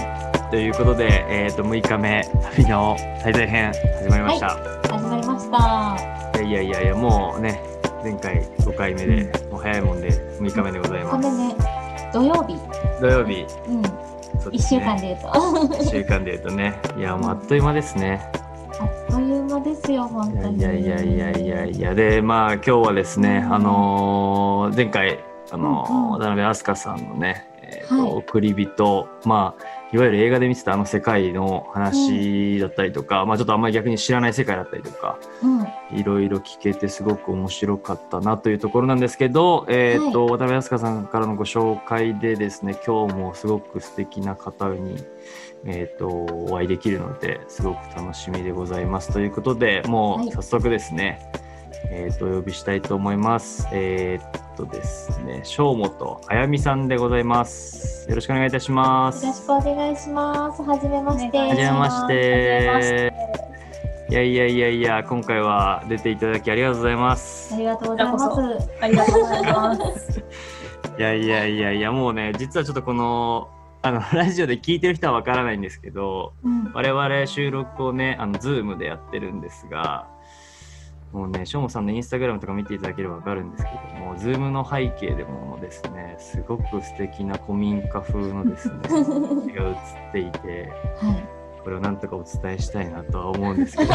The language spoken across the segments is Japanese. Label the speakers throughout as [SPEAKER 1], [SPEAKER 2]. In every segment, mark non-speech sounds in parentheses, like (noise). [SPEAKER 1] ことで、えっ、と、6日目、旅の最大編、始まりました。
[SPEAKER 2] 始まりました。
[SPEAKER 1] い、やいやいやいや、もうね、前回5回目で、もう早いもんで、6日目でござい
[SPEAKER 2] ご
[SPEAKER 1] ま
[SPEAKER 2] め
[SPEAKER 1] す。
[SPEAKER 2] んね。土曜日。
[SPEAKER 1] 土曜日、
[SPEAKER 2] うん。
[SPEAKER 1] そう
[SPEAKER 2] 一
[SPEAKER 1] です
[SPEAKER 2] 週
[SPEAKER 1] ね
[SPEAKER 2] 間で言うと。 (laughs) あ
[SPEAKER 1] 一週間で言うと
[SPEAKER 2] (laughs)
[SPEAKER 1] ね、いや、もうあっという間ですね。
[SPEAKER 2] っという間ですよ、本当に。
[SPEAKER 1] いやいやいやいやいやいや、で、まあ、今日はですね、あのー前回、あのー
[SPEAKER 2] うんうん
[SPEAKER 1] 渡辺飛鳥さんのね、えーと
[SPEAKER 2] はい
[SPEAKER 1] 送り人、まあ、いわゆる映画で見てたあの世界の話だったりとか、まあ、ちょっとあんまり逆に知らない世界だったりとか、
[SPEAKER 2] うん。
[SPEAKER 1] いろいろ聞けてすごく面白かったなというところなんですけど、えーと渡辺飛鳥さんからのご紹介でですね今日もすごく素敵な方に、えー、とお会いできるのですごく楽しみでございますということでも
[SPEAKER 2] は
[SPEAKER 1] う
[SPEAKER 2] い
[SPEAKER 1] 早速ですね、えー、とお呼びしたいと思いますえー、っとですね正本あやみさんでございますよろしくお願いいたしま
[SPEAKER 2] よ
[SPEAKER 1] す
[SPEAKER 2] ろしくお願いします。はじめまして。
[SPEAKER 3] お
[SPEAKER 1] はじめまし
[SPEAKER 3] はじ
[SPEAKER 1] ていやいやいやいや今回は出ていただきありがとうございます
[SPEAKER 2] ありがとうございます。
[SPEAKER 3] こありがとうございます。
[SPEAKER 1] いやいやいやいやもうね実はちょっとこのあの (laughs) ラジオで聞いてる人はわからないんですけど
[SPEAKER 2] うん。
[SPEAKER 1] 我々収録をねあの Zoom でやってるんですがもうねしょうもさんのインスタグラムとか見ていただければわかるんですけども Zoom の背景でもですねすごく素敵な古民家風のですね絵が映っていて
[SPEAKER 2] はい。
[SPEAKER 1] これをなんとかお伝えしたいなとは思うんですけど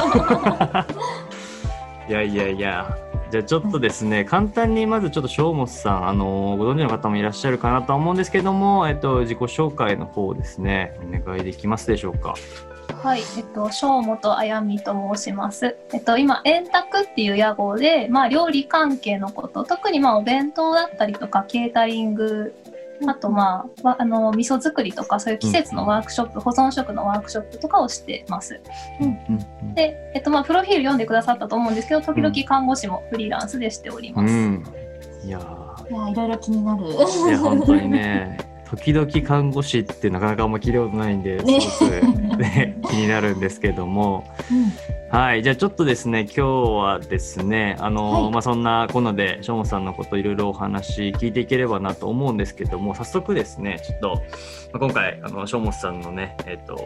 [SPEAKER 1] いやいやいやじゃあちょっとですね簡単にまずちょっと正本さんあのご存知の方もいらっしゃるかなとは思うんですけども、えっと、自己紹介の方をですねお願いできますでしょうか
[SPEAKER 3] はい、えっと、正本あやみと申します。えっと、今、円卓っていう屋号で、まあ、料理関係のこと、特にまあ、お弁当だったりとか、ケータリング、あとまあ、わあの、味噌作りとか、そういう季節のワークショップ、保存食のワークショップとかをしてます。で、えっとまあ、プロフィール読んでくださったと思うんですけど、時々看護師もフリーランスでしており
[SPEAKER 1] う
[SPEAKER 3] ます。
[SPEAKER 1] んいやー
[SPEAKER 2] いや、いろいろ気になる。
[SPEAKER 1] いや本当にね時々看護師ってなかなかあんま聞いたことないんです
[SPEAKER 2] ね
[SPEAKER 1] ごく、ね、気になるんですけども
[SPEAKER 2] (laughs) うん。
[SPEAKER 1] はい、じゃあちょっとですね、今日はですね、あの、
[SPEAKER 2] はい
[SPEAKER 1] まあそんなこんなで、しょうもさんのこといろいろお話聞いていければなと思うんですけども、早速ですね、ちょっと、まあ、今回、あの、しょうもさんのね、えっ、と、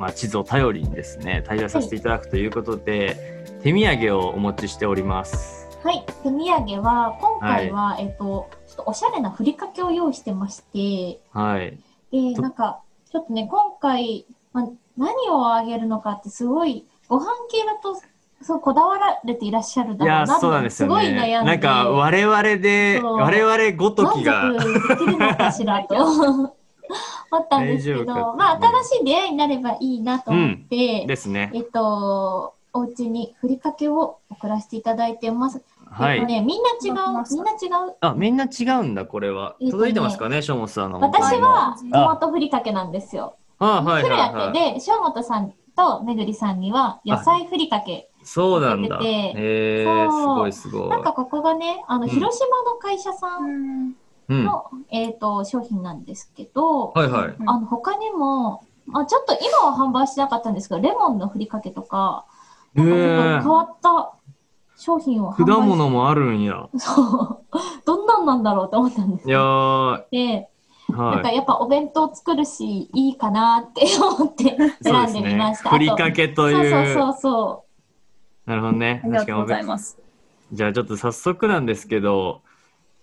[SPEAKER 1] まあ地図を頼りにですね、対話させていただくということで、手土産をお持ちしております。
[SPEAKER 2] はい。手土産は、今回は、えっと、ちょっとおしゃれなふりかけを用意してまして、
[SPEAKER 1] はい。
[SPEAKER 2] で、
[SPEAKER 1] と
[SPEAKER 2] なんか、ちょっとね、今回、まあ、何をあげるのかってすごい、ご飯系だと、そう、こだわられていらっしゃる
[SPEAKER 1] い
[SPEAKER 2] だろ
[SPEAKER 1] や
[SPEAKER 2] うな
[SPEAKER 1] そうなんですよ
[SPEAKER 2] ごい
[SPEAKER 1] ね。
[SPEAKER 2] 悩んで。
[SPEAKER 1] なんか、我々で、
[SPEAKER 2] そう
[SPEAKER 1] 我々ごときが、
[SPEAKER 2] 満足できるのか
[SPEAKER 1] (laughs)
[SPEAKER 2] しらと思ったんですけ
[SPEAKER 1] 大丈夫か
[SPEAKER 2] ど、まあ、新しい出会いになればいいなと思って、
[SPEAKER 1] ですね。
[SPEAKER 2] えっと、お家にふりかけを送らせていただいてます。
[SPEAKER 1] は
[SPEAKER 2] えっと
[SPEAKER 1] い。
[SPEAKER 2] ね、みんな違
[SPEAKER 3] ま
[SPEAKER 2] う、
[SPEAKER 3] す
[SPEAKER 2] みんな違う。
[SPEAKER 1] あ、みんな違うんだ、これは。
[SPEAKER 2] えっとね
[SPEAKER 1] 届いてますかね、しょうもさんの。
[SPEAKER 2] 私はト
[SPEAKER 1] あ
[SPEAKER 2] マトふりかけなんですよ。
[SPEAKER 1] あはいは
[SPEAKER 2] それ
[SPEAKER 1] い
[SPEAKER 2] や
[SPEAKER 1] は
[SPEAKER 2] っ
[SPEAKER 1] い。
[SPEAKER 2] てで、正本さんとめぐりさんには野菜ふりかけ。
[SPEAKER 1] そうなんだ。
[SPEAKER 2] 出てて
[SPEAKER 1] えー、す
[SPEAKER 2] そ
[SPEAKER 1] ご
[SPEAKER 2] う
[SPEAKER 1] いすごい
[SPEAKER 2] なん。かここがね、あの、
[SPEAKER 1] うん
[SPEAKER 2] 広島の会社さ
[SPEAKER 3] うんん
[SPEAKER 1] うん。は
[SPEAKER 2] の、えっと、商品なんですけど、
[SPEAKER 1] いはい。
[SPEAKER 2] あの、他にも、まあ、ちょっと今は販売してなかったんですけど、レモンのふりかけとか、
[SPEAKER 1] え
[SPEAKER 2] なんかち
[SPEAKER 1] ー、
[SPEAKER 2] ょっと変わった商品を販売
[SPEAKER 1] 果物もあるんや。
[SPEAKER 2] そう。 (laughs) どんなんなんだろうと思ったんです
[SPEAKER 1] いや
[SPEAKER 2] よ。
[SPEAKER 1] ー、
[SPEAKER 2] で、なんか
[SPEAKER 1] は
[SPEAKER 2] やっぱお弁当作るし、いいかなって思って
[SPEAKER 1] い。そう
[SPEAKER 2] 選
[SPEAKER 1] で
[SPEAKER 2] ん
[SPEAKER 1] す
[SPEAKER 2] でみ
[SPEAKER 1] ね
[SPEAKER 2] まし。た。
[SPEAKER 1] ふりかけという。
[SPEAKER 2] あとそうそうそうそ
[SPEAKER 1] なるほどね。
[SPEAKER 3] ありがとうござい
[SPEAKER 1] に。
[SPEAKER 3] ます。
[SPEAKER 1] じゃあちょっと早速なんですけど、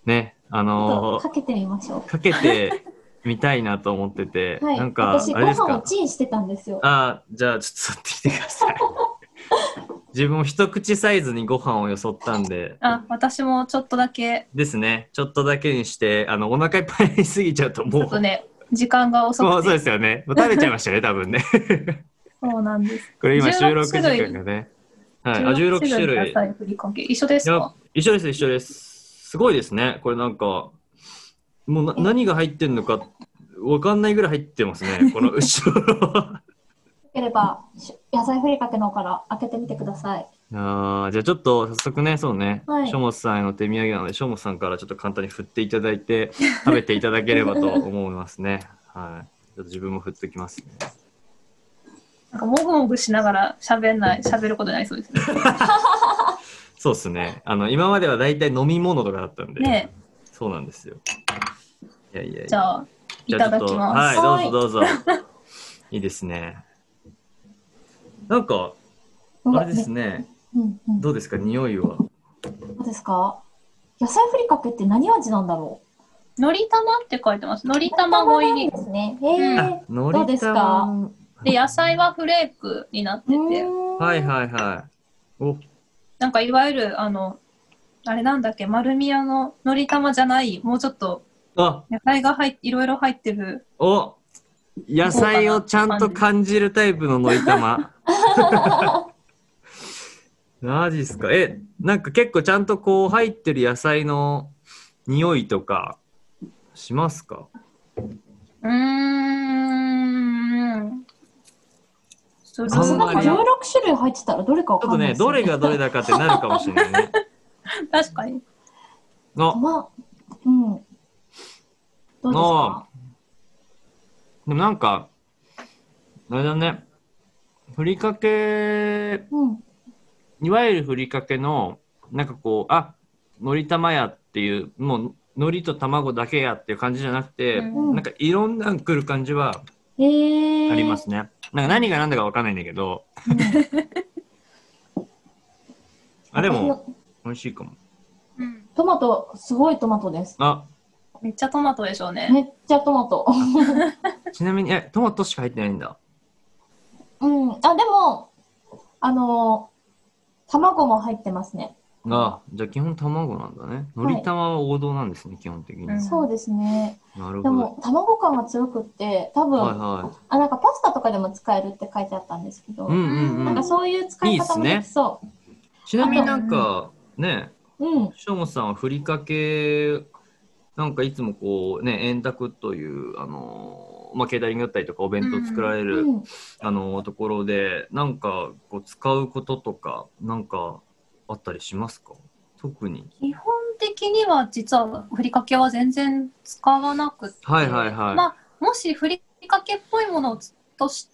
[SPEAKER 1] ね、あ
[SPEAKER 2] う。ちょっ
[SPEAKER 1] の
[SPEAKER 2] とかけてみましょ
[SPEAKER 1] ー、かけてみたいなと思ってて、
[SPEAKER 2] う。 (laughs) はい。
[SPEAKER 1] なんか、
[SPEAKER 2] 私、
[SPEAKER 1] あ
[SPEAKER 2] ご
[SPEAKER 1] れです
[SPEAKER 2] 飯を
[SPEAKER 1] か。
[SPEAKER 2] チンしてたんですよ。
[SPEAKER 1] あーじゃあちょっと取ってきてくだ
[SPEAKER 2] (laughs)
[SPEAKER 1] さい。自分も一口サイズにご飯をよそったんで。
[SPEAKER 3] あ、私もちょっとだけ、
[SPEAKER 1] ですね。ちょっとだけにして、あの、お腹いっぱいに過ぎちゃうとも
[SPEAKER 3] ち
[SPEAKER 1] う、
[SPEAKER 3] ょっとね、時間が遅
[SPEAKER 1] もう
[SPEAKER 3] く
[SPEAKER 1] そう
[SPEAKER 3] て
[SPEAKER 1] で。すよね。もう食べちゃいましたね、多分 (laughs) ね。
[SPEAKER 3] そうなんです。
[SPEAKER 1] これ今収録
[SPEAKER 3] 16
[SPEAKER 1] 時間がね。はい。あ、16種類。
[SPEAKER 3] 野菜ふりかけ。一緒です
[SPEAKER 1] いや
[SPEAKER 3] か。
[SPEAKER 1] 一緒です、一緒です。すごいですね。これなんか、もうな何が入ってんのか、わかんないぐらい入ってます (laughs) ね。この後ろ。 (laughs)
[SPEAKER 2] よければ、し野菜ふりかけの方から開けてみてください。
[SPEAKER 1] あーじゃあちょっと早速ね、そうね、
[SPEAKER 2] はい
[SPEAKER 1] しょもさんへの手土産なので、しょもさんからちょっと簡単に振っていただいて、食べていただければと思いますね。はい。ちょっと自分も振ってきますね。
[SPEAKER 3] なんかもぐもぐしながら喋んない、喋ることになりそうですね。
[SPEAKER 1] そうですね。あの、今までは大体飲み物とかだったんで。
[SPEAKER 3] ね
[SPEAKER 1] そうなんですよ。いやいやいや。
[SPEAKER 3] じゃあ、いただき
[SPEAKER 1] じ
[SPEAKER 3] ま
[SPEAKER 1] ゃあちょっと
[SPEAKER 2] は
[SPEAKER 1] はい、どうぞどうぞ。 (laughs) いいですね。なんか、
[SPEAKER 2] うわ
[SPEAKER 1] あれです。ね、
[SPEAKER 2] うんうん。ど
[SPEAKER 1] どうですか、匂いは。
[SPEAKER 2] うですか野菜ふりかけって何味なんだろう
[SPEAKER 3] のり玉って書いてます。のり卵入
[SPEAKER 2] なん
[SPEAKER 3] り
[SPEAKER 2] で。すね。へえ
[SPEAKER 1] あ、の
[SPEAKER 2] どうで
[SPEAKER 1] り
[SPEAKER 2] すか
[SPEAKER 1] たま。
[SPEAKER 3] で、野菜はフレークになっ
[SPEAKER 2] う
[SPEAKER 3] てて、
[SPEAKER 2] ーん
[SPEAKER 1] はいはいはい。お、
[SPEAKER 3] なんかいわゆる、あの、あれなんだっけ、丸宮ののり玉じゃない、もうちょっと
[SPEAKER 1] あ、
[SPEAKER 3] 野菜が入っいろいろ入ってる。
[SPEAKER 1] お、野菜をちゃんと感じるタイプののりた
[SPEAKER 3] (laughs)
[SPEAKER 1] ま。マジっすか。え、なんか結構ちゃんとこう入ってる野菜の匂いとかしますか
[SPEAKER 3] うーん。そう
[SPEAKER 1] あんまり
[SPEAKER 2] 16種類入ってたらどれかわ
[SPEAKER 1] ち
[SPEAKER 2] か
[SPEAKER 1] ょっと
[SPEAKER 2] んない
[SPEAKER 1] ね、
[SPEAKER 2] ですよ
[SPEAKER 1] どれがどれだかってなるかもしれない
[SPEAKER 3] (laughs)
[SPEAKER 1] ね。
[SPEAKER 3] 確かに。
[SPEAKER 1] の、
[SPEAKER 2] まあ、うん。どうですか
[SPEAKER 1] でもなんか、あれだね、ふりかけ、
[SPEAKER 2] うん。
[SPEAKER 1] いわゆるふりかけの、なんかこう、あ、のり玉やっていう、もう、のりと卵だけやっていう感じじゃなくて、
[SPEAKER 3] うん
[SPEAKER 1] なんかいろんなん来る感じは
[SPEAKER 2] えー。
[SPEAKER 1] ありますね。なんか何が何だかわかんないんだけど、
[SPEAKER 2] うん。
[SPEAKER 1] あ、でも、美味しいかも。
[SPEAKER 3] うん
[SPEAKER 2] トマト、すごいトマトです。
[SPEAKER 1] あ、
[SPEAKER 3] めっちゃトマトでしょうね。
[SPEAKER 2] めっちゃトマト。
[SPEAKER 1] ちなみに、え、トマトしか入ってないんだ。
[SPEAKER 2] うん。あ、でも、あのー卵も入ってますね。
[SPEAKER 1] あ、じゃあ基本卵なんだね。のり玉は王道なんですね、基本的に。
[SPEAKER 3] うん
[SPEAKER 2] そうですね。
[SPEAKER 1] なる
[SPEAKER 2] で
[SPEAKER 1] ほど。
[SPEAKER 2] も、卵感が強くって、多分、
[SPEAKER 1] はいは
[SPEAKER 2] あ、なんかパスタとかでも使えるって書いてあったんですけど、
[SPEAKER 1] い。うんうん
[SPEAKER 2] な
[SPEAKER 1] うん
[SPEAKER 2] か
[SPEAKER 1] ん。
[SPEAKER 2] そういう使い方もできそ
[SPEAKER 1] ちなみになんか、ね、
[SPEAKER 2] う。うん。
[SPEAKER 1] しょもさんはふりかけ、なんかいつもこうね、円卓という、あのーまあ、ケータリングだったりとかお弁当作られる、
[SPEAKER 2] うん。
[SPEAKER 1] あのーところで、なんかこう使うこととか、なんかあったりしますか特に。
[SPEAKER 3] 基本的には実はふりかけは全然使わなくて、
[SPEAKER 1] はいはいはい
[SPEAKER 3] まあ、もしふりかけっぽいものをつとし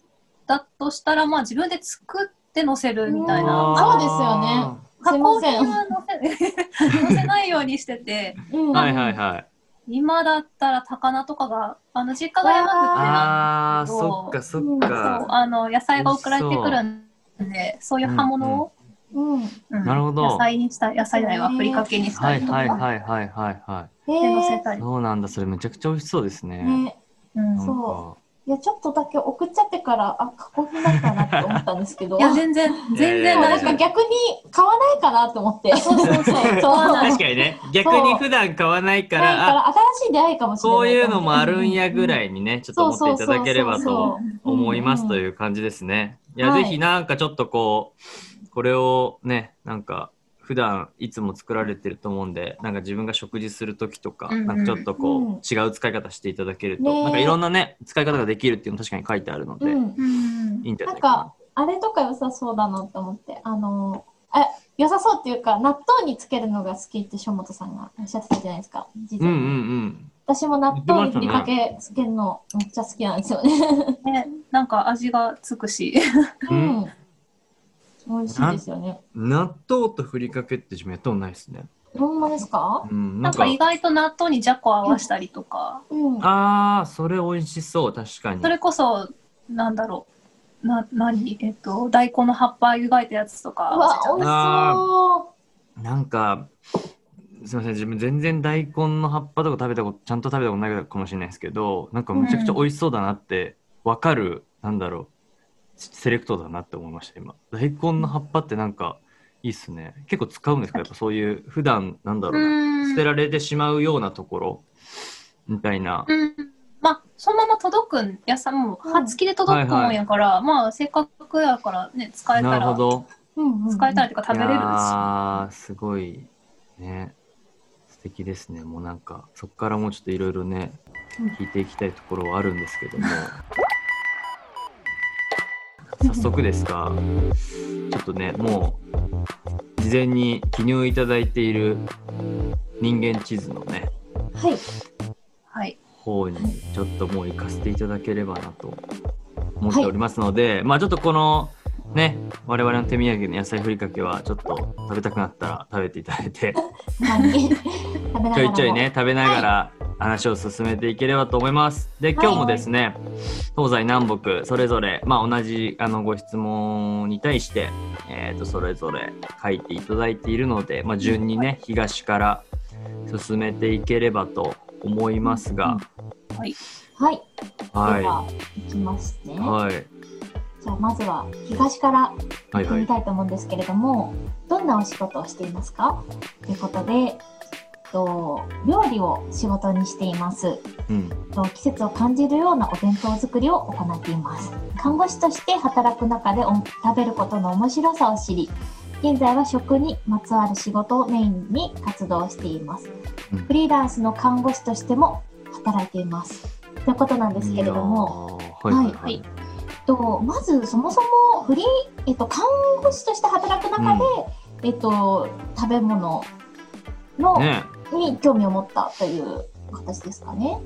[SPEAKER 3] だとしたら、まあ、自分で作って乗せるみたい
[SPEAKER 2] うん
[SPEAKER 3] な。
[SPEAKER 2] そうですよねす
[SPEAKER 3] 加
[SPEAKER 2] いま
[SPEAKER 3] 工
[SPEAKER 2] せ
[SPEAKER 1] (laughs)
[SPEAKER 3] 品
[SPEAKER 2] ん。
[SPEAKER 3] は乗せ (laughs) 乗せないようにしてて、
[SPEAKER 2] うん。
[SPEAKER 1] あーはいはいはい。
[SPEAKER 3] 今だったら高菜とかが、あの実家が山口な
[SPEAKER 1] あー、
[SPEAKER 3] んですけど
[SPEAKER 1] そっかそっ
[SPEAKER 3] そう
[SPEAKER 1] か。
[SPEAKER 3] あの野菜が送られてくるんでそういう葉物を、
[SPEAKER 2] うん。
[SPEAKER 3] うん
[SPEAKER 1] なるほど
[SPEAKER 3] 野菜にした野菜じゃないわ
[SPEAKER 2] ね
[SPEAKER 3] ふりかけにし
[SPEAKER 1] は
[SPEAKER 3] た
[SPEAKER 1] い
[SPEAKER 3] りと
[SPEAKER 1] はい
[SPEAKER 3] か
[SPEAKER 1] はいはいはいは
[SPEAKER 2] へ
[SPEAKER 3] で乗せ
[SPEAKER 2] え
[SPEAKER 3] た
[SPEAKER 1] い。
[SPEAKER 3] り、
[SPEAKER 1] そうなんだ、それめちゃくちゃ美味しそうですね。
[SPEAKER 2] ね。
[SPEAKER 3] うん
[SPEAKER 1] なん
[SPEAKER 2] そう
[SPEAKER 1] か
[SPEAKER 2] いや、ちょっとだけ送っちゃってから、あ、加工品だったなって思ったんですけど。
[SPEAKER 3] いや全然全
[SPEAKER 1] え
[SPEAKER 3] 然
[SPEAKER 1] ー
[SPEAKER 2] な
[SPEAKER 3] 大
[SPEAKER 2] ん
[SPEAKER 3] 丈
[SPEAKER 2] か逆に買わないかなと思って。そうそうそう。そう
[SPEAKER 1] 確かにね、逆に普段買わない
[SPEAKER 2] な
[SPEAKER 1] か
[SPEAKER 2] い
[SPEAKER 1] ら、あ
[SPEAKER 2] から新しい出会いかもしれない。
[SPEAKER 1] こういうのもあるんやぐらいにね、ちょっと思っていただければ
[SPEAKER 2] そうそうそう
[SPEAKER 1] と
[SPEAKER 2] そ
[SPEAKER 1] 思いますという感じですね。いや、
[SPEAKER 2] はい
[SPEAKER 1] ぜひなんかちょっとこう、これをね、なんか、普段いつも作られてると思うんで、なんか自分が食事する時とか、
[SPEAKER 3] うんうん
[SPEAKER 1] なんかちょっと
[SPEAKER 2] う
[SPEAKER 1] こ
[SPEAKER 2] ん
[SPEAKER 1] う、違う使い方していただけると、
[SPEAKER 2] ねえ
[SPEAKER 1] なんかいろんなね、使い方ができるっていうの確かに書いてあるので、
[SPEAKER 2] うん。
[SPEAKER 3] うん
[SPEAKER 1] いいんじゃ
[SPEAKER 2] な
[SPEAKER 1] ない
[SPEAKER 2] ん
[SPEAKER 1] かな。
[SPEAKER 2] か、あれとか良さそうだなって思って。あのー、え、良さそうっていうか、納豆につけるのが好きって、しょもとさんがおっしゃってたじゃないですか。事
[SPEAKER 1] うん
[SPEAKER 2] 前
[SPEAKER 1] う
[SPEAKER 2] に
[SPEAKER 1] んうん。
[SPEAKER 2] 私も納豆にふりかけつけるのめっちゃ好きなんですよね。
[SPEAKER 3] ね、なんか味がつくし
[SPEAKER 1] う
[SPEAKER 2] うんん。美味しいですよね。
[SPEAKER 1] 納豆とふりかけって自分やったことないですね。
[SPEAKER 2] ほんまですか
[SPEAKER 1] うん、
[SPEAKER 3] なんか意外と納豆にじゃこ合わしたりとか、
[SPEAKER 2] うん。
[SPEAKER 1] ああ、それ美味しそう、確かに。
[SPEAKER 3] それこそなんだろうな何えっと大根の葉っぱ湯がいたやつと
[SPEAKER 2] う
[SPEAKER 3] か
[SPEAKER 2] わ、美味しそう。
[SPEAKER 1] なんか、すみません、自分全然大根の葉っぱとか食べたこと、ちゃんと食べたことないかもしれないですけど、なんかめちゃくちゃ美味しそうだなって、わかる、なんだろう、セレクトだなって思いました、今。大根の葉っぱってなんか、いいっすね。結構使うんですかやっぱそういう、普段なんだろうな、
[SPEAKER 3] うん
[SPEAKER 1] 捨てられてしまうようなところ、みたいな。
[SPEAKER 3] うんまあそのまま届くんやさも
[SPEAKER 2] う
[SPEAKER 3] うん葉付きで届くもんやから、まあせっかくやからね使えた
[SPEAKER 1] なるほ
[SPEAKER 3] ら
[SPEAKER 1] ど。
[SPEAKER 2] うんうん
[SPEAKER 3] 使えたらというか食べれるし
[SPEAKER 1] ああ、すごい、ね。素敵ですね。もうなんか、そこからもうちょっといろいろね、
[SPEAKER 2] う
[SPEAKER 1] 聞
[SPEAKER 2] ん
[SPEAKER 1] いていきたいところはあるんですけども。早速ですが、ちょっとね、もう、事前に記入いただいている人間地図のね、 (laughs)
[SPEAKER 2] はい。
[SPEAKER 3] はい
[SPEAKER 1] 方にちょっともう行かせていただければなと思っておりますので、まあちょっとこのね我々の手土産の野菜ふりかけはちょっと (laughs) 食べたくなったら食べていただいて
[SPEAKER 2] はい食べながら
[SPEAKER 1] ちょい
[SPEAKER 2] も
[SPEAKER 1] ちょいね食べながら、話を進めていければと思います。で今日もですね、東西南北それぞれ、まあ、同じあのご質問に対して、えー、とそれぞれ書いていただいているので、まあ、順にね東から進めていければと思いますが、
[SPEAKER 3] はい。
[SPEAKER 2] はい。で
[SPEAKER 1] は
[SPEAKER 2] は、いきますね。
[SPEAKER 1] い、はい、
[SPEAKER 2] じゃあ、まずは東から
[SPEAKER 1] は
[SPEAKER 2] 行
[SPEAKER 1] い
[SPEAKER 2] って
[SPEAKER 1] は
[SPEAKER 2] み
[SPEAKER 1] い
[SPEAKER 2] たいと思うんですけれども、どんなお仕事をしていますかということで、えっと、料理を仕事にしています。
[SPEAKER 1] うん
[SPEAKER 2] と季節を感じるようなお弁当作りを行っています看護師として働く中でお食べることの面白さを知り現在は食にまつわる仕事をメインに活動しています、
[SPEAKER 1] うん
[SPEAKER 2] フリーランスの看護師としても働いていますということなんですけれども
[SPEAKER 1] いやーはいはい
[SPEAKER 2] は
[SPEAKER 1] はいい、
[SPEAKER 2] とまずそもそもフリー、えっと、看護師として働く中で、えっと、食べ物の、
[SPEAKER 1] ね
[SPEAKER 2] に興味を持ったという形ですかね。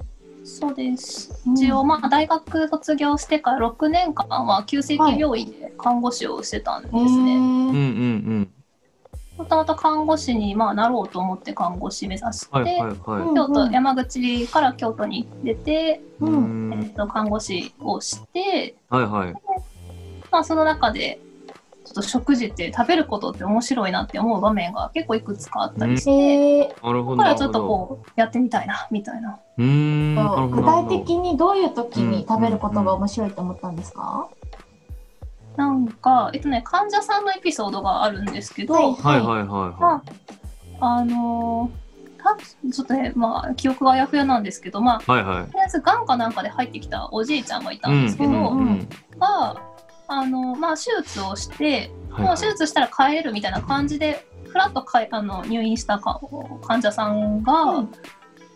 [SPEAKER 3] そうです。
[SPEAKER 2] うん
[SPEAKER 3] 一応、まあ、大学卒業してから6年間は急性期病院で看護師をしてたんですね。
[SPEAKER 1] うんうんうん
[SPEAKER 3] もともと看護師に、まあ、なろうと思って看護師目指して、
[SPEAKER 1] はいはいは
[SPEAKER 3] 京
[SPEAKER 2] うんう
[SPEAKER 3] 都
[SPEAKER 2] ん
[SPEAKER 3] 山口から京都に出て、
[SPEAKER 1] い
[SPEAKER 2] うん
[SPEAKER 1] うん
[SPEAKER 3] えっと看護師をして、
[SPEAKER 1] はいはい
[SPEAKER 3] まあ、その中でちょっと食事って食べることって面白いなって思う場面が結構いくつかあったりして、
[SPEAKER 2] えー
[SPEAKER 1] なるほど
[SPEAKER 3] だか
[SPEAKER 1] なる
[SPEAKER 3] らちょ
[SPEAKER 1] ほ
[SPEAKER 3] っと
[SPEAKER 1] ど
[SPEAKER 3] こうやってみたいなみたいな。
[SPEAKER 1] うーんなるほど
[SPEAKER 2] 具
[SPEAKER 1] なる
[SPEAKER 2] 体
[SPEAKER 1] ほど
[SPEAKER 2] 的にどういう時に食べることが面白いと思ったんですか、
[SPEAKER 3] なんか、えっとね、患者さんのエピソードがあるんですけど、
[SPEAKER 1] はいはいはいは
[SPEAKER 3] まあ、あのーたちょっとね、まあ、記憶があやふやなんですけど、まあ、
[SPEAKER 1] いはいはい
[SPEAKER 3] とりあえず、がんかなんかで入ってきたおじいちゃんがいた
[SPEAKER 1] うんん
[SPEAKER 3] ですけ
[SPEAKER 1] う
[SPEAKER 3] ど、
[SPEAKER 1] ん
[SPEAKER 2] も
[SPEAKER 1] うん
[SPEAKER 3] が、あのまあ、手術をして、
[SPEAKER 1] はい
[SPEAKER 3] も
[SPEAKER 1] は
[SPEAKER 3] う
[SPEAKER 1] い
[SPEAKER 3] 手術したら帰れるみたいな感じで、ふらっとかいあの入院したか患者さんが、
[SPEAKER 2] うん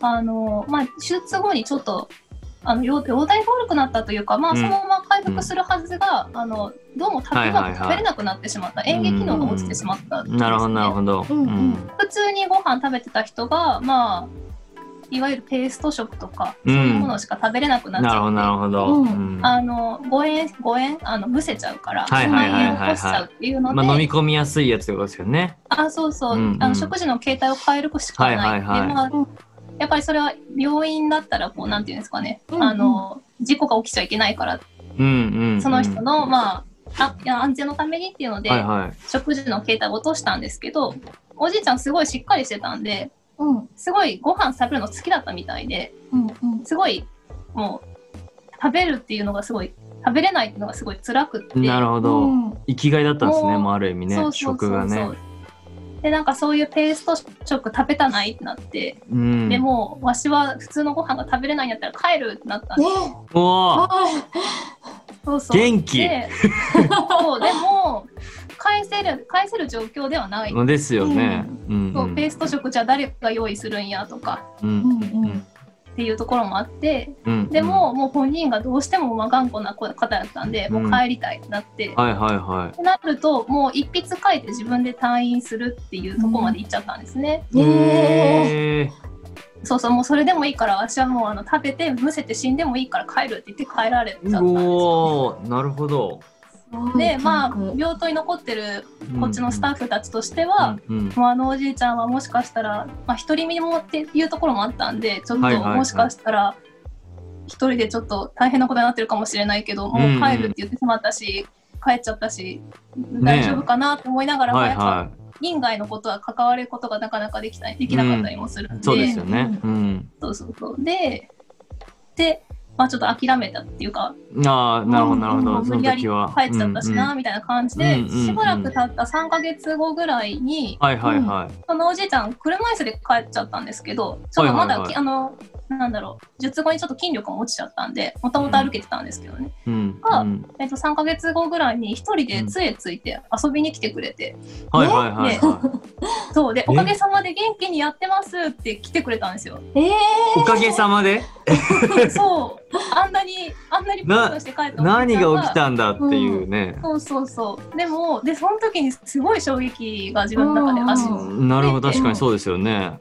[SPEAKER 3] あのまあ、手術後にちょっと、あの容容体が悪くなったというか、まあ、
[SPEAKER 1] うん
[SPEAKER 3] そのまま回復するはずが、あのどうも食べ,、
[SPEAKER 1] はいはいはいう
[SPEAKER 3] まく食べれなくなってしまった、演技機能が落ちてしまったんですね
[SPEAKER 1] なるほどなるほど
[SPEAKER 2] うんうん
[SPEAKER 3] 普通にご飯食べてた人が、まあ、いわゆるペースト食とか、そういうものしか食べれなくなっち
[SPEAKER 1] なる
[SPEAKER 3] ゃ
[SPEAKER 1] ほど
[SPEAKER 3] って、
[SPEAKER 1] なるほど
[SPEAKER 2] うん
[SPEAKER 1] うん
[SPEAKER 3] あの誤え誤えあのむせちゃうから、
[SPEAKER 1] はい
[SPEAKER 2] はいはいはい
[SPEAKER 1] はい
[SPEAKER 3] 蔓延を起こしちゃうっていうので、
[SPEAKER 1] まあ飲み込みやすいやつってことですよね
[SPEAKER 3] あそうそう、
[SPEAKER 1] うんうん
[SPEAKER 3] あの食事の形態を変えるしかないって、
[SPEAKER 1] はいはいはい
[SPEAKER 3] まあやっぱりそれは病院だったらこうなんていうんですかね、
[SPEAKER 2] うんうん
[SPEAKER 3] あの事故が起きちゃいけないから、
[SPEAKER 1] うんうんうん
[SPEAKER 3] その人のまああいや安全のためにっていうので、
[SPEAKER 1] はいはい
[SPEAKER 3] 食事の形態を落としたんですけど、おじいちゃんすごいしっかりしてたんで、
[SPEAKER 2] うんうん
[SPEAKER 3] すごいご飯食べるの好きだったみたいで、
[SPEAKER 2] うん
[SPEAKER 3] すごいもう食べるっていうのがすごい食べれないっていうのがすごい辛くって。
[SPEAKER 1] なるほ
[SPEAKER 2] う
[SPEAKER 1] ど
[SPEAKER 2] ん
[SPEAKER 1] 生きがいだったんですね
[SPEAKER 3] もう
[SPEAKER 1] もうある意味ね食がね
[SPEAKER 3] でなんかそういうペースト食食べたないってなって、
[SPEAKER 1] うん
[SPEAKER 3] でもうわしは普通のご飯が食べれないんだったら帰るってなったんで
[SPEAKER 2] ね
[SPEAKER 1] うわ
[SPEAKER 2] は
[SPEAKER 3] そうそう
[SPEAKER 1] 元気 (laughs)
[SPEAKER 3] でそうでも返せる返せる状況ではない、
[SPEAKER 1] まあですよねうん
[SPEAKER 3] そううんペースト食じゃあ誰が用意するんやとか
[SPEAKER 1] うんうん
[SPEAKER 3] っていうところもあって
[SPEAKER 1] うん
[SPEAKER 3] でも、もう本人がどうしてもまあ頑固な子方だったんで、もう帰りたいってなって、
[SPEAKER 1] うんはいはいはい
[SPEAKER 3] ってなるともう一筆書いて自分で退院するっていうところまで行っちゃったんですね、
[SPEAKER 2] いねえ
[SPEAKER 1] え
[SPEAKER 3] そうそうもうそれでもいいから私はもうあの食べてむせて死んでもいいから帰るって言って帰られちゃったんで
[SPEAKER 1] う
[SPEAKER 3] すよ
[SPEAKER 1] おーなるほど
[SPEAKER 3] でまあ
[SPEAKER 2] うん
[SPEAKER 3] 病棟に残ってるこっちのスタッフたちとしては、
[SPEAKER 1] うんうん
[SPEAKER 3] もうあのおじいちゃんはもしかしたら、まあ、独り身もっていうところもあったんでちょっと
[SPEAKER 1] はいはいはい
[SPEAKER 3] もしかしたら一人でちょっと大変なことになってるかもしれないけど、もう帰るって言ってしまったし帰っちゃったし
[SPEAKER 1] ね
[SPEAKER 3] 大丈夫かなと思いながら、
[SPEAKER 1] はい
[SPEAKER 3] やっぱ
[SPEAKER 1] は
[SPEAKER 3] 院外のことは関わることがなかなかできないできなかったりもするんで、
[SPEAKER 1] いそうですよねうん
[SPEAKER 3] そうそうそうでで、まあ、ちょっと諦めたっていうか
[SPEAKER 1] ああなるほどなるほ
[SPEAKER 3] まあ
[SPEAKER 1] どそ
[SPEAKER 3] 無
[SPEAKER 1] の
[SPEAKER 3] 理やり
[SPEAKER 1] 時は
[SPEAKER 3] 帰っちゃったし
[SPEAKER 1] うん
[SPEAKER 3] な
[SPEAKER 1] うん
[SPEAKER 3] みたいな感じで、
[SPEAKER 1] うんうんうん
[SPEAKER 3] しばらく経った3ヶ月後ぐらいに、
[SPEAKER 1] はいはいはい
[SPEAKER 3] そのおじいちゃん車椅子で帰っちゃったんですけどちょっとま
[SPEAKER 1] は
[SPEAKER 3] だ、
[SPEAKER 1] いはいはい
[SPEAKER 3] あのなんだろう術後にちょっと筋力も落ちちゃったんでもともと歩けてたんですけどね、
[SPEAKER 1] うん
[SPEAKER 3] が
[SPEAKER 1] うん
[SPEAKER 3] えっと、3ヶ月後ぐらいに一人で杖ついて遊びに来てくれて、
[SPEAKER 1] はいはいはいはい
[SPEAKER 3] そうで
[SPEAKER 1] え
[SPEAKER 3] おかげさまで元気にやってますって来てくれたん
[SPEAKER 1] (laughs)
[SPEAKER 3] ですよ。
[SPEAKER 2] ええ
[SPEAKER 1] おかげさまで
[SPEAKER 3] そう、あんなに、あんなにプンプンして帰ったおじ
[SPEAKER 1] 何
[SPEAKER 3] いちゃん
[SPEAKER 1] が起きたんだっていうね
[SPEAKER 3] そうそうそう。でも、で、その時にすごい衝撃が自分の中で走
[SPEAKER 2] う
[SPEAKER 3] る。
[SPEAKER 2] ん
[SPEAKER 1] なるほど確かにそうですよね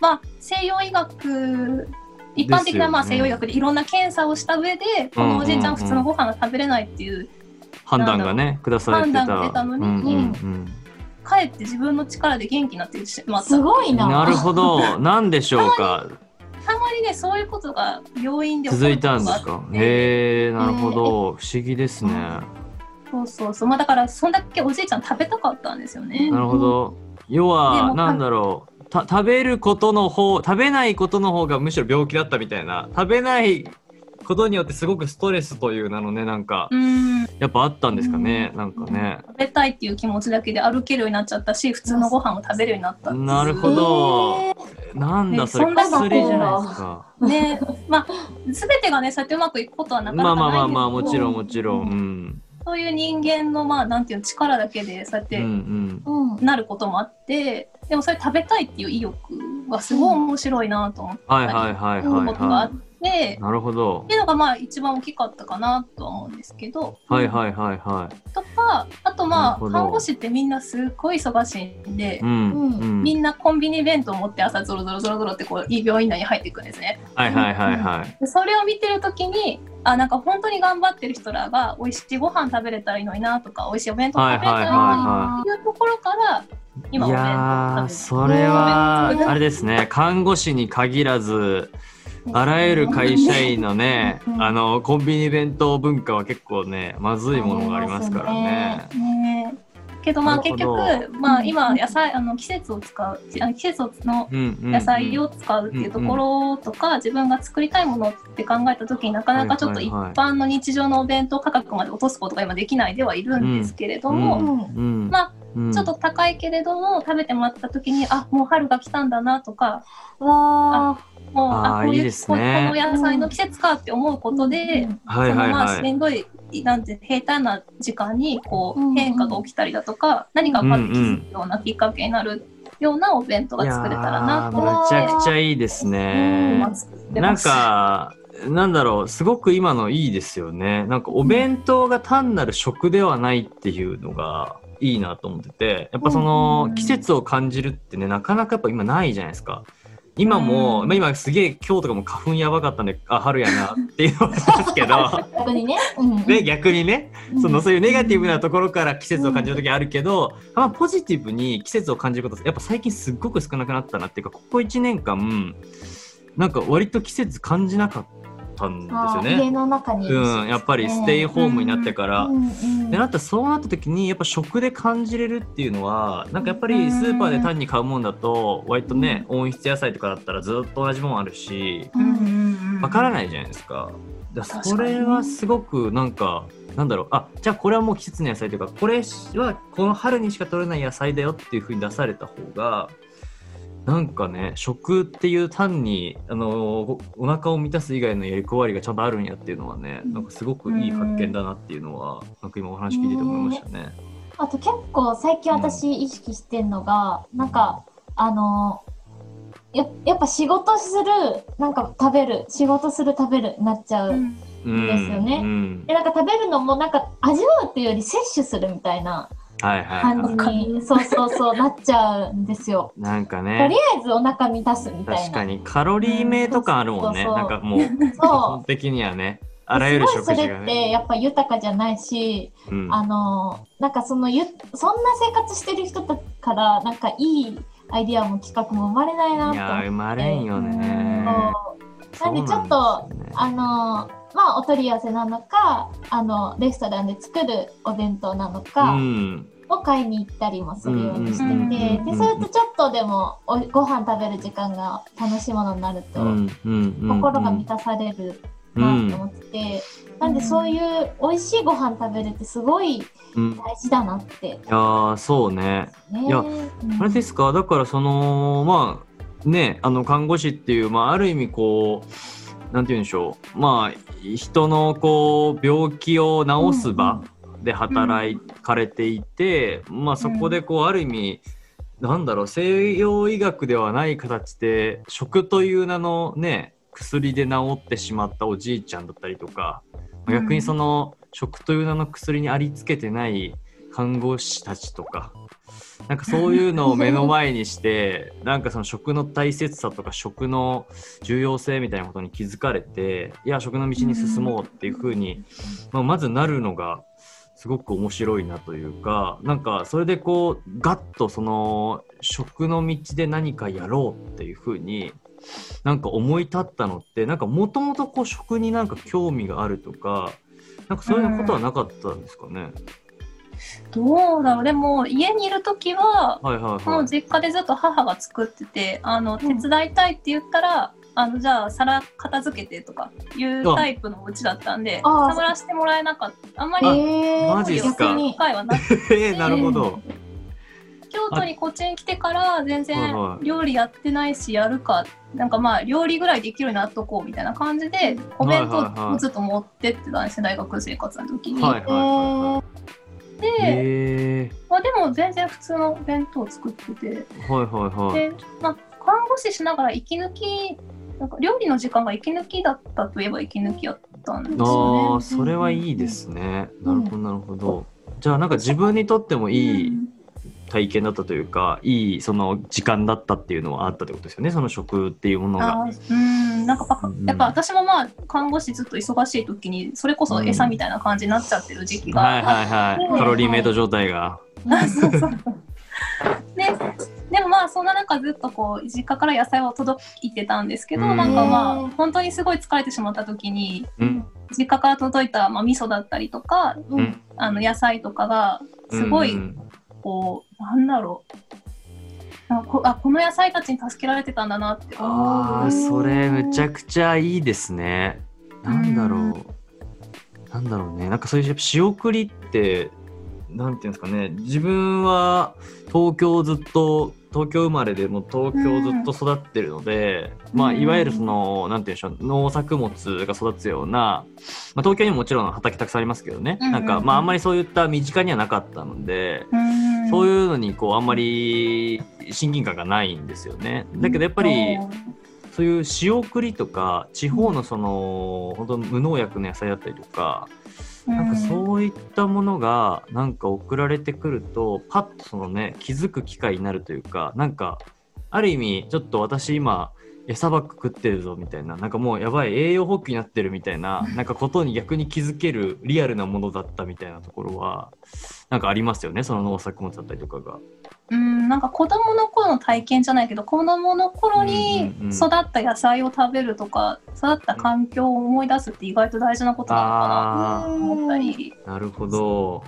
[SPEAKER 3] まあ、西洋医学、一般的なまあ
[SPEAKER 1] ですよね
[SPEAKER 3] 西洋医学でいろんな検査をした上で、このおじいちゃんは普通のご飯が食べれないっていう、
[SPEAKER 1] 判断がね下されてた
[SPEAKER 3] 判断が出たのに
[SPEAKER 1] うんうん
[SPEAKER 3] かえって自分の力で元気になってしま
[SPEAKER 2] ー、
[SPEAKER 3] った
[SPEAKER 2] す。ごい
[SPEAKER 1] うん
[SPEAKER 2] な。
[SPEAKER 1] なるほど何でしょうか
[SPEAKER 3] たまにねそういうことが病院で起こ
[SPEAKER 1] 続
[SPEAKER 3] る
[SPEAKER 1] い
[SPEAKER 3] こと
[SPEAKER 1] たん
[SPEAKER 3] があって
[SPEAKER 1] ですかへえなるほど不思議ですね
[SPEAKER 2] うん
[SPEAKER 1] な
[SPEAKER 3] そうそうそうまあだからそんだけおじいちゃん食べたかったんですよね。
[SPEAKER 1] るほど要
[SPEAKER 3] で
[SPEAKER 1] は
[SPEAKER 3] も
[SPEAKER 1] なんだろうた食べることの方食べないことの方がむしろ病気だったみたいな食べないことによってすごくストレスというなのねなんか
[SPEAKER 3] うん
[SPEAKER 1] やっぱあったんですかねなんかね
[SPEAKER 3] 食べたいっていう気持ちだけで歩けるようになっちゃったし普通のご飯を食べるようになったんです
[SPEAKER 1] なるほどなんだ
[SPEAKER 3] ね
[SPEAKER 1] それ
[SPEAKER 3] そんなの
[SPEAKER 1] 薬じゃないですか (laughs)
[SPEAKER 3] ねまあ全てがねそうやってうまくいくことはなかな
[SPEAKER 1] まあ
[SPEAKER 3] か
[SPEAKER 1] まあま
[SPEAKER 3] ない
[SPEAKER 1] あ
[SPEAKER 3] んですけど、
[SPEAKER 1] まあもちろんもちろんうん
[SPEAKER 3] そういう人間のまあなんていうの力だけでそうやっ
[SPEAKER 1] うんう
[SPEAKER 3] て
[SPEAKER 1] ん
[SPEAKER 2] うん。
[SPEAKER 3] なることもあって、でもそれ食べたいっていう意欲がすごい面白いなと思って
[SPEAKER 1] はいはいはいはい
[SPEAKER 3] ことがあ
[SPEAKER 1] は
[SPEAKER 3] って
[SPEAKER 1] い。なるほど
[SPEAKER 3] っていうのがまあ一番大きかったかなとは思うんですけど、
[SPEAKER 1] はいはいはいは
[SPEAKER 3] とかあとま
[SPEAKER 1] な
[SPEAKER 3] あ
[SPEAKER 1] るほど
[SPEAKER 3] 看護師ってみんなすっごい忙しいんで
[SPEAKER 1] い、うん
[SPEAKER 2] うん
[SPEAKER 1] うん
[SPEAKER 3] みんなコンビニ弁当を持って朝ゾロゾロゾロゾロってこういい病院内に入っていくんですね。
[SPEAKER 1] はいはいはいはい。
[SPEAKER 3] でそれを見てる時にあなんか本当に頑張ってる人らが美味しいご飯食べれたらいいのになとか美味しいお弁当食べれたらいいのにな
[SPEAKER 1] はいは
[SPEAKER 3] っていうところから今
[SPEAKER 1] い
[SPEAKER 3] お弁
[SPEAKER 1] やー
[SPEAKER 3] 当食
[SPEAKER 1] それは
[SPEAKER 2] うん
[SPEAKER 1] あれですね看護師に限らずあらゆる会社員のね
[SPEAKER 2] うん
[SPEAKER 1] あのコンビニ弁当文化は結構ねまずいものがありますからね。
[SPEAKER 3] べるねけどまあ
[SPEAKER 1] なる
[SPEAKER 3] 結
[SPEAKER 1] ほど
[SPEAKER 3] 局、まあ、
[SPEAKER 2] う
[SPEAKER 3] 今
[SPEAKER 2] ん
[SPEAKER 3] 野菜あの季節を使うあ季節の
[SPEAKER 1] うんうんうん
[SPEAKER 3] 野菜を使うっていうところとか、自分が作りたいものって考えた時になかなかちょっと
[SPEAKER 1] はい
[SPEAKER 3] 一
[SPEAKER 1] はいはい
[SPEAKER 3] 般の日常のお弁当価格まで落とすことが今できないではいるんですけれど
[SPEAKER 1] う
[SPEAKER 3] も、
[SPEAKER 1] ん
[SPEAKER 2] う
[SPEAKER 1] うん
[SPEAKER 3] まあ
[SPEAKER 1] うん
[SPEAKER 3] ちょっと高いけれども食べてもらった時にあもう春が来たんだなとか
[SPEAKER 2] わあ。
[SPEAKER 3] もう
[SPEAKER 1] あー
[SPEAKER 3] こう
[SPEAKER 1] い
[SPEAKER 3] い
[SPEAKER 1] いうです
[SPEAKER 3] ここ
[SPEAKER 1] ね
[SPEAKER 3] の野菜の季節かって思うことで、
[SPEAKER 1] はい
[SPEAKER 3] その
[SPEAKER 1] はい
[SPEAKER 3] まあ
[SPEAKER 1] は
[SPEAKER 3] し
[SPEAKER 1] い。
[SPEAKER 3] んどいなんて平坦な時間にこ
[SPEAKER 2] うんう
[SPEAKER 3] うん変化が起きたりだとか、何かパッと気づくようなきっかけになるようなお弁当が作れたらなと
[SPEAKER 2] いや
[SPEAKER 3] 思
[SPEAKER 1] め
[SPEAKER 3] っ
[SPEAKER 1] ち
[SPEAKER 3] て
[SPEAKER 1] ゃくちゃいいですね。
[SPEAKER 3] 今作って
[SPEAKER 1] なん
[SPEAKER 3] ます。
[SPEAKER 1] か、なんだろう、すごく今のいいですよね。なんかお弁当が単なる食ではないっていうのがいいなと思ってて、やっぱそ
[SPEAKER 3] うん
[SPEAKER 1] の
[SPEAKER 3] うん
[SPEAKER 1] 季節を感じるってね、なかなかやっぱ今ないじゃないですか。今
[SPEAKER 3] う
[SPEAKER 1] も、
[SPEAKER 3] ん
[SPEAKER 1] まあ今すげえ今日とかも花粉やばかったんで、あ、春やなっていうのなんですけ
[SPEAKER 3] (laughs)
[SPEAKER 1] ど、
[SPEAKER 2] 逆にね。うん
[SPEAKER 1] で、逆にね、そのそういうネガティブなところから季節を感じる時あるけど、まあ、ポジティブに季節を感じることやっぱ最近すっごく少なくなったなっていうかここ1年間なんか割と季節感じなかったんです
[SPEAKER 2] あ
[SPEAKER 1] よ
[SPEAKER 2] ー家
[SPEAKER 1] ね。
[SPEAKER 2] の中にいるし。
[SPEAKER 1] うん、やっぱりステイホームになってから。
[SPEAKER 2] うんうん
[SPEAKER 1] でなったらそうなった時にやっぱ食で感じれるっていうのはなんかやっぱりスーパーで単に買うもんだと割とね温室野菜とかだったらずっと同じもんあるしわから
[SPEAKER 3] い。
[SPEAKER 1] ないじゃないですか。だから
[SPEAKER 3] 確
[SPEAKER 1] そ
[SPEAKER 3] かに
[SPEAKER 1] れはすごくなんかなんだろうあじゃあこれはもう季節の野菜というかこれはこの春にしか取れない野菜だよっていうふうに出された方がなんかね食っていう単にあのおお腹を満たす以外の役割がちゃんとあるんやっていうのはねなんかすごくいい発見だなっていうのはなんか今お話聞いてて思いましたね。
[SPEAKER 2] あと結構最近私意識してんのが、なんかあのややっぱ仕事するなんか食べる仕事する食べるになっちゃう、
[SPEAKER 3] うん
[SPEAKER 1] うん
[SPEAKER 2] ですよね
[SPEAKER 1] うん
[SPEAKER 2] でなんか食べるのもなんか味わうっていうより摂取するみたいな
[SPEAKER 1] はいはい
[SPEAKER 2] 感
[SPEAKER 1] は
[SPEAKER 2] じ
[SPEAKER 1] い。
[SPEAKER 2] にそうそうそうなっちゃうんですよ。
[SPEAKER 1] なんか
[SPEAKER 2] とり
[SPEAKER 1] ね
[SPEAKER 2] あえずお腹満たすみたいな。
[SPEAKER 1] 確かにカロリー名とかあるもんね
[SPEAKER 2] うんそう
[SPEAKER 1] な
[SPEAKER 2] そ
[SPEAKER 1] ん
[SPEAKER 2] う
[SPEAKER 1] かもう。基
[SPEAKER 2] そ
[SPEAKER 1] 本
[SPEAKER 2] う。
[SPEAKER 1] 的にはねあらゆる
[SPEAKER 2] すご
[SPEAKER 1] 食
[SPEAKER 2] いそ
[SPEAKER 1] 事
[SPEAKER 2] れ
[SPEAKER 1] が
[SPEAKER 2] って
[SPEAKER 1] ね、
[SPEAKER 2] やっぱ豊かじゃないし、
[SPEAKER 1] うん、
[SPEAKER 2] あのなんかそのゆそんな生活してる人だからなんかいいアイディアも企画も生まれないないと
[SPEAKER 1] や
[SPEAKER 2] 思っ
[SPEAKER 1] ー生まれんよね
[SPEAKER 2] て、そうなんでちょっと
[SPEAKER 1] そうなんですよね
[SPEAKER 2] あのまあお取り寄せなのかあのレストランで作るお弁当なのか、
[SPEAKER 1] うん
[SPEAKER 2] を買いに行ったりもするようにしてて、
[SPEAKER 3] うんうん
[SPEAKER 1] うん
[SPEAKER 2] でそれとちょっとでもおご飯食べる時間が楽しいものになると、
[SPEAKER 1] うんうんうん
[SPEAKER 2] 心が満たされるなと思ってて、なんでそういう美味しいご飯食べるってすごい
[SPEAKER 1] うんい
[SPEAKER 2] 大事だなって、
[SPEAKER 1] やーそうね
[SPEAKER 2] ね。
[SPEAKER 1] いや
[SPEAKER 2] うん
[SPEAKER 1] あれですかだからそのまあねあの看護師っていう、まあ、ある意味こうなんて言うんでしょうまあ人のこう病気を治す場で働かれていて、まあそこでこうある意味なんだろう西洋医学ではない形で食という名のね薬で治ってしまったおじいちゃんだったりとか
[SPEAKER 3] うん
[SPEAKER 1] 逆にその食という名の薬にありつけてない看護師たちとかなんかそういうのを目の前にしてなんかその食の大切さとか食の重要性みたいなことに気づかれていや食の道に進もうっていうふうに、まあ、まずなるのがすごく面白いなというかなんかそれでこうガッとその食の道で何かやろうっていうふうになんか思い立ったのってなんかもともとこう食になんか興味があるとかなんかそういうことはなかったんですかね、
[SPEAKER 3] どうだろうでも家にいる時は
[SPEAKER 1] はいはい
[SPEAKER 3] も
[SPEAKER 1] は
[SPEAKER 3] う
[SPEAKER 1] い
[SPEAKER 3] 実家でずっと母が作っててあの手
[SPEAKER 2] ん
[SPEAKER 3] 伝いたいって言ったら、あのじゃあ皿片付けてとかいうタイプのお家だったんで
[SPEAKER 2] ああ
[SPEAKER 3] 触らせてもらえなかったあんまり
[SPEAKER 2] えー、
[SPEAKER 1] マジっすか
[SPEAKER 2] 逆
[SPEAKER 3] 機
[SPEAKER 2] に
[SPEAKER 3] 会はな
[SPEAKER 1] (laughs)
[SPEAKER 3] く
[SPEAKER 1] (laughs) えーなるほど、
[SPEAKER 3] 京都にこっちに来てから全然
[SPEAKER 1] はいはい
[SPEAKER 3] 料理やってないしやるかなんかまあ料理ぐらいできるようになっとこうみたいな感じでお弁当
[SPEAKER 1] はいはいはい
[SPEAKER 3] をずっと持ってってたんですよ大学生活の時に。
[SPEAKER 1] はいはいは
[SPEAKER 3] で
[SPEAKER 1] い、え
[SPEAKER 3] まあ、でも全然普通の弁当を作ってて。
[SPEAKER 1] ー、はいはいはい
[SPEAKER 3] で、まあ、看護師しながら息抜きなんか料理の時間が息抜きだったといえば息抜きやったんです
[SPEAKER 1] あ
[SPEAKER 3] よ
[SPEAKER 1] ー
[SPEAKER 3] ね。
[SPEAKER 1] それはいいですね、
[SPEAKER 2] うん
[SPEAKER 1] なるほどなるほどじゃあなんか自分にとってもいい体験だったというかいいその時間だったっていうのはあったってことですよねその食っていうものが
[SPEAKER 3] あーうんなんかパカ
[SPEAKER 1] うん
[SPEAKER 3] やっぱ私もまあ看護師ずっと忙しい時にそれこそ餌みたいな感じになっちゃってる時期が、
[SPEAKER 1] はいはいはいカロリーメイト状態が
[SPEAKER 3] ででもまあそんな中ずっとこう実家から野菜を届いてたんですけど、
[SPEAKER 1] うん
[SPEAKER 3] なんかまあ本当にすごい疲れてしまった時に
[SPEAKER 1] うん
[SPEAKER 3] 実家から届いたまあ味噌だったりとか
[SPEAKER 2] うん
[SPEAKER 1] うん
[SPEAKER 3] あの野菜とかがすごい
[SPEAKER 1] うん
[SPEAKER 3] こう、なんだろうなんかこあこの野菜たちに助けられてたんだなって
[SPEAKER 1] あ
[SPEAKER 3] 思
[SPEAKER 1] ー
[SPEAKER 3] う
[SPEAKER 1] それむちゃくちゃいいですねなんだろう、なんだろうねなんかそういうやっぱ仕送りってなんていうんですかね自分は東京ずっと東京生まれでもう東京ずっと育ってるので、
[SPEAKER 3] うん
[SPEAKER 1] まあ
[SPEAKER 3] うん
[SPEAKER 1] いわゆるそのなんていうんでしょう農作物が育つような、まあ、東京にももちろん畑たくさんありますけどね、
[SPEAKER 3] うんうん
[SPEAKER 1] なんかまああんまりそういった身近にはなかったので、
[SPEAKER 3] うん
[SPEAKER 1] そういうのにこうあんまり親近感がないんですよね。だけどやっぱりそういう仕送りとか地方のその本当無農薬の野菜だったりとか
[SPEAKER 3] うん
[SPEAKER 1] なんかそういったものがなんか送られてくるとパッとそのね気づく機会になるというかなんかある意味ちょっと私今餌ばっか食ってるぞみたいななんかもうやばい栄養補給になってるみたいななんかことに逆に気づけるリアルなものだったみたいなところはなんかありますよねその農作物だったりとかが。
[SPEAKER 3] うんなんか子供の頃の体験じゃないけど子供の頃に
[SPEAKER 1] うんうんうん
[SPEAKER 3] 育った野菜を食べるとか、育った環境を思い出すって意外と大事なことなのか
[SPEAKER 1] あ
[SPEAKER 3] なと思ったり。
[SPEAKER 1] ーなるほど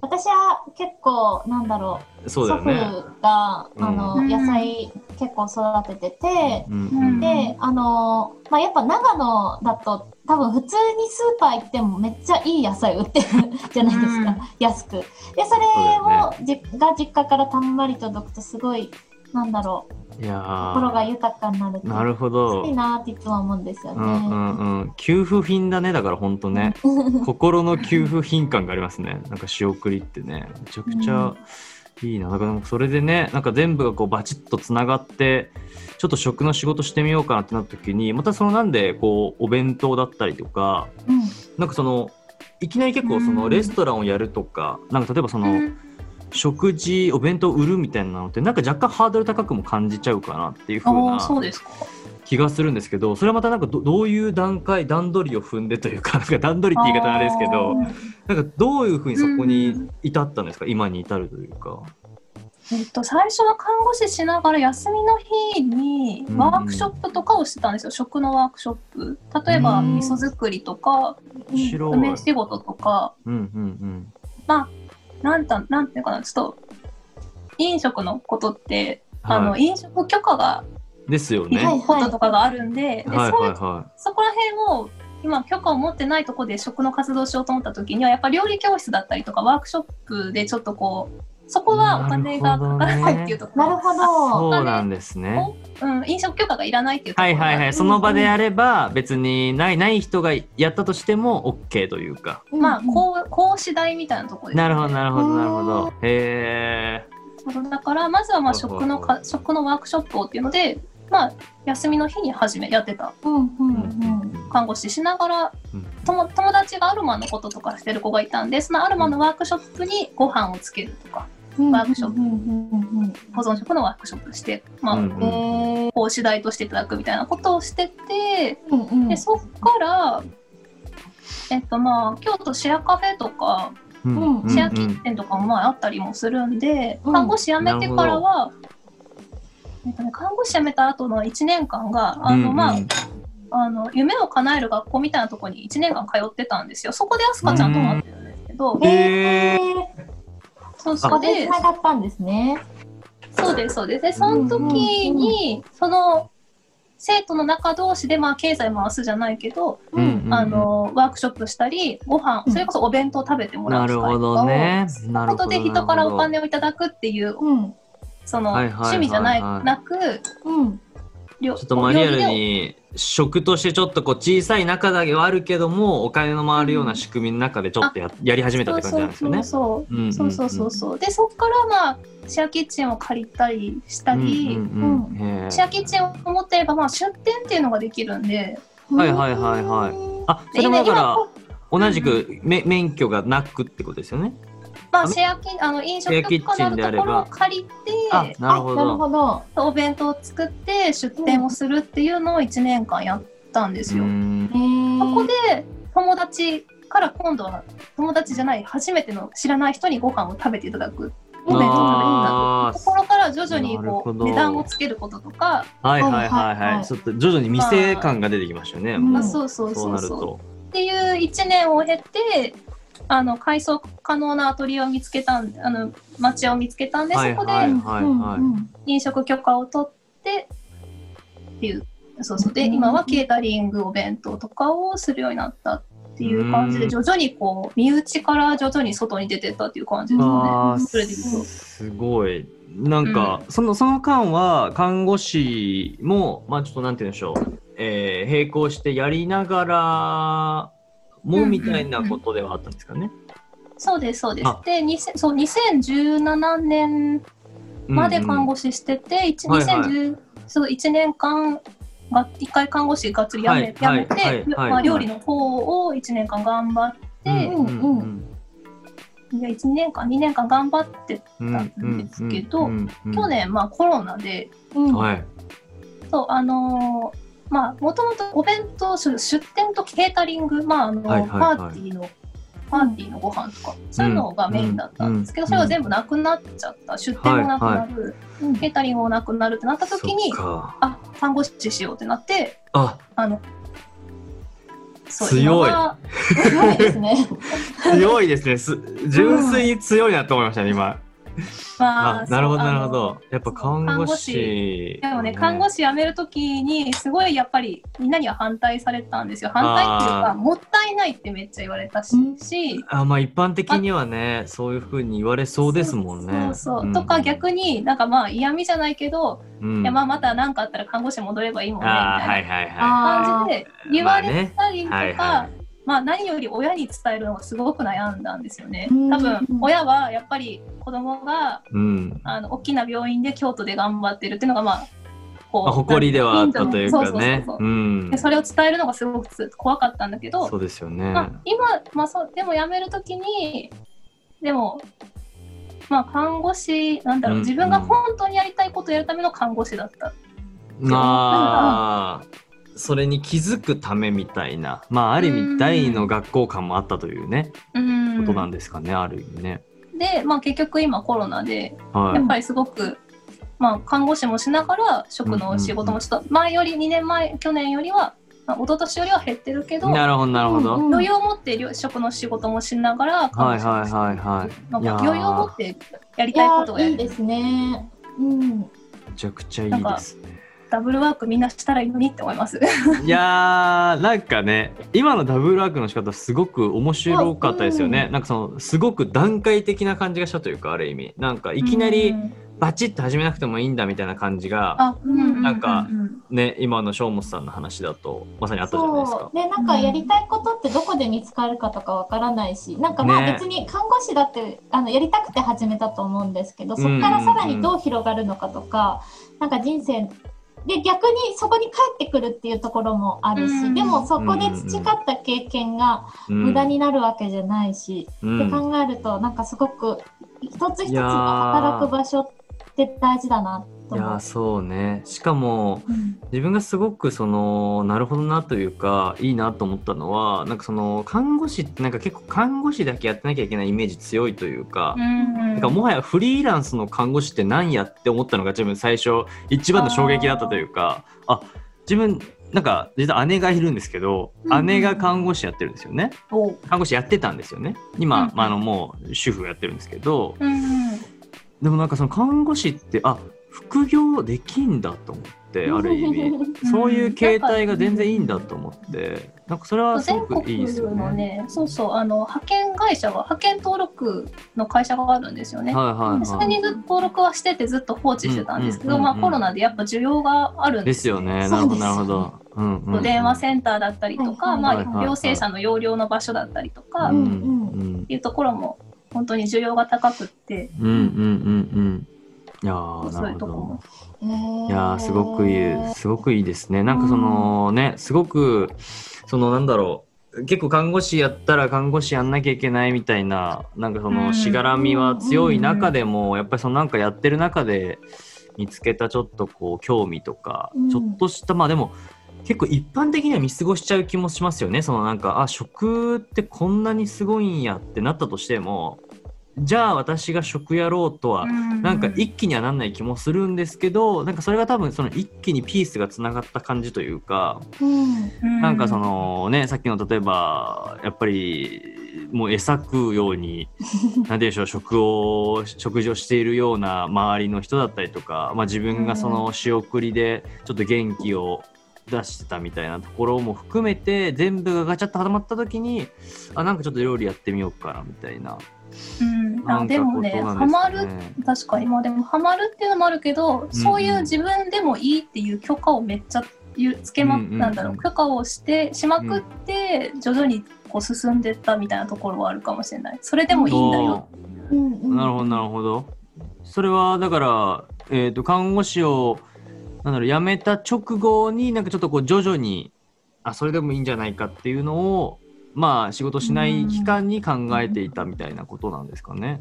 [SPEAKER 2] 私は結構なんだろう
[SPEAKER 1] そうだよね。
[SPEAKER 2] 祖父が、
[SPEAKER 1] うん
[SPEAKER 2] あの
[SPEAKER 3] うん
[SPEAKER 2] 野菜結構育ててて、
[SPEAKER 1] うん
[SPEAKER 3] うん
[SPEAKER 2] であの、まあ、やっぱ長野だと多分普通にスーパー行ってもめっちゃいい野菜売ってるじゃないですか、
[SPEAKER 3] うん
[SPEAKER 2] 安くでそれをじ、が実家からたんまり届くとすごいなんだろう
[SPEAKER 1] いやー
[SPEAKER 2] 心が豊かになる
[SPEAKER 1] なるほ
[SPEAKER 2] ほ
[SPEAKER 1] ど
[SPEAKER 2] いい。なっていつも思うんですよ
[SPEAKER 1] う
[SPEAKER 2] ね、
[SPEAKER 1] んうんうん、給付品だねだからほんとね心の給付品感がありますねなんか仕送りってねめちゃくちゃいいなだからなんかそれでねなんか全部がこうバチッとつながってちょっと食の仕事してみようかなってなった時にまたそのなんでこうお弁当だったりとか
[SPEAKER 2] うん
[SPEAKER 1] なんかそのいきなり結構そうの
[SPEAKER 3] ん
[SPEAKER 1] レストランをやるとかなんか例えばその、食事お弁当売るみたいなのってなんか若干ハードル高くも感じちゃうかなっていうふう
[SPEAKER 3] ああそう
[SPEAKER 1] な
[SPEAKER 3] ですか。
[SPEAKER 1] 気がするんですけどそれはまたなんかどどういう段階段取りを踏んでというかなんか段取りって言い方あれですけどなんかどういうふうにそこに至ったんですか、今に至るというか。
[SPEAKER 3] えっと、最初は看護師しながら休みの日に
[SPEAKER 1] うん
[SPEAKER 3] ワークショップとかをしてたんですよ、食のワークショップ例えば
[SPEAKER 1] うん
[SPEAKER 3] 味噌作りとか
[SPEAKER 1] 面白い
[SPEAKER 3] 梅仕事とか
[SPEAKER 1] うんうん
[SPEAKER 3] なんたなんていうかなちょっと飲食のことって、あ
[SPEAKER 1] うん。
[SPEAKER 3] の
[SPEAKER 1] はい、
[SPEAKER 3] 飲食許可が
[SPEAKER 1] ですよ
[SPEAKER 3] い
[SPEAKER 1] ね。
[SPEAKER 2] は
[SPEAKER 3] る
[SPEAKER 2] い
[SPEAKER 3] こととかがあるんで,、で
[SPEAKER 1] はい
[SPEAKER 3] そう
[SPEAKER 1] は
[SPEAKER 3] いう
[SPEAKER 1] いは
[SPEAKER 3] そこら辺を今許可を持ってないとこで食の活動をしようと思った時にはやっぱ料理教室だったりとかワークショップでちょっとこうそこはお金がかからないっていうところ
[SPEAKER 2] なるほ
[SPEAKER 1] い。
[SPEAKER 2] ど
[SPEAKER 1] そうなんですね。
[SPEAKER 3] うん、飲食許可がいらないっていうとこ
[SPEAKER 1] は
[SPEAKER 3] ろ
[SPEAKER 1] い
[SPEAKER 3] が
[SPEAKER 1] はいはい。その場でやれば別にないない人がやったとしても OK というか。
[SPEAKER 3] まあ、
[SPEAKER 2] うん
[SPEAKER 3] こう講師代みたいなところです、ね、
[SPEAKER 1] なるほどなるほどなるほど。へえ。
[SPEAKER 3] そうだからまずはまあ
[SPEAKER 1] ほうほう
[SPEAKER 3] 食のか食のワークショップをっていうので、まあ、休みの日に始めやってた
[SPEAKER 2] うんうんうん
[SPEAKER 3] 看護師しながら
[SPEAKER 1] うん
[SPEAKER 3] 友友達がアルマのこととかしてる子がいたんでそのアルマのワークショップにご飯をつけるとか
[SPEAKER 2] うん
[SPEAKER 3] ワークショップ
[SPEAKER 2] うんうんうんうん
[SPEAKER 3] 保存食のワークショップして、まあ
[SPEAKER 1] うんうん
[SPEAKER 2] えー
[SPEAKER 3] 講師代としていただくみたいなことをしてて
[SPEAKER 2] うんうん
[SPEAKER 3] でそっから、えっと、まあ京都シェアカフェとか
[SPEAKER 2] うん
[SPEAKER 3] シェアキッチンとかもまああったりもするんで、
[SPEAKER 2] うん
[SPEAKER 3] 看護師辞めてからは、えっとね、看護師辞めた後の1年間があの、まあ、あの夢を叶える学校みたいなところに1年間通ってたんですよ。そこでアスカちゃんと会ってるんですけど、
[SPEAKER 1] えー
[SPEAKER 3] そう
[SPEAKER 2] そ
[SPEAKER 3] そ
[SPEAKER 2] こ
[SPEAKER 3] こ
[SPEAKER 2] で
[SPEAKER 3] で
[SPEAKER 2] つながったんですね。
[SPEAKER 3] そうですそうです。でその時に、その生徒の中同士でまあ経済回すじゃないけど、
[SPEAKER 1] うんうんうん
[SPEAKER 3] あのワークショップしたりご飯
[SPEAKER 2] うん
[SPEAKER 3] それこそお弁当食べてもら
[SPEAKER 1] な
[SPEAKER 3] う機
[SPEAKER 1] る
[SPEAKER 3] 会
[SPEAKER 1] ほ
[SPEAKER 3] とか
[SPEAKER 1] ど
[SPEAKER 3] を
[SPEAKER 1] ね。なる
[SPEAKER 3] こ
[SPEAKER 1] ほど。
[SPEAKER 3] とで人からお
[SPEAKER 1] なる
[SPEAKER 3] 金をいただくっていう
[SPEAKER 2] うん、
[SPEAKER 3] その
[SPEAKER 1] はいはいはいはい
[SPEAKER 3] 趣味じゃないなく
[SPEAKER 2] うん、
[SPEAKER 3] 料
[SPEAKER 1] ほど。ちょっとマリアル
[SPEAKER 3] 料理で
[SPEAKER 1] に食としてちょっとこう小さい中だけはあるけどもお金の回るような仕組みの中でちょっとややり始めたって感じなんですよね。
[SPEAKER 3] そう
[SPEAKER 1] うんうんうん
[SPEAKER 3] そうそうそうそうそうでそこからまあシェアキッチンを借りたりしたり、
[SPEAKER 1] うんうんうんへー
[SPEAKER 3] シェアキッチンを持ってればまあ出店っていうのができるんで
[SPEAKER 1] はいはいはいはい
[SPEAKER 2] うん
[SPEAKER 1] あそ
[SPEAKER 3] で
[SPEAKER 1] れもだから
[SPEAKER 3] こ
[SPEAKER 1] 同じくめ免許がなくってことですよね。
[SPEAKER 3] ま
[SPEAKER 1] あ
[SPEAKER 3] あ
[SPEAKER 1] の
[SPEAKER 3] シェアキあの飲
[SPEAKER 1] シェ
[SPEAKER 3] 食
[SPEAKER 1] アキ
[SPEAKER 3] と
[SPEAKER 1] ッ
[SPEAKER 3] か
[SPEAKER 1] チ
[SPEAKER 3] な
[SPEAKER 1] ン
[SPEAKER 3] る
[SPEAKER 1] であれ
[SPEAKER 3] と
[SPEAKER 1] ば
[SPEAKER 3] ころを借り
[SPEAKER 1] あ
[SPEAKER 3] て
[SPEAKER 1] なるほ
[SPEAKER 2] あなる
[SPEAKER 1] ど。
[SPEAKER 2] ほど。
[SPEAKER 3] お弁当を作って出店をするっていうのを1年間やったんです
[SPEAKER 1] う
[SPEAKER 3] よ。
[SPEAKER 1] ん
[SPEAKER 2] えー、
[SPEAKER 3] そこで友達から今度は友達じゃない初めての知らない人にご飯を食べていただくお弁当を食べていただ
[SPEAKER 1] あ
[SPEAKER 3] く
[SPEAKER 1] ー
[SPEAKER 3] ところから徐々に
[SPEAKER 1] なる
[SPEAKER 3] こ
[SPEAKER 1] ほ
[SPEAKER 3] う
[SPEAKER 1] ど
[SPEAKER 3] 値段をつけることとか、
[SPEAKER 1] はいはいはい
[SPEAKER 2] はいはい
[SPEAKER 1] は。
[SPEAKER 2] はいい
[SPEAKER 1] ちょっと徐々に店感が出てきましたよね。
[SPEAKER 2] うん
[SPEAKER 1] も
[SPEAKER 3] あそうそう
[SPEAKER 1] そう
[SPEAKER 3] そ
[SPEAKER 1] な
[SPEAKER 3] う
[SPEAKER 1] る
[SPEAKER 3] そう
[SPEAKER 1] と。
[SPEAKER 3] っていう1年を経てあの改装可能なアトリエを見つけたんあの町を見つけたんで、
[SPEAKER 1] はい
[SPEAKER 3] そこ
[SPEAKER 1] は
[SPEAKER 3] で
[SPEAKER 1] いはいはい
[SPEAKER 2] うん
[SPEAKER 3] 飲食許可を取ってっていうそうそうで今はケータリングお弁当とかをするようになったっていう感じ
[SPEAKER 1] う
[SPEAKER 3] で
[SPEAKER 1] ん
[SPEAKER 3] 徐々にこう身内から徐々に外に出てったっていう感じですね。
[SPEAKER 1] あー
[SPEAKER 3] それでいくと
[SPEAKER 1] すごい。なんか、そのその間は看護師もまあちょっとなんて言うんでしょう、えー、並行してやりながらもみたいなことではあったんですかね。
[SPEAKER 3] そうですそうで
[SPEAKER 1] あ
[SPEAKER 3] す。で2000そう2017年まで看護
[SPEAKER 1] 師
[SPEAKER 3] 師してて、一
[SPEAKER 1] はいはい
[SPEAKER 3] 2010そう1年間が一回看護師がっつり辞め,、
[SPEAKER 1] はいはい
[SPEAKER 3] 辞めて、
[SPEAKER 1] はいはい
[SPEAKER 3] まあ、料理の方を1年間頑張って、
[SPEAKER 2] うん
[SPEAKER 3] いや1年間2年間頑張ってんですけど去年、まあ、コロナで
[SPEAKER 2] うん
[SPEAKER 1] はい。
[SPEAKER 3] そうあのーまあもともとお弁当出出店とケータリング、まああの
[SPEAKER 1] はいはいはい
[SPEAKER 3] パーティーのパーティーのご飯とか、そういうのがメインだったんですけ
[SPEAKER 1] う
[SPEAKER 3] ど、
[SPEAKER 1] ん
[SPEAKER 3] それが全部なくなっちゃった出店もなくなる、
[SPEAKER 2] うん
[SPEAKER 3] ケータリングもなくなるってなった時に
[SPEAKER 1] そっか
[SPEAKER 3] あ看護師しようってなって
[SPEAKER 1] あ
[SPEAKER 3] あのそう
[SPEAKER 1] 強い
[SPEAKER 3] 今は
[SPEAKER 2] 強いですね。
[SPEAKER 1] 強いですね。す純粋に強いなと思いましたね今。
[SPEAKER 3] ま
[SPEAKER 1] あ
[SPEAKER 3] あ
[SPEAKER 1] なるほど
[SPEAKER 3] そう
[SPEAKER 1] な
[SPEAKER 3] あ
[SPEAKER 1] る
[SPEAKER 3] の
[SPEAKER 1] ほど。やっぱ看護師。
[SPEAKER 3] でもね、看護師辞めるときに、すごいやっぱりみんなには反対されたんですよ。反対っていう
[SPEAKER 1] あー
[SPEAKER 3] か、もったいないってめっちゃ言われたし、
[SPEAKER 2] うん
[SPEAKER 3] し
[SPEAKER 1] あまあ一般的にはねそういうふうに言われそうですもんね。
[SPEAKER 3] そうそうとか逆に、なんかまあ嫌味じゃないけど、
[SPEAKER 1] うん
[SPEAKER 3] いやまあまた何かあったら看護師戻ればいいもんね、み
[SPEAKER 1] あーは
[SPEAKER 3] たい
[SPEAKER 1] いはい
[SPEAKER 3] な
[SPEAKER 1] は
[SPEAKER 3] 感じで言われたり
[SPEAKER 1] い。
[SPEAKER 3] と
[SPEAKER 1] はい
[SPEAKER 3] か
[SPEAKER 1] は、
[SPEAKER 3] まあ何より親に伝えるのがすごく悩んだんですよね。
[SPEAKER 2] うん
[SPEAKER 3] 多分、親はやっぱり子供が
[SPEAKER 1] い。うん。
[SPEAKER 3] あの大きな病院で京都で頑張ってるっていうのがまあこう
[SPEAKER 1] まあ誇りではあったというか
[SPEAKER 3] そうそうそう
[SPEAKER 1] ね
[SPEAKER 3] そう。
[SPEAKER 1] うん
[SPEAKER 3] で。それを伝えるのがすごくつ怖かったんだけど、
[SPEAKER 1] そうですよね。
[SPEAKER 3] まあ、今、まあ、そうでも辞めるときにでも、まあ、看護師なんだろう、
[SPEAKER 1] うん
[SPEAKER 3] 自分が本当にやりたいことをやるための看護師だった、
[SPEAKER 1] まあそれに気づくためみたいなまあある意味第二の学校感もあったというね
[SPEAKER 3] うん
[SPEAKER 1] ことなんですかねある意味ね。
[SPEAKER 3] で、まあ、結局今コロナで
[SPEAKER 1] は
[SPEAKER 3] やっ
[SPEAKER 1] い。
[SPEAKER 3] ぱりすごく、まあ、看護師もしながら食の仕事もちょっと前より2年前去年よりは、まあ、一昨年よりは減ってるけど
[SPEAKER 1] なるほどなるほど。
[SPEAKER 2] うん
[SPEAKER 3] 余裕を持ってりょ食の仕事もしながら看
[SPEAKER 1] は
[SPEAKER 3] 護
[SPEAKER 1] い
[SPEAKER 3] 師
[SPEAKER 1] は
[SPEAKER 3] も
[SPEAKER 1] い
[SPEAKER 3] し
[SPEAKER 1] はいはい。
[SPEAKER 3] なん
[SPEAKER 1] いや
[SPEAKER 3] か
[SPEAKER 1] ー
[SPEAKER 3] 余裕を持ってやり
[SPEAKER 2] い
[SPEAKER 3] たい
[SPEAKER 2] や
[SPEAKER 3] ことをや
[SPEAKER 2] ーいい
[SPEAKER 3] る
[SPEAKER 2] ですね。うん。
[SPEAKER 1] めちゃくちゃいいですね。
[SPEAKER 3] ダブルワークみんなしたらいいのにって思います。
[SPEAKER 1] いやーなんかね今のダブルワークの仕方すごく面白かったですよね、
[SPEAKER 2] う
[SPEAKER 1] なんかそのすごく段階的な感じがしたというかある意味なんかいきな
[SPEAKER 3] う
[SPEAKER 1] り
[SPEAKER 3] ん
[SPEAKER 1] バチッと始めなくてもいいんだみたいな感じが、
[SPEAKER 3] あ、うんううう
[SPEAKER 1] なんかね今の正本さんの話だとまさにあったじゃないです
[SPEAKER 2] そ
[SPEAKER 1] か
[SPEAKER 2] う。。で、なんかやりたいことってどこで見つかるかとかわからないし、なんかまあ
[SPEAKER 1] ね
[SPEAKER 2] 別に看護師だってあのやりたくて始めたと思うんですけど、そこからさらにどう広がるのかとか、なんか人生で逆にそこに帰ってくるっていうところもあるし、
[SPEAKER 3] うん
[SPEAKER 2] でもそこで培った経験が
[SPEAKER 1] うん
[SPEAKER 2] 無駄になるわけじゃないし、
[SPEAKER 1] うん
[SPEAKER 2] って考えるとなんかすごく一つ一つが働く場所って大事だな
[SPEAKER 1] い
[SPEAKER 2] っ
[SPEAKER 1] やーそうねしかも
[SPEAKER 2] うん
[SPEAKER 1] 自分がすごくそのなるほどなというかいいなと思ったのはなんかその看護師ってなんか結構看護師だけやってなきゃいけないイメージ強いというか
[SPEAKER 3] う、ん
[SPEAKER 1] なんかもはやフリーランスの看護師って何やって思ったのが自分最初一番の衝撃だったというかあ自分なんか実は姉がいるんですけど、
[SPEAKER 3] うんうん
[SPEAKER 1] 姉が看護師やってるんですよね
[SPEAKER 3] おう
[SPEAKER 1] 看護師やってたんですよね今、
[SPEAKER 3] うんうん
[SPEAKER 1] まあ、あのもう主婦をやってるんですけど
[SPEAKER 3] うんうん
[SPEAKER 1] でもなんかその看護師ってあ副業できんだと思
[SPEAKER 3] (laughs)
[SPEAKER 1] ってある意
[SPEAKER 2] (laughs)
[SPEAKER 1] 味そういう形態が全然いいんだと思ってなんかそれはす
[SPEAKER 3] 全
[SPEAKER 1] ごくいいですよ
[SPEAKER 3] 国の
[SPEAKER 1] ね。
[SPEAKER 3] ね、そうそう、あの派遣会社が派遣登録の会社があるんですよね。
[SPEAKER 1] はいはい
[SPEAKER 3] そ
[SPEAKER 1] は
[SPEAKER 3] れ
[SPEAKER 1] い、
[SPEAKER 3] にずっと登録はしててずっと放置してたんですけど、
[SPEAKER 1] うんうんうんうん
[SPEAKER 3] まあコロナでやっぱ需要があるん
[SPEAKER 1] で
[SPEAKER 3] ですす
[SPEAKER 1] よね。
[SPEAKER 2] そ
[SPEAKER 1] なるほ
[SPEAKER 2] う
[SPEAKER 1] ど
[SPEAKER 2] です
[SPEAKER 1] なるほど。うんうんうん
[SPEAKER 3] 電話センターだったりとか、
[SPEAKER 2] はい
[SPEAKER 3] ま
[SPEAKER 2] はい
[SPEAKER 1] はい
[SPEAKER 3] あ陽性者の要領の場所だったりとか、
[SPEAKER 1] うん
[SPEAKER 3] っ
[SPEAKER 2] うん
[SPEAKER 1] うん
[SPEAKER 3] ていうところも本当に需要が高くって、
[SPEAKER 1] うんうんうんうん。いやー
[SPEAKER 3] そ
[SPEAKER 1] なる
[SPEAKER 3] ういう
[SPEAKER 1] ほ
[SPEAKER 3] とこも
[SPEAKER 1] ど。
[SPEAKER 2] えー
[SPEAKER 1] いやーすごくいいすごくいいですね。なんかそのねすごくそのなんだろう結構看護師やったら看護師やんなきゃいけないみたいななんかそ
[SPEAKER 3] うん
[SPEAKER 1] のしがらみは強い中でもやっぱりそのなんかやってる中で見つけたちょっとこう興味とか
[SPEAKER 2] うん
[SPEAKER 1] ちょっとしたまあでも結構一般的には見過ごしちゃう気もしますよね。そのなんかあ食ってこんなにすごいんやってなったとしてもじゃあ私が食やろうとはなんか一気にはなんない気もするんですけどなんかそれが多分その一気にピースがつながった感じというか
[SPEAKER 2] うん
[SPEAKER 1] な
[SPEAKER 3] なん
[SPEAKER 1] かそのねさっきの例えばやっぱりもう餌食うよう
[SPEAKER 3] (laughs)
[SPEAKER 1] になんて言うんでしょう食を食事をしているような周りの人だったりとか、まあ、自分がその仕送りでちょっと元気を出してたみたいなところも含めて全部がガチャッとはまった時にあなんかちょっと料理やってみようかなみたいな。
[SPEAKER 3] うん、あ
[SPEAKER 1] なんか
[SPEAKER 3] でも
[SPEAKER 1] こ
[SPEAKER 3] ね
[SPEAKER 1] うどう
[SPEAKER 3] ハ
[SPEAKER 1] な
[SPEAKER 3] マ
[SPEAKER 1] んです
[SPEAKER 3] る
[SPEAKER 1] かね
[SPEAKER 3] 確かにまあでもハマるっていうのもあるけど、そういう自分でもいいっていう許可をめっちゃゆつけま、
[SPEAKER 1] うんうんうん
[SPEAKER 3] なんだろう許可をしてしまくって、徐々にこう進んでったみたいなところはあるかもしれないそれでもいいんだよ
[SPEAKER 2] うんうん
[SPEAKER 1] なるほどなるほど。それはだから、えー、と看護師をなんだろう辞めた直後になんかちょっとこう徐々にあそれでもいいんじゃないかっていうのをまあ仕事しない期間に考えていたみたいなことなんですかね。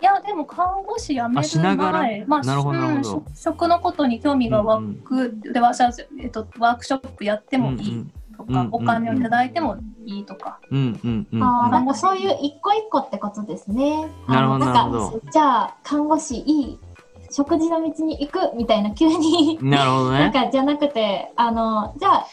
[SPEAKER 3] いやでも看護師辞め
[SPEAKER 1] あしな
[SPEAKER 3] る
[SPEAKER 1] がら
[SPEAKER 3] 前ま
[SPEAKER 1] なるほどなるほど
[SPEAKER 3] 職職のことに興味が湧く、でワーシャえっと、ワークショップやってもいいとか、
[SPEAKER 1] うんうん
[SPEAKER 3] お金をいただいてもいいとか、
[SPEAKER 1] うんうんうんうんうん
[SPEAKER 2] あーなん
[SPEAKER 1] う
[SPEAKER 2] かそういう一個一個ってことですね。
[SPEAKER 1] なるほど
[SPEAKER 2] あのんか
[SPEAKER 1] なるほ
[SPEAKER 2] じゃあ看護師いい食事の道に行くみたいな急に (laughs)
[SPEAKER 1] ん。なるほど
[SPEAKER 2] な
[SPEAKER 1] ね。
[SPEAKER 2] んかじゃなくてあのじゃあ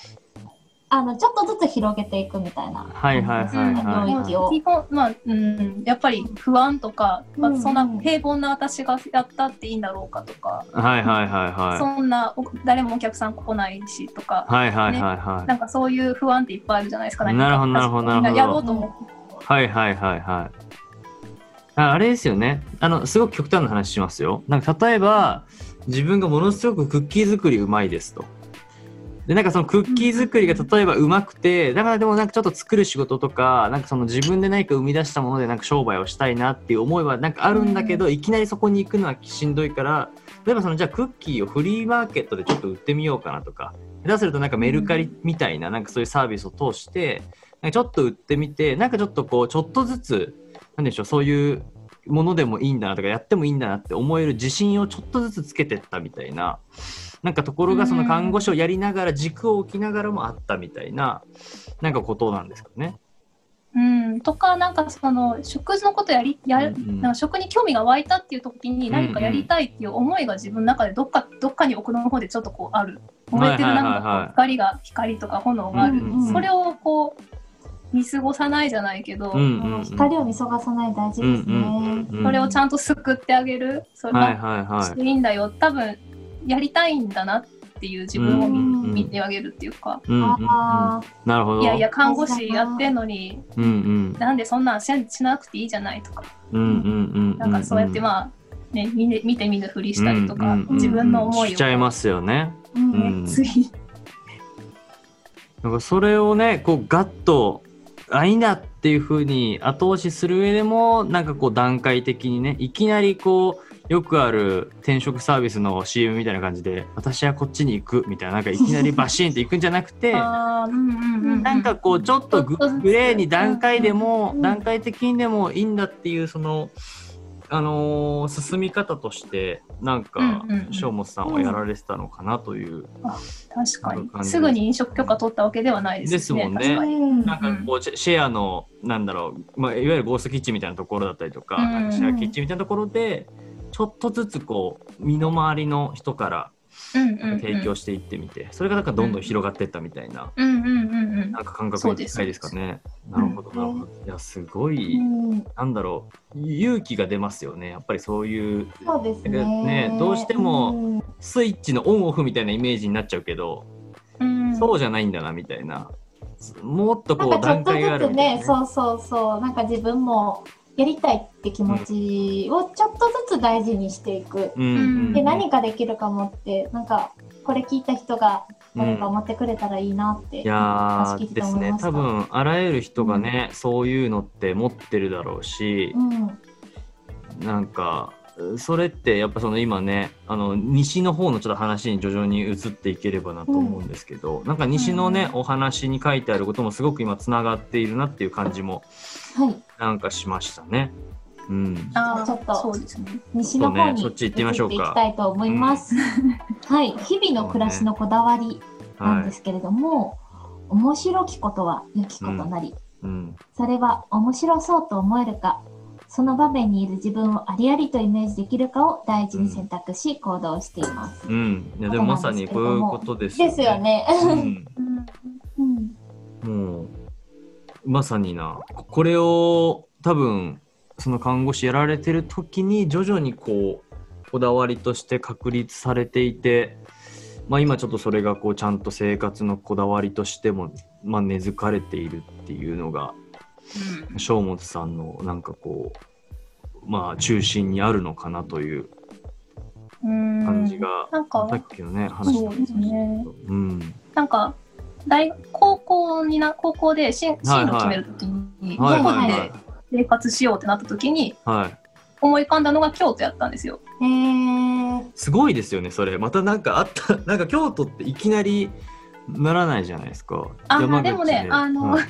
[SPEAKER 2] あのちょっとずつ広げていくみたいな。
[SPEAKER 1] はいはいはいはい、
[SPEAKER 2] うん
[SPEAKER 1] は
[SPEAKER 2] 雰囲
[SPEAKER 1] い
[SPEAKER 2] 気を
[SPEAKER 3] 基本まあうんやっぱり不安とか、ま
[SPEAKER 2] う
[SPEAKER 3] あ、
[SPEAKER 2] ん
[SPEAKER 3] そんな平凡な私がやったっていいんだろうかとか、
[SPEAKER 1] はいはいはいはい
[SPEAKER 3] そんなお誰もお客さん来ないしとか、
[SPEAKER 1] はいはいはいは
[SPEAKER 3] なんかそういう不安っていっぱいあるじゃないですか。
[SPEAKER 1] なるほど
[SPEAKER 3] んか
[SPEAKER 1] なるほどなるほど
[SPEAKER 3] やろうと思って
[SPEAKER 1] いはいはいはいはいああれですよねあのすごく極端な話しますよなんか例えば自分がものすごくクッキー作りうまいですとでなんかそのクッキー作りが例えばうまくてだからでもなんかちょっと作る仕事とかなんかその自分で何か生み出したものでなんか商売をしたいなっていう思いはなんかあるんだけど、いきなりそこに行くのはしんどいから例えばそのじゃあクッキーをフリーマーケットでちょっと売ってみようかなとか下手するとなんかメルカリみたいななんかそういうサービスを通してなんかちょっと売ってみてなんかちょっとこうちょっとずつなんでしょうそういうものでもいいんだなとかやってもいいんだなって思える自信をちょっとずつつけてったみたいななんかところがその看護師をやりながら軸を置きながらもあったみたいななんかことなんですかね。
[SPEAKER 3] うん、とかなんかその食事のことやりやる、
[SPEAKER 1] うんうん
[SPEAKER 3] なんか食に興味が湧いたっていう時に何かやりたいっていう思いが自分の中でどっかどっかに奥の方でちょっとこうある燃えてる
[SPEAKER 1] はい
[SPEAKER 3] な
[SPEAKER 1] はいはいはい
[SPEAKER 3] んかこう光が光とか炎がある、
[SPEAKER 2] うんうんうん
[SPEAKER 3] それをこう見過ごさないじゃないけど、
[SPEAKER 1] うんうんうん
[SPEAKER 2] 光を見逃さない大事
[SPEAKER 1] うん
[SPEAKER 2] です
[SPEAKER 1] う
[SPEAKER 2] ね。
[SPEAKER 1] んうんうん
[SPEAKER 3] それをちゃんと救ってあげるそれ
[SPEAKER 1] はい
[SPEAKER 3] が
[SPEAKER 1] はいはい
[SPEAKER 3] いいんだよ、多分やりたいんだなっていう自分を見,、
[SPEAKER 1] うんうんうん
[SPEAKER 3] てあげるっていうか、
[SPEAKER 1] うんうんうん
[SPEAKER 2] あ
[SPEAKER 1] なるほど。
[SPEAKER 3] いやいや看護師やってんのに
[SPEAKER 1] うんうん
[SPEAKER 3] なんでそんなんせんしなくていいじゃないとか。
[SPEAKER 1] うんうんうんうん。
[SPEAKER 3] なんかそうやってまあ、ね、見ね見て見ぬふりしたりとか、
[SPEAKER 1] うんうんうん
[SPEAKER 3] 自分の思いを
[SPEAKER 1] しちゃいますよね。
[SPEAKER 2] ーうん
[SPEAKER 1] うん
[SPEAKER 3] つい、
[SPEAKER 1] なんかそれをねこうガッとあいいなっていう風に後押しする上でもなんかこう段階的にねいきなりこうよくある転職サービスの CM みたいな感じで私はこっちに行くみたいななんかいきなりバシーンって行くんじゃなく
[SPEAKER 3] (laughs)
[SPEAKER 1] てな
[SPEAKER 3] あーうんうんうんうん
[SPEAKER 1] んかこうちょっとグ
[SPEAKER 3] ちょっとずつ
[SPEAKER 1] グレーに段階でも
[SPEAKER 2] うん
[SPEAKER 1] 段階的にでもいいんだっていうそのあのー進み方としてなんか
[SPEAKER 3] うんうんうん
[SPEAKER 1] 正本さんはやられてたのかなという、
[SPEAKER 3] 確か
[SPEAKER 1] そういう感
[SPEAKER 3] に
[SPEAKER 1] じ
[SPEAKER 3] すぐに飲食許可取ったわけではないです
[SPEAKER 1] ですもんね
[SPEAKER 3] 確かに
[SPEAKER 2] ん
[SPEAKER 1] なんかこうシェシェアのなんだろう、まあ、いわゆるゴーストキッチンみたいなところだったりとか,、
[SPEAKER 3] うん
[SPEAKER 1] なんかシェアキッチンみたいなところでちょっとずつこう身の回りの人から
[SPEAKER 3] うんうんうん
[SPEAKER 1] 提供していってみて、それがなんかどんどん広がっていったみたいな。
[SPEAKER 3] うんうんうんうん
[SPEAKER 1] なんか感覚に近いですかね。なるほど、
[SPEAKER 2] うん
[SPEAKER 1] なるほど。いや、すご
[SPEAKER 2] う
[SPEAKER 1] い、
[SPEAKER 2] ん、
[SPEAKER 1] なんだろう、勇気が出ますよね。やっぱりそういう、
[SPEAKER 2] そうですね
[SPEAKER 1] ねどうしても
[SPEAKER 2] うん
[SPEAKER 1] スイッチのオンオフみたいなイメージになっちゃうけど、
[SPEAKER 3] うん
[SPEAKER 1] そうじゃないんだな、みたいな。もっと
[SPEAKER 2] な
[SPEAKER 1] こ
[SPEAKER 2] ん
[SPEAKER 1] う、
[SPEAKER 2] かちょ
[SPEAKER 1] 段
[SPEAKER 2] っと
[SPEAKER 1] 階があ
[SPEAKER 2] ず
[SPEAKER 1] る
[SPEAKER 2] つ
[SPEAKER 1] みたいな、
[SPEAKER 2] ねそうそうそうなんか自分もやりたいって気持ちをちょっとずつ大事にしていく、
[SPEAKER 1] うんうん
[SPEAKER 2] で何かできるかもってなんかこれ聞いた人が誰か思ってくれたらいいなって、
[SPEAKER 1] いや
[SPEAKER 2] 話聞い
[SPEAKER 1] ー
[SPEAKER 2] て
[SPEAKER 1] で
[SPEAKER 2] て
[SPEAKER 1] す
[SPEAKER 2] 思い
[SPEAKER 1] ね
[SPEAKER 2] ました
[SPEAKER 1] 多分あらゆる人がね、そういうのって持ってるだろうし
[SPEAKER 2] う、ん
[SPEAKER 1] なんかそれってやっぱその今ねあの西の方のちょっと話に徐々に移っていければなと思うんですけど、なんか西のね、お話に書いてあることもすごく今つながっているなっていう感じも
[SPEAKER 2] はい
[SPEAKER 1] なんかしましたね。うん、
[SPEAKER 3] あー
[SPEAKER 2] ちょっと
[SPEAKER 3] そうですね
[SPEAKER 2] 西の方
[SPEAKER 1] ち
[SPEAKER 2] に
[SPEAKER 1] ょっとねそ
[SPEAKER 2] 移っ
[SPEAKER 1] っち行
[SPEAKER 2] てい
[SPEAKER 1] ってみましょうか
[SPEAKER 2] きたいと思います、はい日々の暮らしのこだわりなん
[SPEAKER 1] は
[SPEAKER 2] で
[SPEAKER 1] い
[SPEAKER 2] すけれども、面白きことは良きことなり、
[SPEAKER 1] うん
[SPEAKER 2] それは面白そうと思えるかその場面にいる自分をありありとイメージできるかを大事に選択し行動しています、
[SPEAKER 1] うん、いやでもまさにこういうことです
[SPEAKER 2] ですよ。ね、うん
[SPEAKER 1] うん、もうまさになこれを多分その看護師やられてる時に徐々にこうこだわりとして確立されていて、まあ、今ちょっとそれがこうちゃんと生活のこだわりとしても、まあ、根付かれているっていうのが正本さんのなんかこうまあ中心にあるのかなという
[SPEAKER 3] うん
[SPEAKER 1] 感じが、
[SPEAKER 3] なんか
[SPEAKER 1] さっきのね話なんけど
[SPEAKER 3] そう
[SPEAKER 1] うん
[SPEAKER 3] なんか大高校にな高校で進進路決めるときに、
[SPEAKER 1] はい
[SPEAKER 3] ど
[SPEAKER 1] は
[SPEAKER 3] こ
[SPEAKER 1] い
[SPEAKER 3] で
[SPEAKER 1] は
[SPEAKER 3] 生活しようってなったときに
[SPEAKER 1] い、はい、
[SPEAKER 3] 思い浮かんだのが京都やったんですよ。
[SPEAKER 2] えー、
[SPEAKER 1] すごいですよねそれまたなんかあった (laughs) なんか京都っていきなりならないじゃないですか
[SPEAKER 3] あ
[SPEAKER 1] 山口
[SPEAKER 3] でもねあの
[SPEAKER 1] はい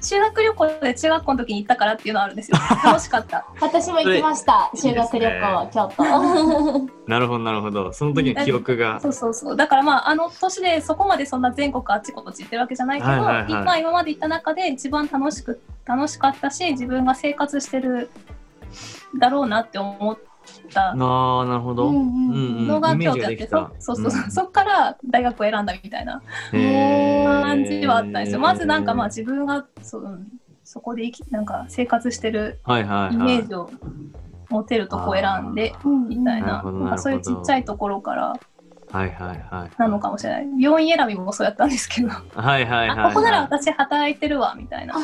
[SPEAKER 3] 修学旅行で中学校の時に行ったからっていうのはある
[SPEAKER 1] (laughs)
[SPEAKER 3] んですよ。楽しかった。
[SPEAKER 2] 私も行きました
[SPEAKER 1] それ
[SPEAKER 2] 修学旅行
[SPEAKER 1] いいで
[SPEAKER 2] 京都
[SPEAKER 1] なるほどなるほどその時の記憶が
[SPEAKER 3] (laughs) そうそうそう。だからまああの年でそこまでそんな全国あちこち行ってるわけじゃないけど、
[SPEAKER 1] はいはいはい
[SPEAKER 3] まあ今まで行った中で一番楽しく楽しかったし、自分が生活してるだろうなって思った
[SPEAKER 1] ああなるほど、
[SPEAKER 2] う
[SPEAKER 1] うん
[SPEAKER 2] ん
[SPEAKER 1] う
[SPEAKER 2] うん
[SPEAKER 1] ん
[SPEAKER 3] のが
[SPEAKER 1] イメー
[SPEAKER 3] 京
[SPEAKER 1] ジが
[SPEAKER 3] 都やっ
[SPEAKER 1] でき
[SPEAKER 3] て、
[SPEAKER 1] た
[SPEAKER 3] そそうそうそう。そっから大学を選んだみたいな
[SPEAKER 1] うんへー
[SPEAKER 3] 感じはあったんですよ。まずなんかまあ自分がそううんそこで生きなんか生活してる
[SPEAKER 1] はいはいはい
[SPEAKER 3] イメージを持てるとこを選んで。
[SPEAKER 2] うん
[SPEAKER 3] みたい
[SPEAKER 1] なる
[SPEAKER 3] な
[SPEAKER 1] ほど
[SPEAKER 3] なんかそういうちっちゃいところから
[SPEAKER 1] はいはいはい
[SPEAKER 3] なのかもしれない病院選びもそうやったんですけど、
[SPEAKER 1] はいはいはいはい
[SPEAKER 3] あここなら私働いてるわみたいな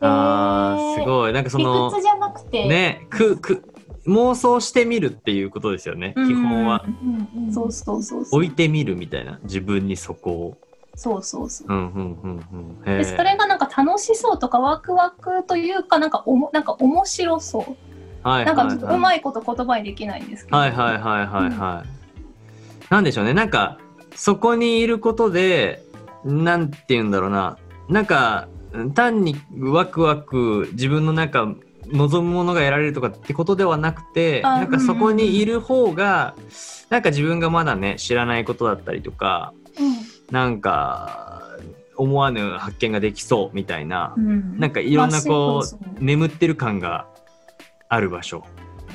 [SPEAKER 2] あ
[SPEAKER 1] あーす
[SPEAKER 2] い
[SPEAKER 1] ごいなんかそ
[SPEAKER 2] 理
[SPEAKER 1] の
[SPEAKER 2] 屈じゃなくて、
[SPEAKER 1] ねくく妄想してみるっていうことですよね基本は
[SPEAKER 3] うん
[SPEAKER 2] うんうん、
[SPEAKER 3] そうそうそうそう
[SPEAKER 1] 置いてみるみたいな自分にそこを
[SPEAKER 3] そうそうそう
[SPEAKER 1] うんうんうんうんへ
[SPEAKER 3] で
[SPEAKER 1] ー
[SPEAKER 3] それがなんか楽しそうとかワクワクというかなんかおもなんか面白そう
[SPEAKER 1] はい
[SPEAKER 3] なんかちょっとうま
[SPEAKER 1] い
[SPEAKER 3] いこと言葉にできないんですけど
[SPEAKER 1] はいはいはいはいはい、なんでしょうねなんかそこにいることでなんて言うんだろうななんか単にワクワク自分の中望むものが得られるとかってことではなくて
[SPEAKER 3] あ
[SPEAKER 1] なんかそこにいる方がなんか自分がまだね知らないことだったりとかなんか思わぬ発見ができそうみたいな
[SPEAKER 3] うん
[SPEAKER 1] なんかいろんなこ
[SPEAKER 3] まあ
[SPEAKER 1] う
[SPEAKER 3] そうそう
[SPEAKER 1] 眠ってる感がある場所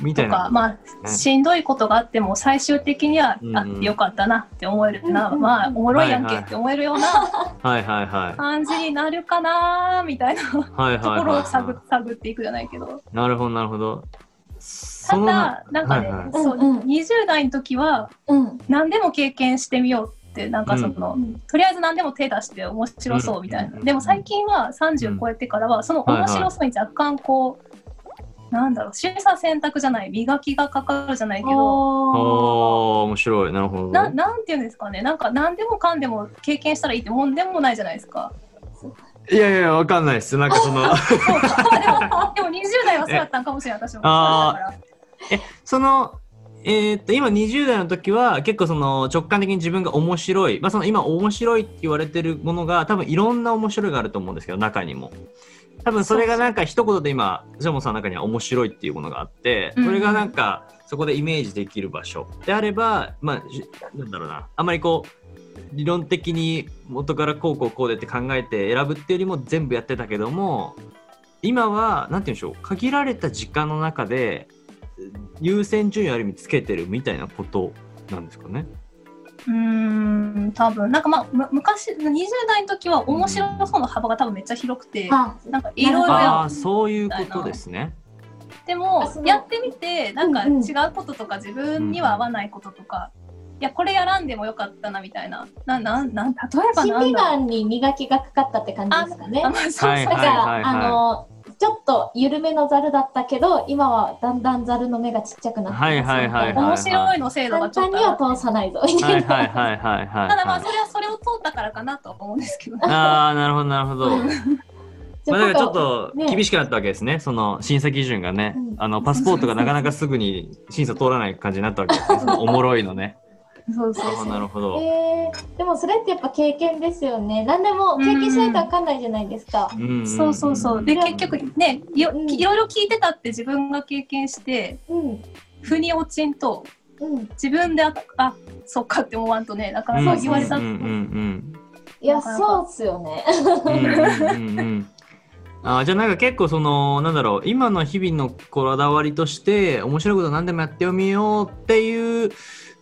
[SPEAKER 1] みた
[SPEAKER 3] と
[SPEAKER 1] いな
[SPEAKER 3] かまあしんどいことがあっても最終的には
[SPEAKER 1] うん
[SPEAKER 3] あってよかったなって思えるな、
[SPEAKER 2] うん
[SPEAKER 3] まあおもろいやんけって思えるような
[SPEAKER 1] はいはいはい
[SPEAKER 3] 感じになるかなみたいなと
[SPEAKER 1] はいはい
[SPEAKER 3] こ
[SPEAKER 1] はい
[SPEAKER 3] ろ
[SPEAKER 1] は
[SPEAKER 3] を探
[SPEAKER 1] い
[SPEAKER 3] 探っていくじゃないけど
[SPEAKER 1] なるほどなるほど
[SPEAKER 3] た
[SPEAKER 1] その
[SPEAKER 3] だなんかね、
[SPEAKER 1] はいはい
[SPEAKER 3] そう
[SPEAKER 2] うんうん
[SPEAKER 3] 20代の時は
[SPEAKER 2] うん
[SPEAKER 3] 何でも経験してみようってなんかその、
[SPEAKER 2] うん
[SPEAKER 3] とりあえず何でも手出して面白そうみたいな、
[SPEAKER 1] うん
[SPEAKER 3] でも最近は30超えてからはその面白そうに若干こう、なんだろう審査選択じゃない磨きがかかるじゃないけど。
[SPEAKER 2] おー
[SPEAKER 1] おー面白いなるほど
[SPEAKER 3] ななんていうんですかねなんか何でもかんでも経験したらいいってもんでもないじゃないですか。
[SPEAKER 1] いやいやわかんないですなんかその
[SPEAKER 3] そうかでもでも20代はそうやったんかもしれな
[SPEAKER 1] (laughs)
[SPEAKER 3] い私も。
[SPEAKER 1] あー
[SPEAKER 3] そうだから
[SPEAKER 1] (laughs) そのえーっと今20代の時は結構その直感的に自分が面白い、まあ、その今面白いって言われてるものが多分いろんな面白いがあると思うんですけど中にも多分それがなんか一言で今藤本さんの中には面白いっていうものがあってそれがなんかそこでイメージできる場所であればまあしなんだろうなあんまりこう理論的に元からこうこうこうでって考えて選ぶっていうよりも全部やってたけども今はなんて言うんでしょう限られた時間の中で優先順位をある意味つけてるみたいなことなんですかね。
[SPEAKER 3] うーん多分なんかまあむ昔20代の時は面白そうの幅が多分めっちゃ広くて、
[SPEAKER 2] あ
[SPEAKER 3] なんかいろいろ
[SPEAKER 1] あ
[SPEAKER 3] や
[SPEAKER 1] あそういうことですね。
[SPEAKER 3] って
[SPEAKER 2] あ
[SPEAKER 3] も
[SPEAKER 2] その
[SPEAKER 3] やってみてなんか
[SPEAKER 2] うんうん
[SPEAKER 3] 違うこととか自分には合わないこととか、いやこれやらんでもよかったなみたいなななんなん例えば
[SPEAKER 2] 審
[SPEAKER 3] なん
[SPEAKER 2] 美
[SPEAKER 3] だろう
[SPEAKER 2] 眼に磨きがかかったって感じですかね
[SPEAKER 3] あ。まあそう
[SPEAKER 1] はい
[SPEAKER 2] だから、
[SPEAKER 1] はいはい
[SPEAKER 2] あのちょっと緩めのざるだったけど今はだんだんざるの目がちっちゃくなって
[SPEAKER 1] はいはいはいはい。
[SPEAKER 3] 面白いの精度
[SPEAKER 2] 簡
[SPEAKER 3] がちょっ
[SPEAKER 2] 単
[SPEAKER 3] と
[SPEAKER 2] に
[SPEAKER 3] 上がっ
[SPEAKER 2] は
[SPEAKER 3] て
[SPEAKER 2] 通さないぞみた
[SPEAKER 1] はい
[SPEAKER 2] いな。
[SPEAKER 1] はいはいはいはい。
[SPEAKER 3] ただまあそれはそれを通ったからかなと思うんですけど、ね、
[SPEAKER 1] ああなるほどなるほど。
[SPEAKER 2] じゃ
[SPEAKER 1] ま
[SPEAKER 2] あ
[SPEAKER 1] あだからちょっ
[SPEAKER 2] 今
[SPEAKER 1] と
[SPEAKER 2] ね
[SPEAKER 1] 厳しくなったわけですね。その審査基準がね
[SPEAKER 2] うん、
[SPEAKER 1] あのパスポートがなかなかすぐに審査通らない感じになったわけ
[SPEAKER 3] (laughs)
[SPEAKER 1] ですね。そのおもろいのね。
[SPEAKER 3] そうそ
[SPEAKER 1] な
[SPEAKER 3] う
[SPEAKER 1] るほどなるほ
[SPEAKER 2] 度
[SPEAKER 1] ど。
[SPEAKER 2] えーでもそれってやっぱ経験ですよね。何でも経験しないとわかんないじゃないですか。
[SPEAKER 1] うんん
[SPEAKER 3] そうそうそうで
[SPEAKER 1] ん
[SPEAKER 3] 結局ねよ
[SPEAKER 2] うん
[SPEAKER 3] いろいろ聞いてたって自分が経験して
[SPEAKER 2] うん、
[SPEAKER 3] 腑に落ちんと
[SPEAKER 2] うん、
[SPEAKER 3] 自分でああそっかって思わんとねだからそう言われた、
[SPEAKER 1] うんうんうん
[SPEAKER 2] いや
[SPEAKER 3] なかなか
[SPEAKER 2] そうっすよね。
[SPEAKER 1] うんうんうんうん。あーじゃあなんか結構そのなんだろう今の日々のこだわりとして面白いこと何でもやってみようっていう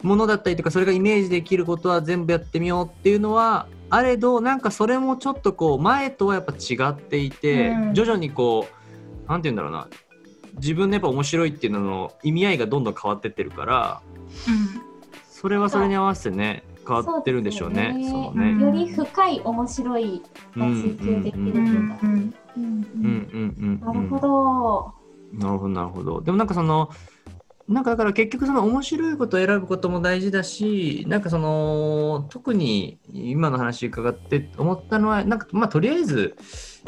[SPEAKER 1] ものだったりとかそれがイメージできることは全部やってみようっていうのはあれどなんかそれもちょっとこう前とはやっぱ違っていて、
[SPEAKER 3] うん
[SPEAKER 1] 徐々にこうなんて言うんだろうな自分のやっぱ面白いっていうのの意味合いがどんどん変わってってるからそれはそれに合わせてね変わってるんでしょうね。そ
[SPEAKER 2] そう
[SPEAKER 1] の
[SPEAKER 2] です
[SPEAKER 1] ね
[SPEAKER 2] より深い面白いが追求できるというか。
[SPEAKER 3] うん
[SPEAKER 2] うんう
[SPEAKER 1] うん
[SPEAKER 2] ん
[SPEAKER 1] うんうん
[SPEAKER 2] な
[SPEAKER 1] うん
[SPEAKER 2] るほど。
[SPEAKER 1] なるほどなるほどでもなんかそのなんかだから結局その面白いことを選ぶことも大事だしなんかその特に今の話伺って思ったのはなんかまあとりあえず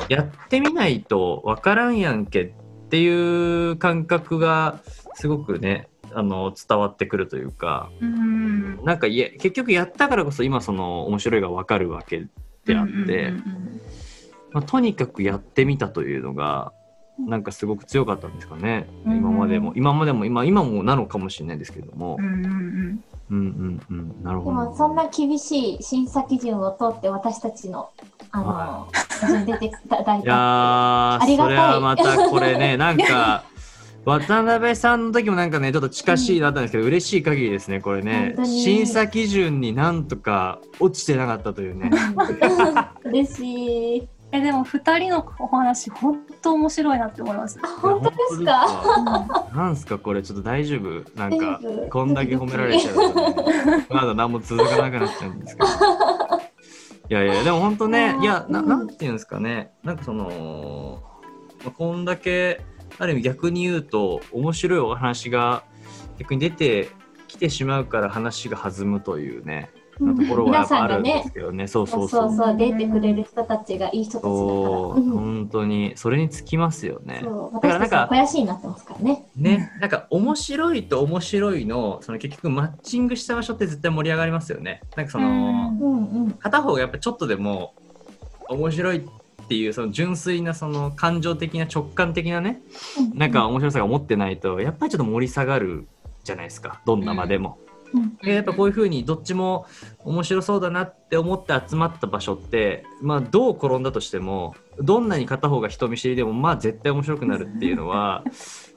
[SPEAKER 1] やってみないとわからんやんけっていう感覚がすごくねあの伝わってくるというか
[SPEAKER 3] うん
[SPEAKER 1] なんかいや結局やったからこそ今その面白いがわかるわけであって。
[SPEAKER 3] うん
[SPEAKER 1] まあ、とにかくやってみたというのがなんかすごく強かったんですかね、
[SPEAKER 3] うん
[SPEAKER 1] 今までも今までも今今もなのかもしれないですけども
[SPEAKER 3] う、んうん
[SPEAKER 1] うん、うんうんなる
[SPEAKER 2] で
[SPEAKER 1] ほど
[SPEAKER 2] もそんな厳しい審査基準を通って私たちのあの、
[SPEAKER 1] は
[SPEAKER 2] 基準出ていただい
[SPEAKER 1] い
[SPEAKER 2] た
[SPEAKER 1] や
[SPEAKER 2] あ
[SPEAKER 1] ー
[SPEAKER 2] りが
[SPEAKER 1] そ
[SPEAKER 2] たい
[SPEAKER 1] れはまたこれねなん
[SPEAKER 2] (laughs)
[SPEAKER 1] か渡辺さんの時もなんかねちょっと近しいなったんですけど、嬉しい限りですねこれね
[SPEAKER 2] 本当に
[SPEAKER 1] 審査基準になんとか落ちてなかったというね
[SPEAKER 2] うん嬉しい。
[SPEAKER 3] えでも二人のお話本当面白いなって思います
[SPEAKER 2] あ。 (laughs) 本当です
[SPEAKER 1] いや
[SPEAKER 2] か。
[SPEAKER 1] 本当ですかなんすかこれちょっと大丈夫なんか
[SPEAKER 2] 大丈夫
[SPEAKER 1] こんだけ褒められちゃうと
[SPEAKER 2] (laughs)
[SPEAKER 1] ねまだ何も続かなくなっちゃうんですけどいやいやでも本当ね
[SPEAKER 2] うん
[SPEAKER 1] いやな
[SPEAKER 2] うん
[SPEAKER 1] なんていうんですかねなんかそのまあこんだけある意味逆に言うと面白いお話が逆に出てきてしまうから話が弾むというね
[SPEAKER 2] う
[SPEAKER 1] と
[SPEAKER 2] ん
[SPEAKER 1] ころはや
[SPEAKER 2] 皆
[SPEAKER 1] っぱ
[SPEAKER 2] さ
[SPEAKER 1] あ
[SPEAKER 2] んが
[SPEAKER 1] るんで
[SPEAKER 2] ね、
[SPEAKER 1] すけどねそう
[SPEAKER 2] そ
[SPEAKER 1] そううそ
[SPEAKER 2] そううそう出てくれる人たちがいい人たちだから。
[SPEAKER 1] そう
[SPEAKER 2] うん
[SPEAKER 1] 本当にそれに尽きますよね。
[SPEAKER 2] そう
[SPEAKER 1] だから
[SPEAKER 2] 私
[SPEAKER 1] なん
[SPEAKER 2] たち
[SPEAKER 1] か
[SPEAKER 2] も肥やしになってますからね。
[SPEAKER 1] ね、なんか面白いと面白いのその結局マッチングした場所って絶対盛り上がりますよね。なんかその、
[SPEAKER 3] うん
[SPEAKER 2] うんうん。
[SPEAKER 1] 片方がやっぱちょっとでも面白いっていうその純粋なその感情的な直感的なねなんか面白さが持ってないとやっぱりちょっと盛り下がるじゃないですかどんな場でも。
[SPEAKER 2] うん
[SPEAKER 1] でやっぱこういうふうにどっちも面白そうだなって思って集まった場所って、まあ、どう転んだとしてもどんなに片方が人見知りでもまあ絶対面白くなるっていうの
[SPEAKER 2] (laughs)
[SPEAKER 1] は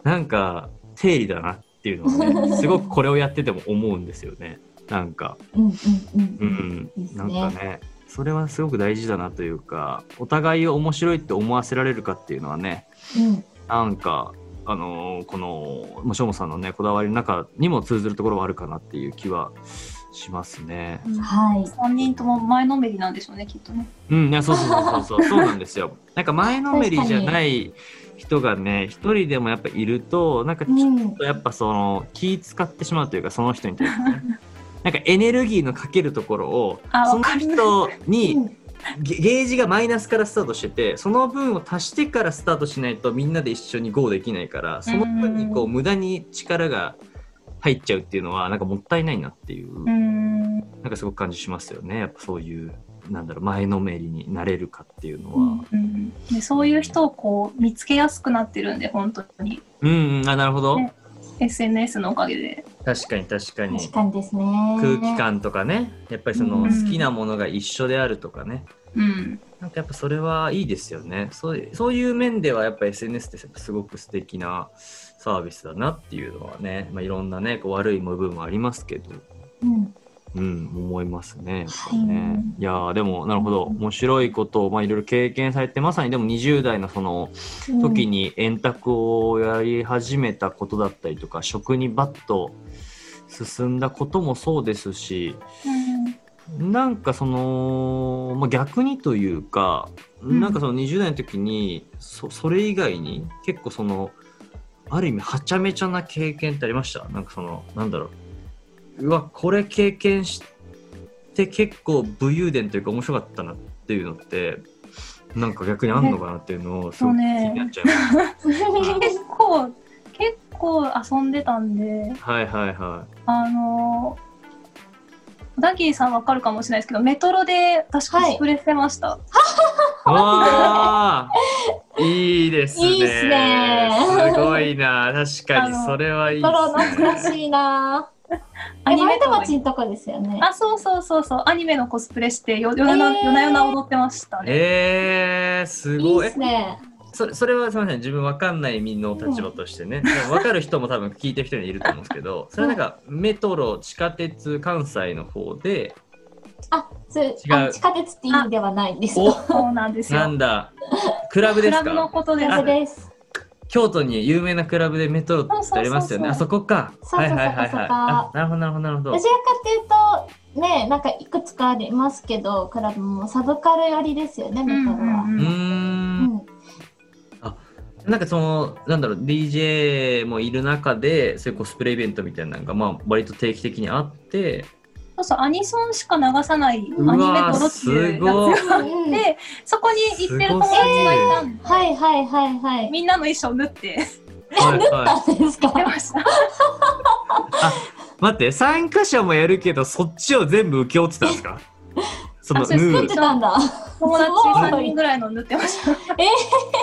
[SPEAKER 1] なんか定理だなっていうのはねすごくこれをやってても思うんですよねなんか。
[SPEAKER 2] うんうんう
[SPEAKER 1] うんん
[SPEAKER 2] いいっす
[SPEAKER 1] な
[SPEAKER 2] ね
[SPEAKER 1] んかねそれはすごく大事だなというかお互いを面白いって思わせられるかっていうのはね
[SPEAKER 2] うん。
[SPEAKER 1] なんかあのーこのまあしょうもさんのねこだわりの中にも通ずるところはあるかなっていう気はしますね。
[SPEAKER 3] うん
[SPEAKER 2] はい。
[SPEAKER 3] 三人とも前のめりなんでしょうねきっとね。
[SPEAKER 1] うん、いやそうそうそう
[SPEAKER 3] (laughs)
[SPEAKER 1] そうそうなんですよ。なんか前のめりじゃない人がね一人でもやっぱいるとなんかちょっとやっぱその気使ってしまうというかその人に対してね、なんかエネルギーのかけるところを
[SPEAKER 3] あ
[SPEAKER 1] そ
[SPEAKER 3] わ
[SPEAKER 1] の
[SPEAKER 3] かる
[SPEAKER 1] 人に
[SPEAKER 2] うん
[SPEAKER 1] ゲゲージがマイナスからスタートしててその分を足してからスタートしないとみんなで一緒に GO できないからその分にこう
[SPEAKER 3] う
[SPEAKER 1] 無駄に力が入っちゃうっていうのはなんかもったいないなっていう、
[SPEAKER 3] うん
[SPEAKER 1] なんかすごく感じしますよねやっぱそういう、うなんだろう前のめりになれるかっていうのは、
[SPEAKER 3] うんうん、でそういう人をこう見つけやすくなってるんで本当に
[SPEAKER 1] うん、うん、あなるほど、
[SPEAKER 3] ね SNS のおかげで
[SPEAKER 1] 確かに確かに
[SPEAKER 2] 確かにですね。
[SPEAKER 1] 空気感とかねやっぱりその
[SPEAKER 2] うん
[SPEAKER 1] 好きなものが一緒であるとかね、
[SPEAKER 3] うん
[SPEAKER 1] なんかやっぱそれはいいですよねそうそういう面ではやっぱ SNS ってすごく素敵なサービスだなっていうのはね、まあ、いろんなねこう悪い部分もありますけど、
[SPEAKER 2] うん。
[SPEAKER 1] うん、思いますね。やっぱ
[SPEAKER 2] は
[SPEAKER 1] り
[SPEAKER 2] い。
[SPEAKER 1] ねいやーでもなるほど面白いことをまあいろいろ経験されてまさにでも20代のその時に円卓をやり始めたことだったりとか食にバッと進んだこともそうですしなんかその、まあ、逆にというか、
[SPEAKER 3] ん
[SPEAKER 1] なんかその20代の時にそそれ以外に結構そのある意味はちゃめちゃな経験ってありましたなんかそのなんだろううわこれ経験して結構武勇伝というか面白かったなっていうのってなんか逆にあんのかなっていうのをすごく気になっちゃいました、
[SPEAKER 3] 結構結構遊んでたんで
[SPEAKER 1] はいはいは
[SPEAKER 3] あのーダギーさんわかるかもしれないですけどメトロで確か
[SPEAKER 2] はい
[SPEAKER 3] コスプレしてました、
[SPEAKER 1] いわあいいですね
[SPEAKER 2] いいっすね
[SPEAKER 1] すごいな確かに
[SPEAKER 3] あの
[SPEAKER 1] それはいいっす
[SPEAKER 2] トロ
[SPEAKER 1] ね
[SPEAKER 2] 懐かしいな。アニメ
[SPEAKER 3] と
[SPEAKER 2] と町のとこですよね。
[SPEAKER 3] あそうそうそうそうアニメのコスプレしてよよなな、
[SPEAKER 2] えー
[SPEAKER 3] 夜な夜な踊ってましたね
[SPEAKER 1] えー、す
[SPEAKER 2] いい
[SPEAKER 1] ごい。
[SPEAKER 2] ですね。
[SPEAKER 1] それそれはすみません、自分わかんない身の立場として
[SPEAKER 2] (laughs)
[SPEAKER 1] ね、でもわかる人も多分聞いてる人にいると思うんですけど、それなんかメトロ、地下鉄、関西の方で、
[SPEAKER 2] あ、そう
[SPEAKER 1] 違
[SPEAKER 2] あ
[SPEAKER 1] う
[SPEAKER 2] 地下鉄って意味ではないんです
[SPEAKER 1] お
[SPEAKER 2] よ。
[SPEAKER 3] そうなんです
[SPEAKER 1] な
[SPEAKER 3] よ
[SPEAKER 1] んだ、クラブ
[SPEAKER 3] ク
[SPEAKER 1] です
[SPEAKER 3] ラブの
[SPEAKER 1] か
[SPEAKER 3] こと
[SPEAKER 2] ク
[SPEAKER 3] です
[SPEAKER 2] ラブです。
[SPEAKER 1] 京都に有名なクラブでメトロってありますよね。あ
[SPEAKER 3] そ
[SPEAKER 1] そこか。
[SPEAKER 2] そうそうそうそう
[SPEAKER 1] あなるほど、なるほど、なるほ
[SPEAKER 2] ど
[SPEAKER 1] ど
[SPEAKER 2] ちら。かというと、ね、なんかいくつかありますけど、クラブもサブカル寄りですよね、メトロは。
[SPEAKER 1] うー
[SPEAKER 3] うん
[SPEAKER 1] ん
[SPEAKER 2] うん。
[SPEAKER 1] なんかそのなんだろう DJ もいる中でそういうコスプレイベントみたいなのがまあ割と定期的にあって
[SPEAKER 3] そうそうアニソンしか流さないアニメ
[SPEAKER 1] うわー
[SPEAKER 3] トロっていうやつがあっ
[SPEAKER 2] すごい
[SPEAKER 3] てそこに行ってる友達がいたんで、
[SPEAKER 2] はいはいはいはい。
[SPEAKER 3] みんなの衣装縫って
[SPEAKER 1] はいはい
[SPEAKER 2] あそうですか。
[SPEAKER 3] 出ました
[SPEAKER 1] 待って参加者もやるけどそっちを全部請け負ってたんです
[SPEAKER 3] (laughs)
[SPEAKER 1] かその
[SPEAKER 3] あ
[SPEAKER 1] ヌ
[SPEAKER 3] そうです
[SPEAKER 2] 作
[SPEAKER 1] ー
[SPEAKER 2] ってたんだ。
[SPEAKER 3] 友達
[SPEAKER 2] すご
[SPEAKER 3] 3
[SPEAKER 2] い
[SPEAKER 3] 人ぐらいの縫ってました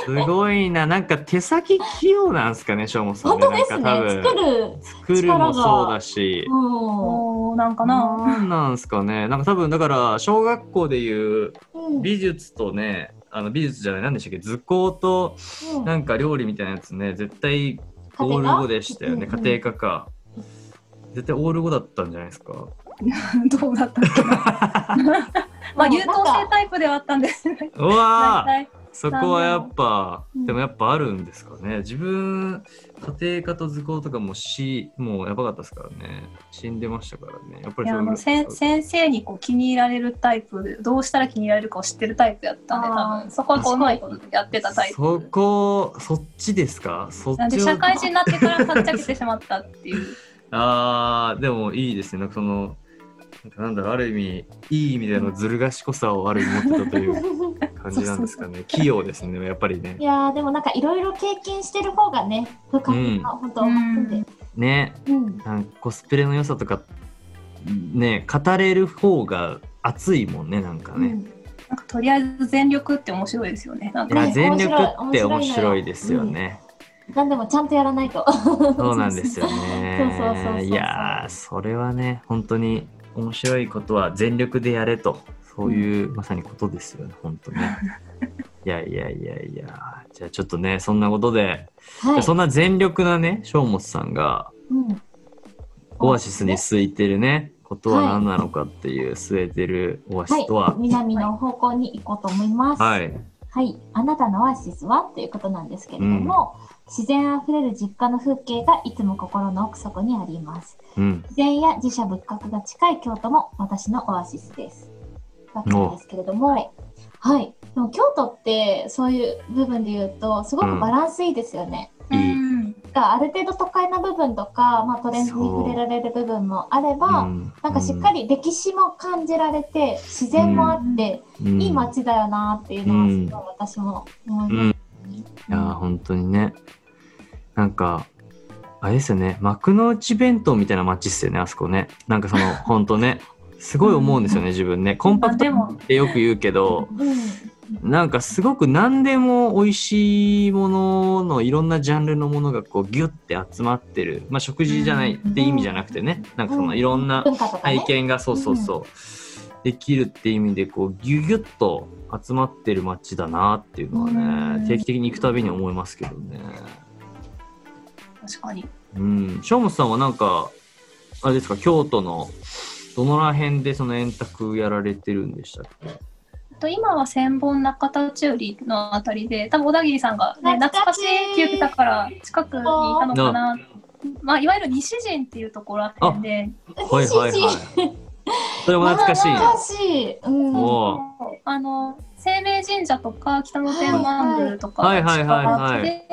[SPEAKER 1] すごいななんか手先器用なんですかねしょうもさん
[SPEAKER 2] 本当です
[SPEAKER 1] なん
[SPEAKER 2] ね。
[SPEAKER 1] か多
[SPEAKER 2] 作
[SPEAKER 1] 分
[SPEAKER 2] る。
[SPEAKER 1] 作るもそうだし
[SPEAKER 2] う。
[SPEAKER 3] おーなん
[SPEAKER 1] (laughs)
[SPEAKER 3] かな
[SPEAKER 1] なんなんですかねなんか多分だから小学校でいうん
[SPEAKER 2] うん。
[SPEAKER 1] 美術とねあの美術じゃない何でしたっけ図工となんか料理みたいなやつね、絶対オール5でしたよね、
[SPEAKER 2] 家庭科
[SPEAKER 1] 家庭科か。絶対オール5だったんじゃないですか。
[SPEAKER 3] どうだったっけなまあ優等生タイプではあったんですね
[SPEAKER 1] うわー
[SPEAKER 3] 大体
[SPEAKER 1] そこはやっぱ、
[SPEAKER 2] うん
[SPEAKER 1] でもやっぱあるんですかね。自分、家庭科と図工とかもし、もうやばかったですからね。死んでましたからね。やっぱ
[SPEAKER 3] い
[SPEAKER 1] り
[SPEAKER 3] や
[SPEAKER 1] そ
[SPEAKER 3] あのせん先生にこう気に入られるタイプどうしたら気に入られるかを知ってるタイプやったんで多
[SPEAKER 2] あー
[SPEAKER 3] 分そこはこううまいことやってたタイ
[SPEAKER 1] そ
[SPEAKER 3] プ
[SPEAKER 1] こ、そっちですかそっ
[SPEAKER 3] なんで
[SPEAKER 1] ちを
[SPEAKER 3] 社会人になってからかっちゃけてしまったっていう
[SPEAKER 1] あーでもいいですねなんかそのなんかなんだろうある意味いい意味でのずる賢さをある意味持ってたという感じなんですかね器用ですねやっぱりね
[SPEAKER 2] いやーでもなんかいろいろ経験してる方がね深く
[SPEAKER 1] うん
[SPEAKER 2] が本当思ってて、
[SPEAKER 1] ね
[SPEAKER 2] うん、
[SPEAKER 1] なんかコスプレの良さとかね語れる方が熱いもんねなんか
[SPEAKER 2] う
[SPEAKER 1] ね、
[SPEAKER 2] ん
[SPEAKER 3] なんかとりあえず全力って面白いですよねなん
[SPEAKER 1] い
[SPEAKER 3] か
[SPEAKER 1] や
[SPEAKER 2] ね
[SPEAKER 1] 全力っ
[SPEAKER 2] 面白い
[SPEAKER 1] て面
[SPEAKER 2] 面白
[SPEAKER 1] 白
[SPEAKER 2] い
[SPEAKER 1] いですよね、
[SPEAKER 2] なんでもちゃんとやらないと
[SPEAKER 1] そうなんですよね
[SPEAKER 2] そうそうそうそうそう
[SPEAKER 1] いやーそれはね本当に面白いことは全力でやれとそういう、まさにことですよね本当ねいやいやいやいやじゃあちょっとねそんなことで、
[SPEAKER 2] (laughs) はい
[SPEAKER 1] そんな全力なね正本さんが
[SPEAKER 2] うん
[SPEAKER 1] オアシスに空いてるねことは何なのかっていう、据えてるオアシ
[SPEAKER 2] は
[SPEAKER 1] スと
[SPEAKER 2] い
[SPEAKER 1] は、
[SPEAKER 2] 南の方向に行こうと思います
[SPEAKER 1] はい、
[SPEAKER 2] はい、あなたのオアシスはということなんですけれども、自然あふれる実家の風景がいつも心の奥底にあります
[SPEAKER 1] うん
[SPEAKER 2] 自然や寺社仏閣が近い京都も私のオアシスです。わけなんですけれども、はい、でも京都ってそういう部分で言うとすごくバランスいいですよね。
[SPEAKER 1] いい
[SPEAKER 3] うん
[SPEAKER 2] がある程度都会な部分とか、まあ、トレンドに触れられる部分もあれば、
[SPEAKER 1] うん
[SPEAKER 2] なんかしっかり歴史も感じられて自然もあって、
[SPEAKER 1] うん
[SPEAKER 2] いい街だよなっていうのはすごい私も思います。
[SPEAKER 1] いやー本当にねなんか
[SPEAKER 2] (laughs)
[SPEAKER 1] あれですよね幕の内弁当みたいな街っすよねあそこねなんかそのほんとねすごい思うんですよね自分ねコンパクトってよく言うけどなんかすごく何でも美味しいもののいろんなジャンルのものがこうギュッて集まってる、まあ、食事じゃないって意味じゃなくてねなんかそのいろんな
[SPEAKER 2] 文化とかね
[SPEAKER 1] 体。験がそうそうそう、できるって意味でこうギュギュッと集まってる街だなっていうのはね、
[SPEAKER 3] うん
[SPEAKER 1] 定期的に行くたびに思いますけどね。
[SPEAKER 3] 確かに。
[SPEAKER 1] うん、ショーモスさんはなんかあれですか京都のどのら辺でその円卓やられてるんでしたっけ
[SPEAKER 3] と今は千本中田中里のあたりで多分小田切さんが、ね、
[SPEAKER 2] 懐
[SPEAKER 3] 懐
[SPEAKER 2] か
[SPEAKER 3] か
[SPEAKER 2] しい
[SPEAKER 3] しいって言ってたから近くにいたのかな、まあ、いわゆる西陣っていうところら辺で
[SPEAKER 1] はいはいはい
[SPEAKER 2] 懐。
[SPEAKER 1] それも懐かしい。
[SPEAKER 2] かしい。うん。
[SPEAKER 1] おー
[SPEAKER 3] そうあの清明神社とか北野天満宮とか
[SPEAKER 1] はいはい
[SPEAKER 3] 近く
[SPEAKER 1] はいはいはい
[SPEAKER 3] で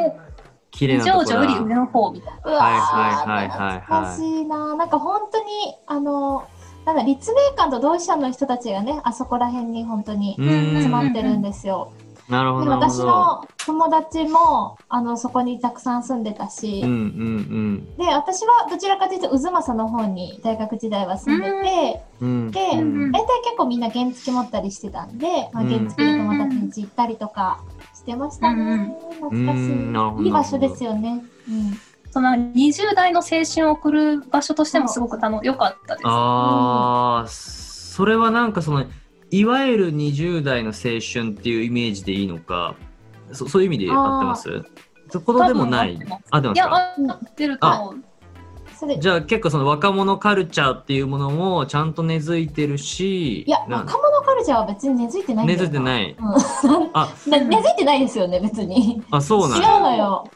[SPEAKER 1] 綺麗
[SPEAKER 3] 二
[SPEAKER 1] なと
[SPEAKER 3] 条
[SPEAKER 1] こ
[SPEAKER 3] 城
[SPEAKER 1] だ
[SPEAKER 3] より上の方みたいな
[SPEAKER 2] うわー
[SPEAKER 1] はいはいはいはい
[SPEAKER 2] 懐かしいな。なんか本当にあのなんだ立命館と同志社の人たちがねあそこら辺に本当に
[SPEAKER 1] うー
[SPEAKER 2] 集
[SPEAKER 1] ん
[SPEAKER 2] まってるんですよ。
[SPEAKER 1] なるほ
[SPEAKER 2] で
[SPEAKER 1] どなる
[SPEAKER 2] 私
[SPEAKER 1] ほど。
[SPEAKER 2] の友達もあのそこにたくさん住んでたし、
[SPEAKER 1] うんうん
[SPEAKER 2] で私はどちらかというと渦政の方に大学時代は住んでて、
[SPEAKER 1] うんうん。
[SPEAKER 2] で
[SPEAKER 1] うん
[SPEAKER 2] 大体結構みんな原付持ったりしてたんで、まあ、
[SPEAKER 1] うん
[SPEAKER 2] 原付で友達ん家行ったりとかしてましたね、
[SPEAKER 3] うんうん
[SPEAKER 2] 懐かし
[SPEAKER 1] うんなるほど
[SPEAKER 2] いいい場所ですよね、うん、
[SPEAKER 3] その20代の青春を送る場所としてもすごく楽良かったです。
[SPEAKER 1] ああ、それはなんかそのいわゆる20代の青春っていうイメージでいいのかそそういう意味で合ってますそういうことでもない
[SPEAKER 3] 多分合
[SPEAKER 1] 合っ
[SPEAKER 3] ってます
[SPEAKER 1] てま
[SPEAKER 3] い
[SPEAKER 1] す
[SPEAKER 3] や、
[SPEAKER 1] か
[SPEAKER 3] 合ってると思う。
[SPEAKER 2] それ
[SPEAKER 1] じゃあ結構その若者カルチャーっていうものもちゃんと根付いてるし
[SPEAKER 2] いや
[SPEAKER 1] なん
[SPEAKER 2] 若者カルチャーは別に根付いてないんだ
[SPEAKER 1] 根
[SPEAKER 2] よな
[SPEAKER 1] 付いてない
[SPEAKER 2] な根付いてないですよね別に
[SPEAKER 1] あそうなん
[SPEAKER 2] 違う
[SPEAKER 1] だ
[SPEAKER 2] のよ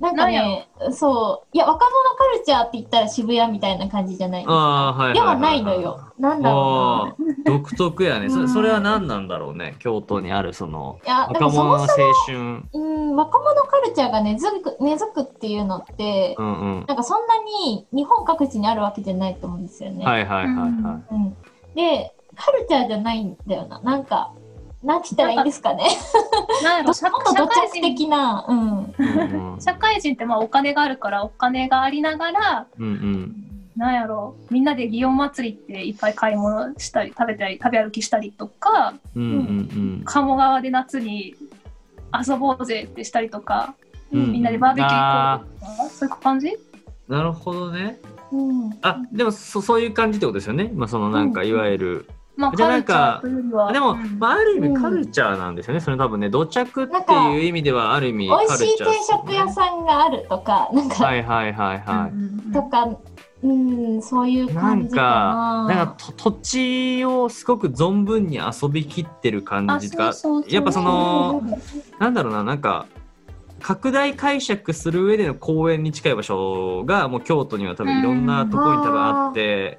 [SPEAKER 2] なんかねそういや若者カルチャーって言ったら渋谷みたいな感じじゃない
[SPEAKER 1] あーはい
[SPEAKER 2] で
[SPEAKER 1] は
[SPEAKER 2] はい
[SPEAKER 1] は
[SPEAKER 2] ない
[SPEAKER 1] は
[SPEAKER 2] のよなんだろうな
[SPEAKER 1] あー独特やね
[SPEAKER 2] (laughs) う
[SPEAKER 1] そ
[SPEAKER 2] ん
[SPEAKER 1] それは何なんだろうね京都にあるその
[SPEAKER 2] いやで
[SPEAKER 1] 若
[SPEAKER 2] もそ
[SPEAKER 1] 者の
[SPEAKER 2] も
[SPEAKER 1] 青
[SPEAKER 2] そ
[SPEAKER 1] 春
[SPEAKER 2] もうん若者カルチャーが根付く根付くっていうのって、
[SPEAKER 1] うんうん
[SPEAKER 2] なんかそんなに日本各地にあるわけじゃないと思うんですよね。
[SPEAKER 1] はいはいはいは
[SPEAKER 2] うん、でカルチャーじゃないんだよななんかなんて言ったらいいんですかね。
[SPEAKER 3] なんやろ
[SPEAKER 2] (laughs) もっ
[SPEAKER 3] 社
[SPEAKER 2] と土
[SPEAKER 3] 社会
[SPEAKER 2] 着
[SPEAKER 3] 人
[SPEAKER 2] 的な、うん、
[SPEAKER 1] いうんうん
[SPEAKER 3] 社会人ってまあお金があるからお金がありながら
[SPEAKER 1] うんうん
[SPEAKER 3] なんやろみんなで祇園祭りっていっぱい買い物したり食べたり食べ歩きしたりとか
[SPEAKER 1] うんうん
[SPEAKER 3] 鴨川で夏に遊ぼうぜってしたりとか、
[SPEAKER 1] うん
[SPEAKER 3] みんなでバーベキュー行こうとかそういう感じ
[SPEAKER 1] うん、なるほどね
[SPEAKER 2] うん、
[SPEAKER 1] あでもそそういう感じってことですよね、まあ、そのなんか
[SPEAKER 3] うん
[SPEAKER 1] いわゆる、
[SPEAKER 3] まあ
[SPEAKER 1] じゃあ
[SPEAKER 3] カ
[SPEAKER 1] なん
[SPEAKER 3] ルチ
[SPEAKER 1] か
[SPEAKER 3] ャーというよりは
[SPEAKER 1] でも、
[SPEAKER 3] うん
[SPEAKER 1] まあ、ある意
[SPEAKER 2] う
[SPEAKER 1] 味
[SPEAKER 2] ん
[SPEAKER 1] カルチャーなんですよね、それ多分ね土着っ
[SPEAKER 2] なん
[SPEAKER 1] て
[SPEAKER 2] か
[SPEAKER 1] いう意味ではある意味
[SPEAKER 2] 美
[SPEAKER 1] カルチャー
[SPEAKER 2] 味しい定食屋
[SPEAKER 1] ん
[SPEAKER 2] さんがあるとか、なんか、
[SPEAKER 1] はいはいはいはい、
[SPEAKER 3] うんうんうん
[SPEAKER 2] とか、うん、そういう感じかな。
[SPEAKER 1] なんかと土地をすごく存分に遊びきってる感
[SPEAKER 3] あ
[SPEAKER 1] じ
[SPEAKER 3] そう
[SPEAKER 1] が
[SPEAKER 3] そうそう
[SPEAKER 1] やっぱその
[SPEAKER 3] うん
[SPEAKER 1] なんだろうななんか拡大解釈する上での公園に近い場所がもう京都には多分いろんなところに多分あって、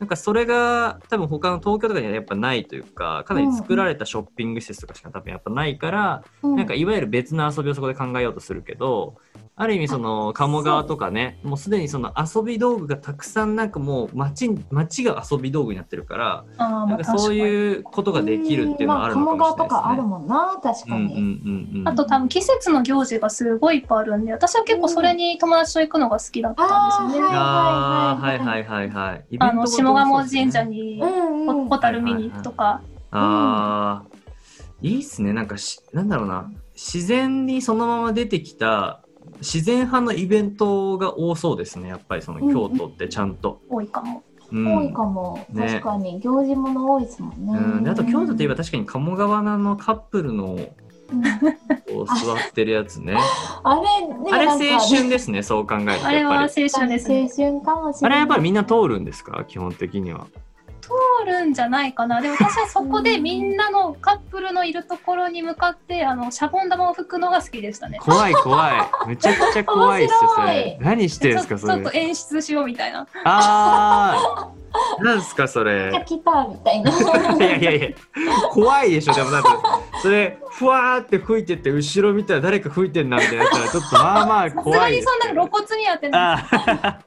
[SPEAKER 1] なんかそれが多分他の東京とかにはやっぱないというかかなり作られたショッピング施設とかしか多分やっぱないから、
[SPEAKER 2] うん
[SPEAKER 1] なんかいわゆる別の遊びをそこで考えようとするけどある意味その鴨川とかねもうすでにその遊び道具がたくさんなんかもう街に街が遊び道具になってるから
[SPEAKER 3] あー
[SPEAKER 1] な
[SPEAKER 3] ま
[SPEAKER 1] ん
[SPEAKER 3] あ
[SPEAKER 1] か
[SPEAKER 3] 確
[SPEAKER 1] そう
[SPEAKER 3] かに
[SPEAKER 1] いうことができるっていうのはあるのかもしれない
[SPEAKER 2] うんまあ鴨川とかあ
[SPEAKER 1] です
[SPEAKER 2] る
[SPEAKER 1] ね。
[SPEAKER 2] もんな、確
[SPEAKER 1] うん
[SPEAKER 2] か
[SPEAKER 1] うん
[SPEAKER 2] に。
[SPEAKER 1] うんうん
[SPEAKER 3] あと多分季節の行事がすごいいっぱいあるんで私は結構それに友達と行くのが好きだったんですよね。
[SPEAKER 1] あ
[SPEAKER 2] あ
[SPEAKER 1] ー
[SPEAKER 2] ー
[SPEAKER 1] は
[SPEAKER 2] はいい
[SPEAKER 1] はは
[SPEAKER 2] はい
[SPEAKER 1] いはい。イベン
[SPEAKER 3] あ
[SPEAKER 1] トご
[SPEAKER 3] の
[SPEAKER 1] と
[SPEAKER 3] 下鴨神
[SPEAKER 1] もそ
[SPEAKER 3] 社
[SPEAKER 1] うですね。
[SPEAKER 3] に
[SPEAKER 2] うんうん、
[SPEAKER 3] ホタル見に行くとか、
[SPEAKER 1] ああ、いいっすね。なんかし、なんだろうな。自然にそのまま出てきた自然派のイベントが多そうですね。やっぱりその京都ってちゃんと。
[SPEAKER 3] 多いかも。
[SPEAKER 1] うん
[SPEAKER 2] 多いかも、
[SPEAKER 1] ね
[SPEAKER 2] 確かに行事もの多いですもんね。
[SPEAKER 1] うん、であと京都といえば確かに鴨川のあのカップルの
[SPEAKER 2] うん
[SPEAKER 1] こう座ってるやつね
[SPEAKER 2] あれね
[SPEAKER 1] あれ
[SPEAKER 2] な
[SPEAKER 1] 青
[SPEAKER 2] んか
[SPEAKER 1] 春ですねそう考えるとやっ
[SPEAKER 3] あれは
[SPEAKER 1] ぱ
[SPEAKER 3] 青
[SPEAKER 1] り
[SPEAKER 3] 春ですね。
[SPEAKER 2] 青春かもし
[SPEAKER 1] あ
[SPEAKER 2] れな
[SPEAKER 1] れ
[SPEAKER 2] い。
[SPEAKER 1] やっぱりみんな通るんですか基本的には
[SPEAKER 3] 通るんじゃないかな。でも私はそこでみんなのカップルのいるところに向かってあのシャボン玉を吹くのが好きでしたね。
[SPEAKER 1] 怖い怖いめちゃくちゃ怖いっすよそれ
[SPEAKER 2] 面白い
[SPEAKER 1] 何して
[SPEAKER 3] ち
[SPEAKER 1] るん
[SPEAKER 3] ょ
[SPEAKER 1] ですか
[SPEAKER 3] ち
[SPEAKER 1] そ
[SPEAKER 3] ょっ
[SPEAKER 1] れ
[SPEAKER 3] と演出しようみたいな。
[SPEAKER 1] ああ、なんすかそ
[SPEAKER 2] めっ
[SPEAKER 3] (laughs)
[SPEAKER 2] ちゃ
[SPEAKER 1] れ。
[SPEAKER 2] 来たみたいな。
[SPEAKER 1] (laughs) いやいやいや、怖いでしょ。でもなんかそれふわーって吹いてって後ろ見たら誰か吹いてんなみたいなやつはちょっとまあまあ
[SPEAKER 3] さすが
[SPEAKER 1] 怖い
[SPEAKER 3] に
[SPEAKER 1] です
[SPEAKER 3] そん
[SPEAKER 1] け
[SPEAKER 3] な
[SPEAKER 1] ど。
[SPEAKER 3] 露骨にやってない。
[SPEAKER 1] あ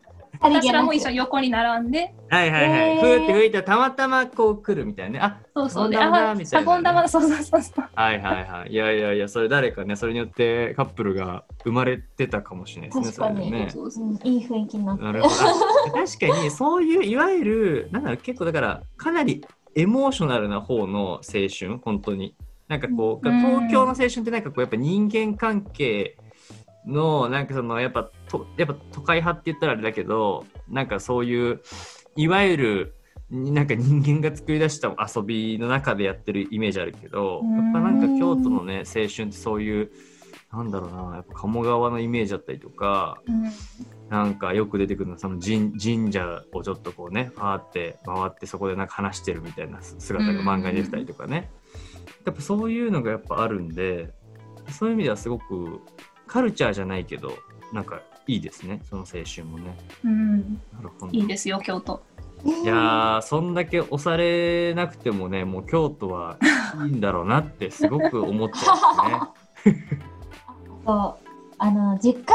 [SPEAKER 2] 人
[SPEAKER 3] 私
[SPEAKER 2] じゃ
[SPEAKER 3] ら
[SPEAKER 2] な
[SPEAKER 3] も
[SPEAKER 2] く
[SPEAKER 3] 一緒に横に並んで、
[SPEAKER 1] はいはいはい、
[SPEAKER 2] へー
[SPEAKER 1] ふーって吹いてたまたまこう来るみたいなねあ
[SPEAKER 3] そうそうで、
[SPEAKER 1] シャボン玉だみたいな
[SPEAKER 3] あ
[SPEAKER 1] ね
[SPEAKER 3] シャボン玉、そうそうそうそう。
[SPEAKER 1] はいはいはいいやいやいやそれ誰かねそれによってカップルが生まれてたかもしれないですね
[SPEAKER 2] 確かに
[SPEAKER 1] それでね
[SPEAKER 3] そうそう
[SPEAKER 2] うん、いい雰囲気になって
[SPEAKER 1] なるほどあ確かにそういういわゆるなんだろう結構だからかなりエモーショナルな方の青春本当になんかこう
[SPEAKER 3] うん
[SPEAKER 1] 東京の青春ってなんかこうやっぱ人間関係のなんかそのやっぱとやっぱ都会派って言ったらあれだけどなんかそういういわゆるなんか人間が作り出した遊びの中でやってるイメージあるけど
[SPEAKER 3] うん
[SPEAKER 1] やっぱなんか京都のね青春ってそういうなんだろうなやっぱ鴨川のイメージだったりとか
[SPEAKER 3] うん
[SPEAKER 1] なんかよく出てくるのはその神神社をちょっとこうねパーって回ってそこでなんか話してるみたいな姿が漫画に出てたりとかね、やっぱそういうのがやっぱあるんでそういう意味ではすごくカルチャーじゃないけどなんかいいですねその青春もね。
[SPEAKER 3] うん、
[SPEAKER 1] なるほど
[SPEAKER 3] いいですよ京都。
[SPEAKER 1] いやーそんだけ押されなくてもねもう京都
[SPEAKER 3] (laughs)
[SPEAKER 1] はいいんだろうなってすごく思ってますね。
[SPEAKER 2] そうあの実家が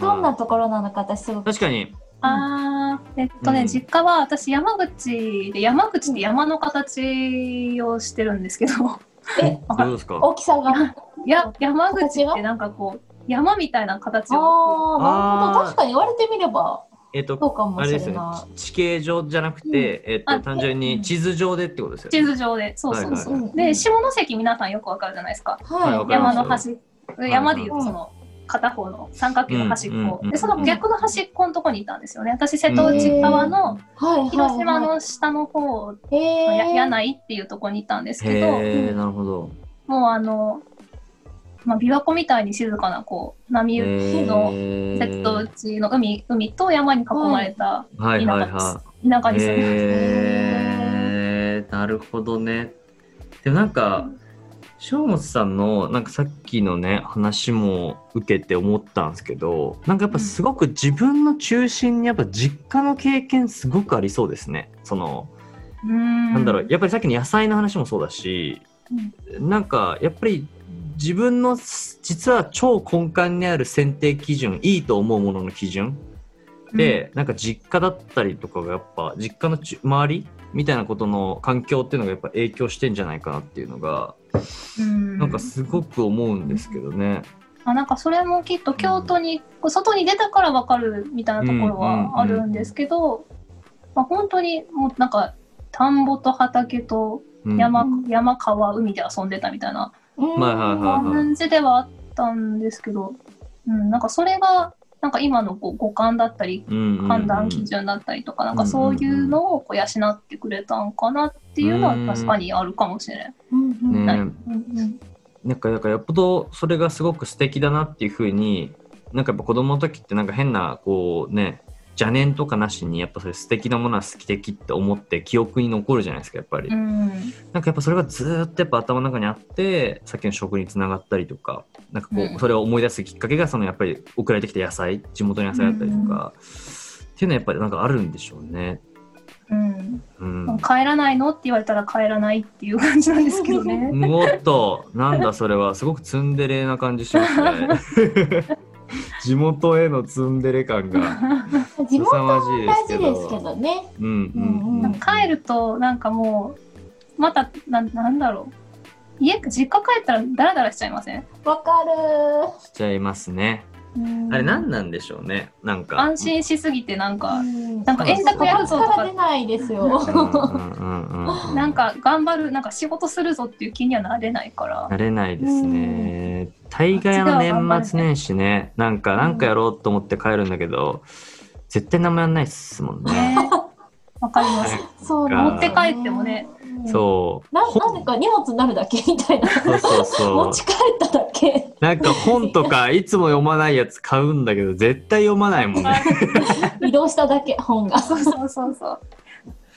[SPEAKER 2] どんなところなのか私す
[SPEAKER 3] (laughs)
[SPEAKER 2] ごく
[SPEAKER 1] 確かに
[SPEAKER 3] あーえっとね、
[SPEAKER 1] うん
[SPEAKER 3] 実家は私山口で山口って山の形をしてるんですけど (laughs)
[SPEAKER 2] え
[SPEAKER 1] どうですか
[SPEAKER 2] 大きさがあ
[SPEAKER 3] や山
[SPEAKER 2] 形
[SPEAKER 3] 口っ
[SPEAKER 2] が
[SPEAKER 3] てなんかこう山みたいな形を
[SPEAKER 2] あーなるほ
[SPEAKER 1] あー
[SPEAKER 2] ど確かに言われてみれば
[SPEAKER 1] えっと
[SPEAKER 2] そうかも
[SPEAKER 1] あれ
[SPEAKER 2] しれ
[SPEAKER 1] ですよね
[SPEAKER 2] な
[SPEAKER 1] 地形上じゃなくて、
[SPEAKER 2] うん
[SPEAKER 1] えっ
[SPEAKER 3] あ
[SPEAKER 1] と、単純に地図上でってことですよね。
[SPEAKER 3] 地図上でそうそう
[SPEAKER 2] い。
[SPEAKER 3] そう。
[SPEAKER 1] はいは
[SPEAKER 3] で下関皆さんよくわかるじゃないですか。
[SPEAKER 2] うんはい、
[SPEAKER 1] はいわかりま
[SPEAKER 3] 山
[SPEAKER 1] す
[SPEAKER 3] の端
[SPEAKER 1] い
[SPEAKER 3] 山でいうとその片方の三角形の端っ
[SPEAKER 1] うんうん
[SPEAKER 3] こ
[SPEAKER 1] うん
[SPEAKER 3] でその逆の端っこのとこにいたんですよね私瀬戸内側の
[SPEAKER 2] はいはい、
[SPEAKER 3] 広島の下の方の
[SPEAKER 2] へー
[SPEAKER 3] や柳井っていうとこにいたんですけど
[SPEAKER 1] へえ、なるほど。
[SPEAKER 3] もうあの、まあ、琵琶湖みたいに静かなこう波打ちの
[SPEAKER 1] え
[SPEAKER 3] 瀬戸内の海海と山に囲まれた
[SPEAKER 1] はいはい
[SPEAKER 3] 田舎
[SPEAKER 1] は
[SPEAKER 3] 田舎
[SPEAKER 1] い。
[SPEAKER 3] に住んで
[SPEAKER 1] へえ、なるほどね。でもなんか、正本さんのなんかさっきのね話も受けて思ったんですけどなんかやっぱすごく自分の中心にやっぱ実家の経験すごくありそうですねその
[SPEAKER 3] な
[SPEAKER 1] なんだろうやっぱりさっきの野菜の話もそうだし、なんかやっぱり自分のす実は超根幹にある選定基準いいと思うものの基準で、なんか実家だったりとかがやっぱ実家のち周りみたいなことの環境っていうのがやっぱ影響してんじゃないかなっていうのがな
[SPEAKER 3] なん
[SPEAKER 1] かすごく思うんですけどね。
[SPEAKER 3] あなんかそれもきっと京都にこう外に出たから分かるみたいなところはあるんですけど、まあ、本当にもうなんか田んぼと畑と
[SPEAKER 1] うん
[SPEAKER 3] 山,、
[SPEAKER 2] うん
[SPEAKER 3] 山川海で遊んでたみたいな
[SPEAKER 2] うん
[SPEAKER 1] はいはいはい
[SPEAKER 3] 感じではあったんですけど、うん、なんかそれがなんか今のこう五感だったり
[SPEAKER 1] うんうん
[SPEAKER 3] 判断基準だったりとか、なんかそういうのをこう養ってくれたんかなっていうのは確かにあるかもしれない。
[SPEAKER 2] うんうん
[SPEAKER 1] ね
[SPEAKER 2] うんうん
[SPEAKER 1] なんか、なんか、よっぽどそれがすごく素敵だなっていうふうに、なんかやっぱ子供の時ってなんか変な、こうね、邪念とかなしに、やっぱそれ素敵なものは素敵って思って記憶に残るじゃないですか、やっぱり。
[SPEAKER 3] うん
[SPEAKER 1] なんかやっぱそれがずーっとやっぱ頭の中にあって、さっきの食につながったりとか、なんかこ
[SPEAKER 3] うん
[SPEAKER 1] う、それを思い出すきっかけが、そのやっぱり送られてきた野菜、地元の野菜だったりとか、っていうのはやっぱりなんかあるんでしょうね。
[SPEAKER 3] うん
[SPEAKER 1] うん。。
[SPEAKER 3] 帰らないのって言われたら帰らないっていう感じなんですけどね
[SPEAKER 1] (laughs) もっと、なんだそれは、すごくツンデレな感じしますね。地元へのツンデレ感が
[SPEAKER 2] 地元
[SPEAKER 1] 凄まじいで
[SPEAKER 2] 大
[SPEAKER 1] すけ
[SPEAKER 2] 事
[SPEAKER 1] ど。
[SPEAKER 2] ですけどね。
[SPEAKER 1] うんうんうん。
[SPEAKER 3] 帰るとなんかもうまたななんだろう家実家帰ったらダラダラしちゃいません、
[SPEAKER 2] わかる
[SPEAKER 1] しちゃいますね。
[SPEAKER 2] ー。
[SPEAKER 1] あれ何なんでしょうね。なんか。
[SPEAKER 3] 安心しすぎてなん
[SPEAKER 2] う
[SPEAKER 3] か、
[SPEAKER 2] ん
[SPEAKER 3] なんか円卓やるぞと
[SPEAKER 2] 心から
[SPEAKER 3] か
[SPEAKER 2] 出ないです
[SPEAKER 1] う
[SPEAKER 2] (laughs) よ。
[SPEAKER 1] んうんうんうん
[SPEAKER 3] なん。か頑張るなんか仕事するぞっていう気にはなれないから
[SPEAKER 1] なれないですね。大概あの年末年始ね、なんか、なんかやろうと思って帰るんだけど、絶対何もやんないっすもんね。
[SPEAKER 3] ねわかります
[SPEAKER 2] そう
[SPEAKER 1] 持って
[SPEAKER 3] 帰ってもね。
[SPEAKER 2] う
[SPEAKER 1] そう。
[SPEAKER 2] ん。ななぜか荷物になるだけみたいな。
[SPEAKER 1] そうそうそう
[SPEAKER 2] 持。ち帰っただけ。
[SPEAKER 1] なんか本とかいつも読まないやつ買うんだけど絶対読まないもんね。
[SPEAKER 2] 移動しただけ本が。
[SPEAKER 3] そうそうそうそう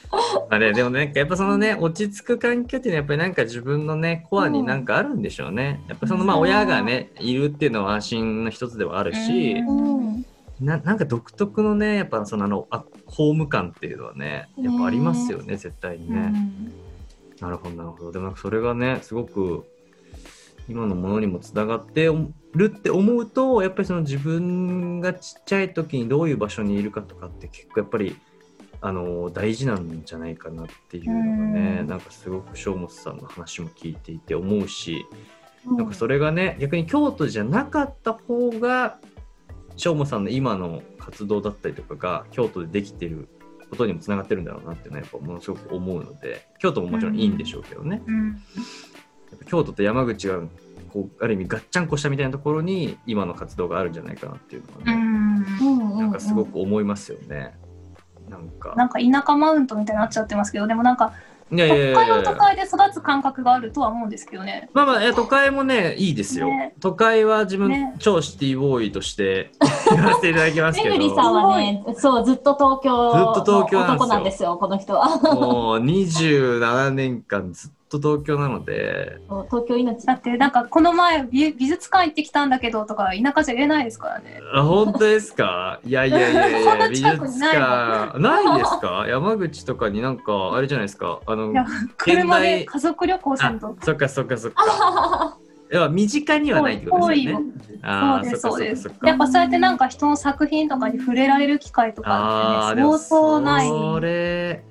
[SPEAKER 1] (laughs) あれでもねやっぱそのね落ち着く環境っていうのはやっぱりなんか自分のねコアになんかあるんでしょうね。やっぱそのまあ
[SPEAKER 2] うん
[SPEAKER 1] 親がねいるっていうのは安心の一つではあるし
[SPEAKER 3] う、
[SPEAKER 2] うん。
[SPEAKER 1] ななんか独特のねやっぱそのあのあホーム感っていうのはねやっぱありますよね絶対に
[SPEAKER 3] う
[SPEAKER 1] ね。
[SPEAKER 3] ん
[SPEAKER 1] なるほどなるほど。でもなんかそれがねすごく今のものにもつながってるって思うとやっぱりその自分がちっちゃい時にどういう場所にいるかとかって結構やっぱりあの大事なんじゃないかなっていうのがね
[SPEAKER 3] うん
[SPEAKER 1] なんかすごく正本さんの話も聞いていて思うし
[SPEAKER 2] うん
[SPEAKER 1] なんかそれがね逆に京都じゃなかった方が正本さんの今の活動だったりとかが京都でできてることにもつながってるんだろうなっていうのはやっぱものすごく思うので京都ももちろんいいんでしょうけどね。
[SPEAKER 3] うん
[SPEAKER 1] やっぱ京都と山口がこうある意味ガッチャンコしたみたいなところに今の活動があるんじゃないかなっていうのは
[SPEAKER 3] う
[SPEAKER 1] ね、
[SPEAKER 3] ん
[SPEAKER 2] うんうん
[SPEAKER 1] なんかすごく思いますよね。なんか
[SPEAKER 3] なんか田舎マウントみたいになっちゃってますけどでもなんか
[SPEAKER 1] いやい
[SPEAKER 3] 都
[SPEAKER 1] やいやい
[SPEAKER 3] 会は都
[SPEAKER 1] や
[SPEAKER 3] 会で育つ感覚があるとは思うんですけどね。
[SPEAKER 1] まあまあいや都会もねいいですよ、
[SPEAKER 3] ね
[SPEAKER 1] 都会は自分、
[SPEAKER 3] ね
[SPEAKER 1] 超シティボーイとして言わせていただきますけ
[SPEAKER 2] めぐりさん
[SPEAKER 1] ど
[SPEAKER 2] はね、そう、ずっと東京の
[SPEAKER 1] ずっと東京なんですよ
[SPEAKER 2] 男なんですよ、この人は。
[SPEAKER 1] もう27年間ずっと東京なので
[SPEAKER 2] そう東京命。
[SPEAKER 3] だってなんかこの前美美術館行ってきたんだけどとか田舎じゃ言えないですからね。
[SPEAKER 1] あ本当です
[SPEAKER 3] (laughs)
[SPEAKER 1] かいやいやいやい
[SPEAKER 3] そん
[SPEAKER 1] や
[SPEAKER 3] な
[SPEAKER 1] 美
[SPEAKER 3] 近く
[SPEAKER 1] 術
[SPEAKER 3] ない
[SPEAKER 1] 館ないですか山口とかになんかあれじゃないですかあの
[SPEAKER 3] いや車で家族旅行さんと
[SPEAKER 1] あそっかそっかそっか。いや身近にはないってことですよね。あ
[SPEAKER 3] そう
[SPEAKER 1] ー
[SPEAKER 3] ですそうです
[SPEAKER 1] そっかそっかそっか
[SPEAKER 3] やっぱそうやってなんか人の作品とかに触れられる機会とか
[SPEAKER 1] あー
[SPEAKER 3] って
[SPEAKER 1] で
[SPEAKER 3] ね
[SPEAKER 1] も
[SPEAKER 3] そうそうない
[SPEAKER 1] それ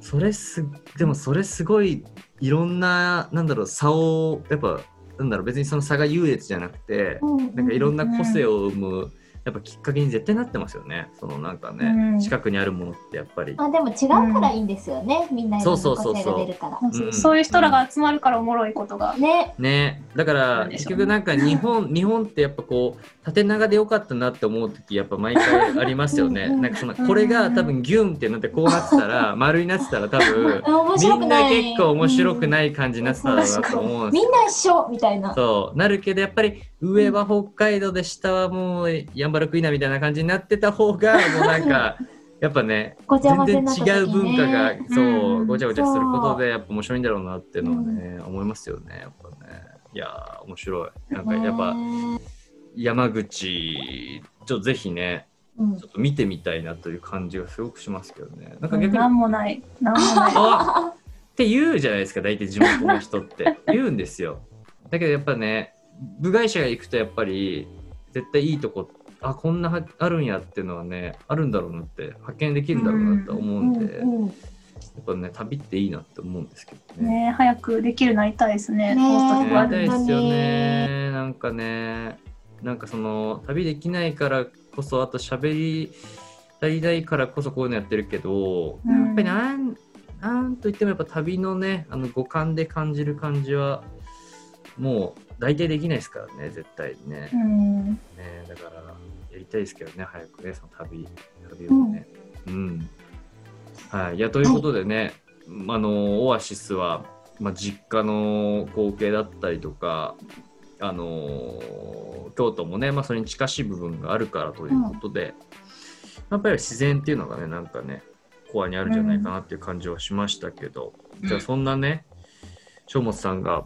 [SPEAKER 1] それすでもそれすごいいろんななんだろう差をやっぱなんだろう別にその差が優劣じゃなくて (laughs) なんかいろんな個性を生む。やっぱきっかけに絶対なってますよね。そのなんかね、
[SPEAKER 3] うん
[SPEAKER 1] 近くにあるものってやっぱり。
[SPEAKER 2] あ、でも違うからいいんですよね、みんないろんな個性が出るから。
[SPEAKER 1] うん
[SPEAKER 3] そういう人らが集まるからおもろいことが、
[SPEAKER 2] ね、
[SPEAKER 1] ねだから
[SPEAKER 3] そうでし
[SPEAKER 1] 結
[SPEAKER 3] ょう
[SPEAKER 1] 局なんか日本日本ってやっぱこう縦長で良かったなって思う時やっぱ毎回ありますよね
[SPEAKER 2] うんうん
[SPEAKER 1] なんかそのこれが多分ギュンってなってこうなってたら丸になってたら多分
[SPEAKER 2] うん面白
[SPEAKER 1] み
[SPEAKER 2] く
[SPEAKER 1] んな
[SPEAKER 2] ない。
[SPEAKER 1] 結構面白くない感じになってただろうなと思うんです
[SPEAKER 2] み
[SPEAKER 1] よ
[SPEAKER 2] んな一緒みたいな。
[SPEAKER 1] そうなるけどやっぱり上は北海道で下はもうやんばるクイナみたいな感じになってた方がもうなんかやっぱね
[SPEAKER 2] ごちゃ
[SPEAKER 1] 全
[SPEAKER 2] 混ぜ
[SPEAKER 1] 然
[SPEAKER 2] になった時
[SPEAKER 1] 違う文化が
[SPEAKER 2] ね
[SPEAKER 1] そううんごちゃごちゃすることでやっぱ面白いんだろうなっていうのはね思いますよねやっぱねいやー面白いなんかやっぱ
[SPEAKER 2] ね
[SPEAKER 1] 山口ちょっとぜひね
[SPEAKER 2] うん
[SPEAKER 1] ちょっと見てみたいなという感じがすごくしますけどねなんか逆に
[SPEAKER 3] なんもないなんもない
[SPEAKER 1] あって言うじゃないですか大体地元の人って (laughs) 言うんですよだけどやっぱね部外者が行くとやっぱり絶対いいとこあこんなはあるんやっていうのはねあるんだろうなって発見できるんだろうなと思うんで、や
[SPEAKER 2] うんうん
[SPEAKER 1] っぱね旅っていいなって思うんですけどね
[SPEAKER 3] ね早くできるようになりたいですね
[SPEAKER 2] ね
[SPEAKER 3] もっ
[SPEAKER 1] ね
[SPEAKER 3] とこあ
[SPEAKER 1] や
[SPEAKER 2] 本
[SPEAKER 1] り
[SPEAKER 2] 当
[SPEAKER 1] た
[SPEAKER 2] に
[SPEAKER 1] いですよねなんかねなんかその旅できないからこそあと喋り足りないからこそこういうのやってるけど
[SPEAKER 3] うん
[SPEAKER 1] やっぱりなんなんといってもやっぱ旅のねあの五感で感じる感じはもう大体できないですからね絶対にね,、
[SPEAKER 3] うん
[SPEAKER 1] ねだからやりたいですけどね早くねその旅旅をねうん、はいいやということでね、あのオアシスは、まあ、実家の光景だったりとかあの京都もね、まあ、それに近しい部分があるからということで、やっぱり自然っていうのがねなんかねコアにあるんじゃないかなっていう感じはしましたけど、じゃあそんなね正本さんが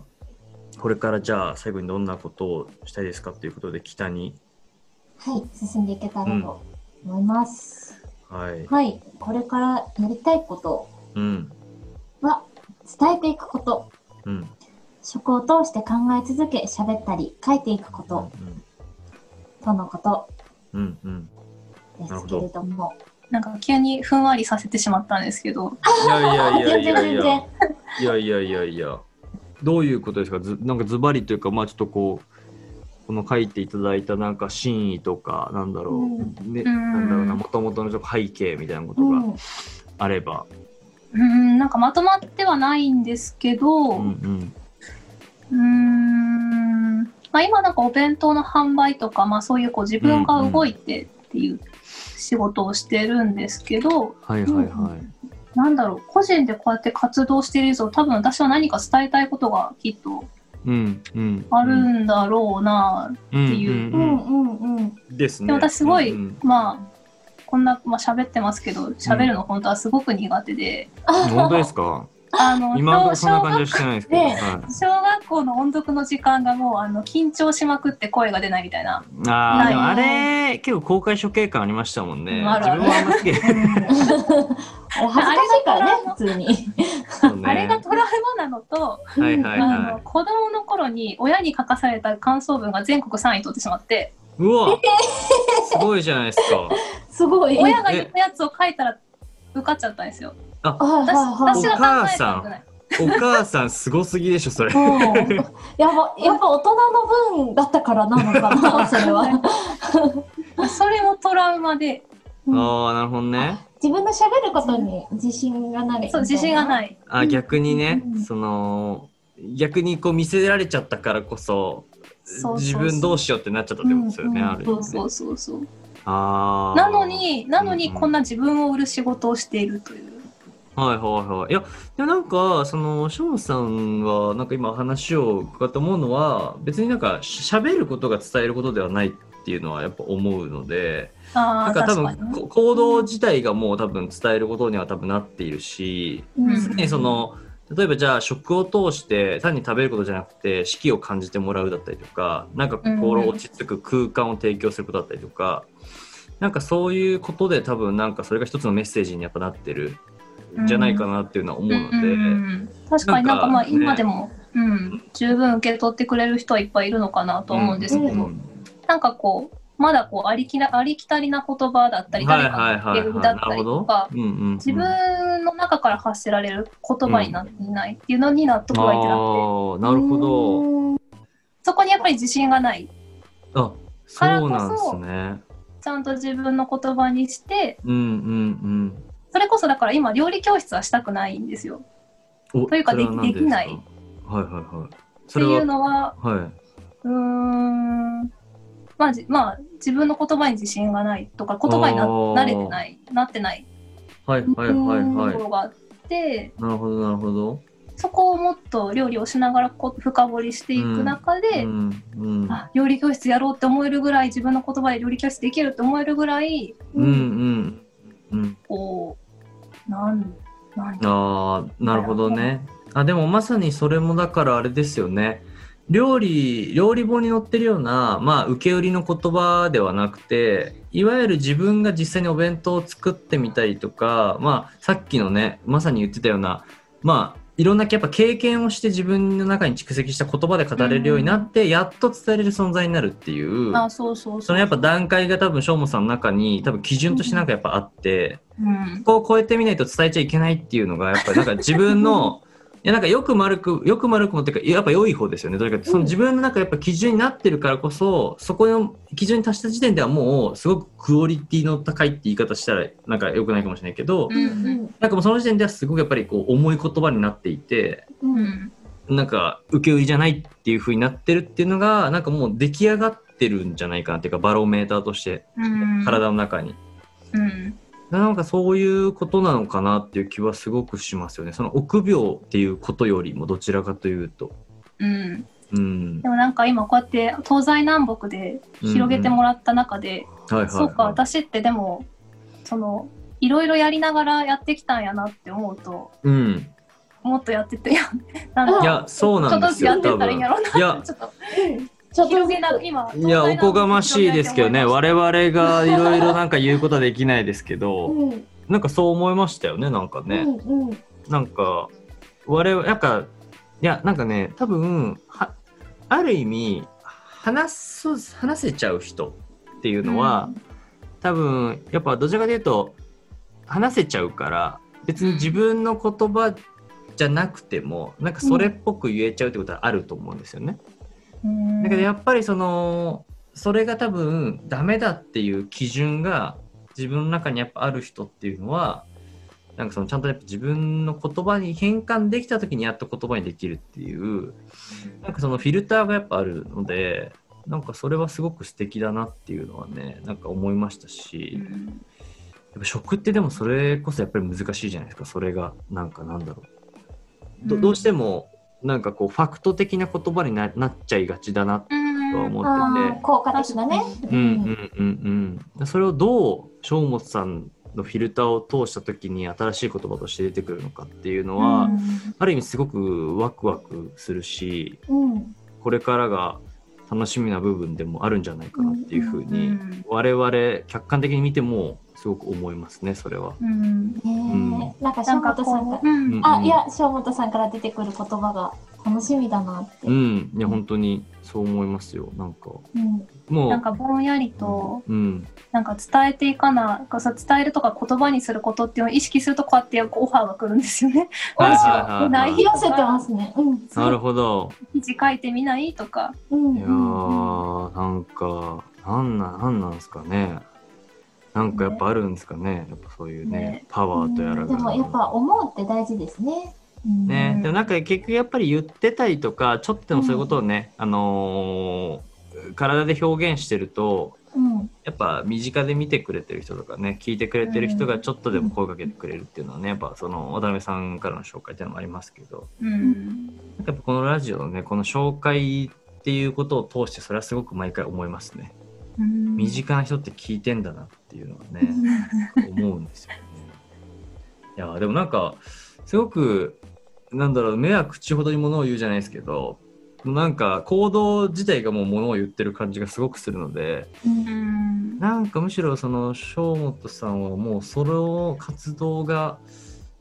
[SPEAKER 1] これからじゃあ最後にどんなことをしたいですかっていうことで北に
[SPEAKER 2] はい、進んでいけたらと思います。
[SPEAKER 1] はい、
[SPEAKER 2] はい、これからやりたいこと
[SPEAKER 1] うん
[SPEAKER 2] は、伝えていくこと。
[SPEAKER 1] うん
[SPEAKER 2] 食を通して考え続け、喋ったり、書いていくこと、とのこと
[SPEAKER 1] うんうん
[SPEAKER 2] ですけれども。
[SPEAKER 3] なんか急にふんわりさせてしまったんですけど
[SPEAKER 1] いやいやいや
[SPEAKER 2] 全
[SPEAKER 1] いや
[SPEAKER 2] 然
[SPEAKER 1] い
[SPEAKER 2] 全
[SPEAKER 1] や
[SPEAKER 2] 然。
[SPEAKER 1] いやいやいやいやどういうことですかずなんかズバリというかまあちょっとこうこの書いていただいたなんか真意とかなんだろう、ね
[SPEAKER 3] うん
[SPEAKER 1] なんだろうなもともとのちょっと背景みたいなこと
[SPEAKER 2] う
[SPEAKER 1] が
[SPEAKER 2] ん
[SPEAKER 1] あれば、
[SPEAKER 3] うんなんかまとまってはないんですけど、
[SPEAKER 1] うんうん
[SPEAKER 3] うーんまあ、今なんかお弁当の販売とか、まあ、そういうこう自分が動いてっていう仕事をしてるんですけど、
[SPEAKER 1] はいはいはい、
[SPEAKER 3] なんだろう個人でこうやって活動してる以上多分私は何か伝えたいことがきっと
[SPEAKER 1] うんうん、
[SPEAKER 3] あるんだろうな、
[SPEAKER 1] って
[SPEAKER 3] いう
[SPEAKER 1] うん
[SPEAKER 2] う
[SPEAKER 1] うん
[SPEAKER 2] ん
[SPEAKER 1] うん
[SPEAKER 2] うんうん。
[SPEAKER 1] ですね
[SPEAKER 3] で私すごい
[SPEAKER 1] うん
[SPEAKER 3] まあこんな、まあ喋ってますけど喋るの本当はすごく苦手で、
[SPEAKER 1] うん本当ですか
[SPEAKER 3] あの
[SPEAKER 1] 今の
[SPEAKER 3] 小
[SPEAKER 1] とこそんな感
[SPEAKER 3] 小
[SPEAKER 1] じ
[SPEAKER 3] 学
[SPEAKER 1] はしてないですけど、
[SPEAKER 2] ね
[SPEAKER 1] は
[SPEAKER 3] 小学校の音読の時間がもうあの緊張しまくって声が出ないみたいな。
[SPEAKER 1] い、あーでもあ
[SPEAKER 2] な
[SPEAKER 1] れ結構公開処刑感ありましたもんね
[SPEAKER 3] ある
[SPEAKER 1] 自
[SPEAKER 3] ある
[SPEAKER 1] 分はあんま好き
[SPEAKER 2] あれ恥ずかしいからね、普通に。
[SPEAKER 1] そうね
[SPEAKER 3] (laughs) あれがトラウマなのと、
[SPEAKER 1] はいはい
[SPEAKER 3] あの
[SPEAKER 1] は
[SPEAKER 3] 子供の頃に親に書かされた感想文が全国3位取ってしまって、
[SPEAKER 1] い。う
[SPEAKER 3] (laughs)
[SPEAKER 1] わ、すごいじゃないですか。
[SPEAKER 2] すごい。
[SPEAKER 3] 親が言ったやつを書いたら受かっちゃったんですよ。
[SPEAKER 2] はい
[SPEAKER 3] 私
[SPEAKER 2] はい
[SPEAKER 3] 私
[SPEAKER 2] はい。
[SPEAKER 3] が考えたんじゃない。
[SPEAKER 1] お母さんすごすぎでしょそれ。
[SPEAKER 2] うん、やばやっぱ大人の分だったからなのかなそれは
[SPEAKER 3] それもトラウマで、
[SPEAKER 1] ああなるほどね。
[SPEAKER 2] 自分の喋ることに自信がない
[SPEAKER 3] そう自信が
[SPEAKER 2] い
[SPEAKER 3] ない。
[SPEAKER 1] あ逆にね
[SPEAKER 2] うん
[SPEAKER 1] その逆にこう見せられちゃったからこそ
[SPEAKER 3] そうそうそう
[SPEAKER 1] 自分どうしようってなっちゃったってことですよね、
[SPEAKER 2] うんうん
[SPEAKER 1] ある意味ね
[SPEAKER 3] そうそうそうそう。
[SPEAKER 1] あー
[SPEAKER 3] なのに、なの
[SPEAKER 1] う
[SPEAKER 3] に
[SPEAKER 1] んうん
[SPEAKER 3] こんな自分を売る仕事をしているという。
[SPEAKER 1] はいはいはい。いや、でもなんか、その、ショーンさんは、なんか今話を伺って思うのは、別になんかしゃべることが伝えることではないっていうのはやっぱ思うので、なん
[SPEAKER 3] ああ、
[SPEAKER 1] か多
[SPEAKER 3] 確か
[SPEAKER 1] 分
[SPEAKER 3] にね。
[SPEAKER 1] こ行動自体がもう多分伝えることには多分なっているし、
[SPEAKER 3] うん
[SPEAKER 1] ね、その、例えばじゃあ食を通して単に食べることじゃなくて四季を感じてもらうだったりとかなんか心落ち着く空間を提供することだったりとか、なんかそういうことで多分なんかそれが一つのメッセージにやっぱなってるんじゃないかなっていうのは思うので、
[SPEAKER 3] うんうんうん確かになんかまあ
[SPEAKER 1] なんかね
[SPEAKER 3] 今でも、うん、十分受け取ってくれる人はいっぱいいるのかなと思うんですけど、
[SPEAKER 2] うん
[SPEAKER 3] なんかこうまだこうありきなありきたりな言葉だったり誰かのセリフだったりとか
[SPEAKER 1] うんうんうん、
[SPEAKER 3] 自分の中から発せられる言葉になっていないっていうのに納得がいってなくて、
[SPEAKER 1] ああなるほど
[SPEAKER 3] そこにやっぱり自信がない
[SPEAKER 1] あそうなんですね
[SPEAKER 3] ちゃんと自分の言葉にして
[SPEAKER 1] うんうん
[SPEAKER 3] それこそだから今料理教室はしたくないんですよ
[SPEAKER 1] うんお
[SPEAKER 3] というか
[SPEAKER 1] それは
[SPEAKER 3] でき
[SPEAKER 1] 何
[SPEAKER 3] できない
[SPEAKER 1] ですかはいはいはい
[SPEAKER 3] って
[SPEAKER 1] それ
[SPEAKER 3] い
[SPEAKER 1] は
[SPEAKER 3] うのは
[SPEAKER 1] は
[SPEAKER 3] うーんまあ、じまあ自分の言葉に自信がないとか言葉にな
[SPEAKER 1] あー
[SPEAKER 3] 慣れてないなってない
[SPEAKER 1] いはいはいはい
[SPEAKER 3] と
[SPEAKER 1] は
[SPEAKER 3] こ
[SPEAKER 1] い
[SPEAKER 3] ろがあって、
[SPEAKER 1] なるほどなるほど
[SPEAKER 3] そこをもっと料理をしながらこう深掘りしていく中で、
[SPEAKER 1] うんうん
[SPEAKER 3] あ料理教室やろうって思えるぐらい自分の言葉で料理教室できるって思えるぐらい
[SPEAKER 1] うんうんうん
[SPEAKER 3] こうなんなん
[SPEAKER 1] ああなるほどねあでもまさにそれもだからあれですよね料理料理本に載ってるようなまあ受け売りの言葉ではなくていわゆる自分が実際にお弁当を作ってみたりとかまあさっきのねまさに言ってたようなまあいろんなやっぱ経験をして自分の中に蓄積した言葉で語れるようになって、やっと伝えれる存在になるっていう
[SPEAKER 3] あそうそうそう
[SPEAKER 1] そのやっぱ段階が多分しょうもさんの中に多分基準としてなんかやっぱあって、
[SPEAKER 3] うん
[SPEAKER 1] こを超えてみないと伝えちゃいけないっていうのがやっぱりなんか自分
[SPEAKER 3] (laughs)
[SPEAKER 1] のいやなんかよく丸くよく丸くもっていうかやっぱ良い方ですよねとにかくその自分の中やっぱ基準になってるからこそそこの基準に達した時点ではもうすごくクオリティの高いって言い方したらなんか良くないかもしれないけど、
[SPEAKER 3] うんうん
[SPEAKER 1] なんかもうその時点ではすごくやっぱりこう重い言葉になっていて
[SPEAKER 3] うん
[SPEAKER 1] なんか受け売りじゃないっていう風になってるっていうのがなんかもう出来上がってるんじゃないかなっていうかバロメーターとして
[SPEAKER 3] うん
[SPEAKER 1] 体の中に。
[SPEAKER 3] うん
[SPEAKER 1] なんかそういうことなのかなっていう気はすごくしますよね。その臆病っていうことよりもどちらかというと。
[SPEAKER 3] うん
[SPEAKER 1] うん。
[SPEAKER 3] でもなんか今こうやって東西南北で広げてもらった中で、
[SPEAKER 1] はいはい、はい。
[SPEAKER 3] そうか私ってでもそのいろいろやりながらやってきたんやなって思うと
[SPEAKER 1] うん。
[SPEAKER 3] もっとや (laughs) っててなんか
[SPEAKER 1] いや、そうなんです
[SPEAKER 3] ち
[SPEAKER 1] よ。
[SPEAKER 3] ょっとずつ
[SPEAKER 1] 多
[SPEAKER 3] やってたら
[SPEAKER 1] 分
[SPEAKER 3] いいん
[SPEAKER 1] い
[SPEAKER 3] やろう
[SPEAKER 1] や、
[SPEAKER 3] ちょっと
[SPEAKER 2] ちょっと
[SPEAKER 3] 広げな今
[SPEAKER 1] いや、おこがましいですけどね。我々がいろいろなんか言うことはできないですけ
[SPEAKER 2] う
[SPEAKER 1] ど、
[SPEAKER 2] ん
[SPEAKER 1] なんかそう思いましたよね、なんかね。
[SPEAKER 2] うんうん
[SPEAKER 1] なんか我々なんかいやなんかね多分はある意味話す話せちゃう人っていうのは、多分やっぱどちらかというと話せちゃうから別に自分の言葉じゃなくてもなんかそれっぽく言えちゃうってことはあると思うんですよね。
[SPEAKER 3] うん
[SPEAKER 1] だけどやっぱりそのそれが多分ダメだっていう基準が自分の中にやっぱある人っていうのはなんかそのちゃんとやっぱ自分の言葉に変換できた時にやっと言葉にできるっていうなんかそのフィルターがやっぱあるのでなんかそれはすごく素敵だなっていうのはねなんか思いましたし
[SPEAKER 3] う
[SPEAKER 1] やっ
[SPEAKER 3] ん
[SPEAKER 1] ぱ食ってでもそれこそやっぱり難しいじゃないですかそれがなんかなんだろうどどうしてもなんかこうファクト的な言葉にななっちゃいがちだな
[SPEAKER 3] うん
[SPEAKER 1] とは思
[SPEAKER 2] あ
[SPEAKER 1] ってて
[SPEAKER 2] ー。効果的だね
[SPEAKER 1] うんうんうんうん、それをどう正本さんのフィルターを通した時に新しい言葉として出てくるのかっていうのは、
[SPEAKER 3] うん
[SPEAKER 1] ある意味すごくワクワクするし
[SPEAKER 2] うん
[SPEAKER 1] これからが楽しみな部分でもあるんじゃないかなっていうふう
[SPEAKER 3] う
[SPEAKER 1] に、
[SPEAKER 3] ん
[SPEAKER 1] 我々客観的に見てもすごく思いますねそれは。
[SPEAKER 3] うん、
[SPEAKER 2] え
[SPEAKER 1] ん
[SPEAKER 2] なんか
[SPEAKER 3] なん
[SPEAKER 2] 正
[SPEAKER 3] か
[SPEAKER 2] 本さん
[SPEAKER 3] こ
[SPEAKER 2] が
[SPEAKER 3] う、うん
[SPEAKER 1] うん
[SPEAKER 2] あいや正本さんから出てくる言葉が楽しみだなって、
[SPEAKER 1] う
[SPEAKER 2] うん
[SPEAKER 1] ん、いや本当にそう思いますよなんかもう
[SPEAKER 3] なんかぼんやりと
[SPEAKER 1] うん、
[SPEAKER 3] なんか伝えていかなこうそう伝えるとか言葉にすることっていうのを意識するとこうやってオファーが来るんですよね。 (laughs)
[SPEAKER 1] はいはいはい
[SPEAKER 3] で内
[SPEAKER 2] 引き
[SPEAKER 3] 容
[SPEAKER 2] 寄せてますねうん
[SPEAKER 1] なるほど
[SPEAKER 3] 記事書いてみないとか
[SPEAKER 2] うん
[SPEAKER 1] いやーなんかなんななんなんですかねなんかやっぱあるんですかねやっぱそういうね
[SPEAKER 3] ね
[SPEAKER 1] パワーとやらが、
[SPEAKER 2] でもやっぱ思うって大事ですね。うん
[SPEAKER 1] ね、
[SPEAKER 3] うん
[SPEAKER 1] でもなんか結局やっぱり言ってたりとかちょっとでもそういうことをね、あのー体で表現してると
[SPEAKER 2] うん
[SPEAKER 1] やっぱ身近で見てくれてる人とかね聞いてくれてる人がちょっとでも声かけてくれるっていうのはねやっぱその渡辺さんからの紹介っていうのもありますけど
[SPEAKER 3] うん
[SPEAKER 1] なんかやっぱこのラジオのねこの紹介っていうことを通してそれはすごく毎回思いますね
[SPEAKER 3] うん
[SPEAKER 1] 身近な人って聞いてんだなっていうのはね思うんですよね。いやーでもなんかすごくなんだろう目は口ほどにものを言うじゃないですけどなんか行動自体がもうものを言ってる感じがすごくするので
[SPEAKER 3] うん
[SPEAKER 1] なんかむしろその正本さんはもうその活動が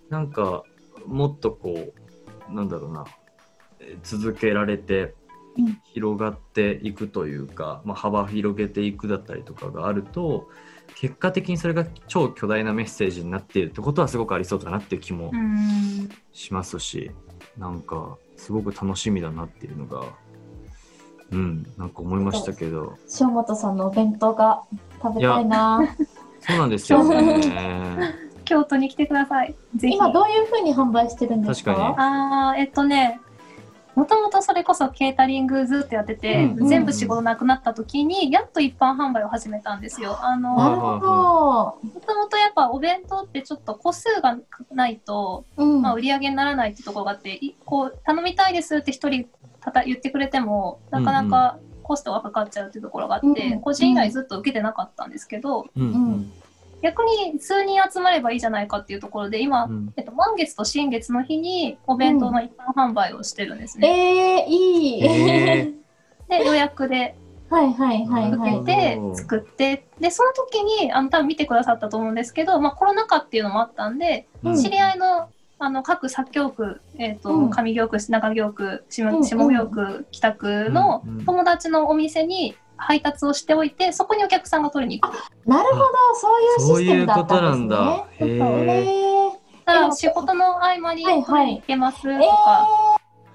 [SPEAKER 1] なんかもっとこうなんだろうなえー続けられて
[SPEAKER 2] うん
[SPEAKER 1] 広がっていくというか、まあ、幅広げていくだったりとかがあると結果的にそれが超巨大なメッセージになっているってことはすごくありそうだなっていう気も
[SPEAKER 3] うん
[SPEAKER 1] しますし、なんかすごく楽しみだなっていうのがうんなんか思いましたけど。
[SPEAKER 2] 正本さんのお弁当が食べたいな。
[SPEAKER 1] そうなんですよね。 (laughs)
[SPEAKER 3] 京都に来てください。ぜひ
[SPEAKER 2] 今どういう風に販売してるんですか？
[SPEAKER 1] 確か
[SPEAKER 3] あーえっとねもともとそれこそケータリングずっとやってて、
[SPEAKER 1] うん
[SPEAKER 3] 全部仕事なくなった時にやっと一般販売を始めたんですよ。あの
[SPEAKER 1] はい
[SPEAKER 2] なるほ
[SPEAKER 3] もともとやっぱお弁当ってちょっと個数がないと、
[SPEAKER 2] ど。うん。
[SPEAKER 3] まあ、売り上げにならないってとこがあっていこう頼みたいですって一人たた言ってくれてもなかなかコストがかかっちゃうってところがあって、
[SPEAKER 2] うん
[SPEAKER 3] 個人以外ずっと受けてなかったんですけど
[SPEAKER 1] うんうん
[SPEAKER 3] 逆に数人集まればいいじゃないかっていうところで今、
[SPEAKER 1] うん
[SPEAKER 3] えっと、満月と新月の日にお弁当の一般販売をしてるんですね。
[SPEAKER 2] えー、いい。
[SPEAKER 1] え
[SPEAKER 3] で予約で
[SPEAKER 2] (laughs) はいはいはい
[SPEAKER 3] 受
[SPEAKER 2] は
[SPEAKER 3] け
[SPEAKER 2] い。
[SPEAKER 3] て
[SPEAKER 1] うん
[SPEAKER 3] 作ってでその時にあの多分見てくださったと思うんですけど、まあ、コロナ禍っていうのもあったんで
[SPEAKER 1] (laughs) うん
[SPEAKER 3] 知り合いのあの各作業区、えーと
[SPEAKER 2] うん
[SPEAKER 3] 上行区中行区下
[SPEAKER 2] うん
[SPEAKER 3] 下行区北区の
[SPEAKER 1] うんうん
[SPEAKER 3] 友達のお店に配達をしておいてそこにお客さんが取りに行く。
[SPEAKER 2] なるほど、そういうシステムだったんですね。
[SPEAKER 1] そういうことなんだへー
[SPEAKER 2] え
[SPEAKER 3] だから仕事の合間に
[SPEAKER 2] はい
[SPEAKER 3] 取
[SPEAKER 2] はい
[SPEAKER 3] りに行けますとか、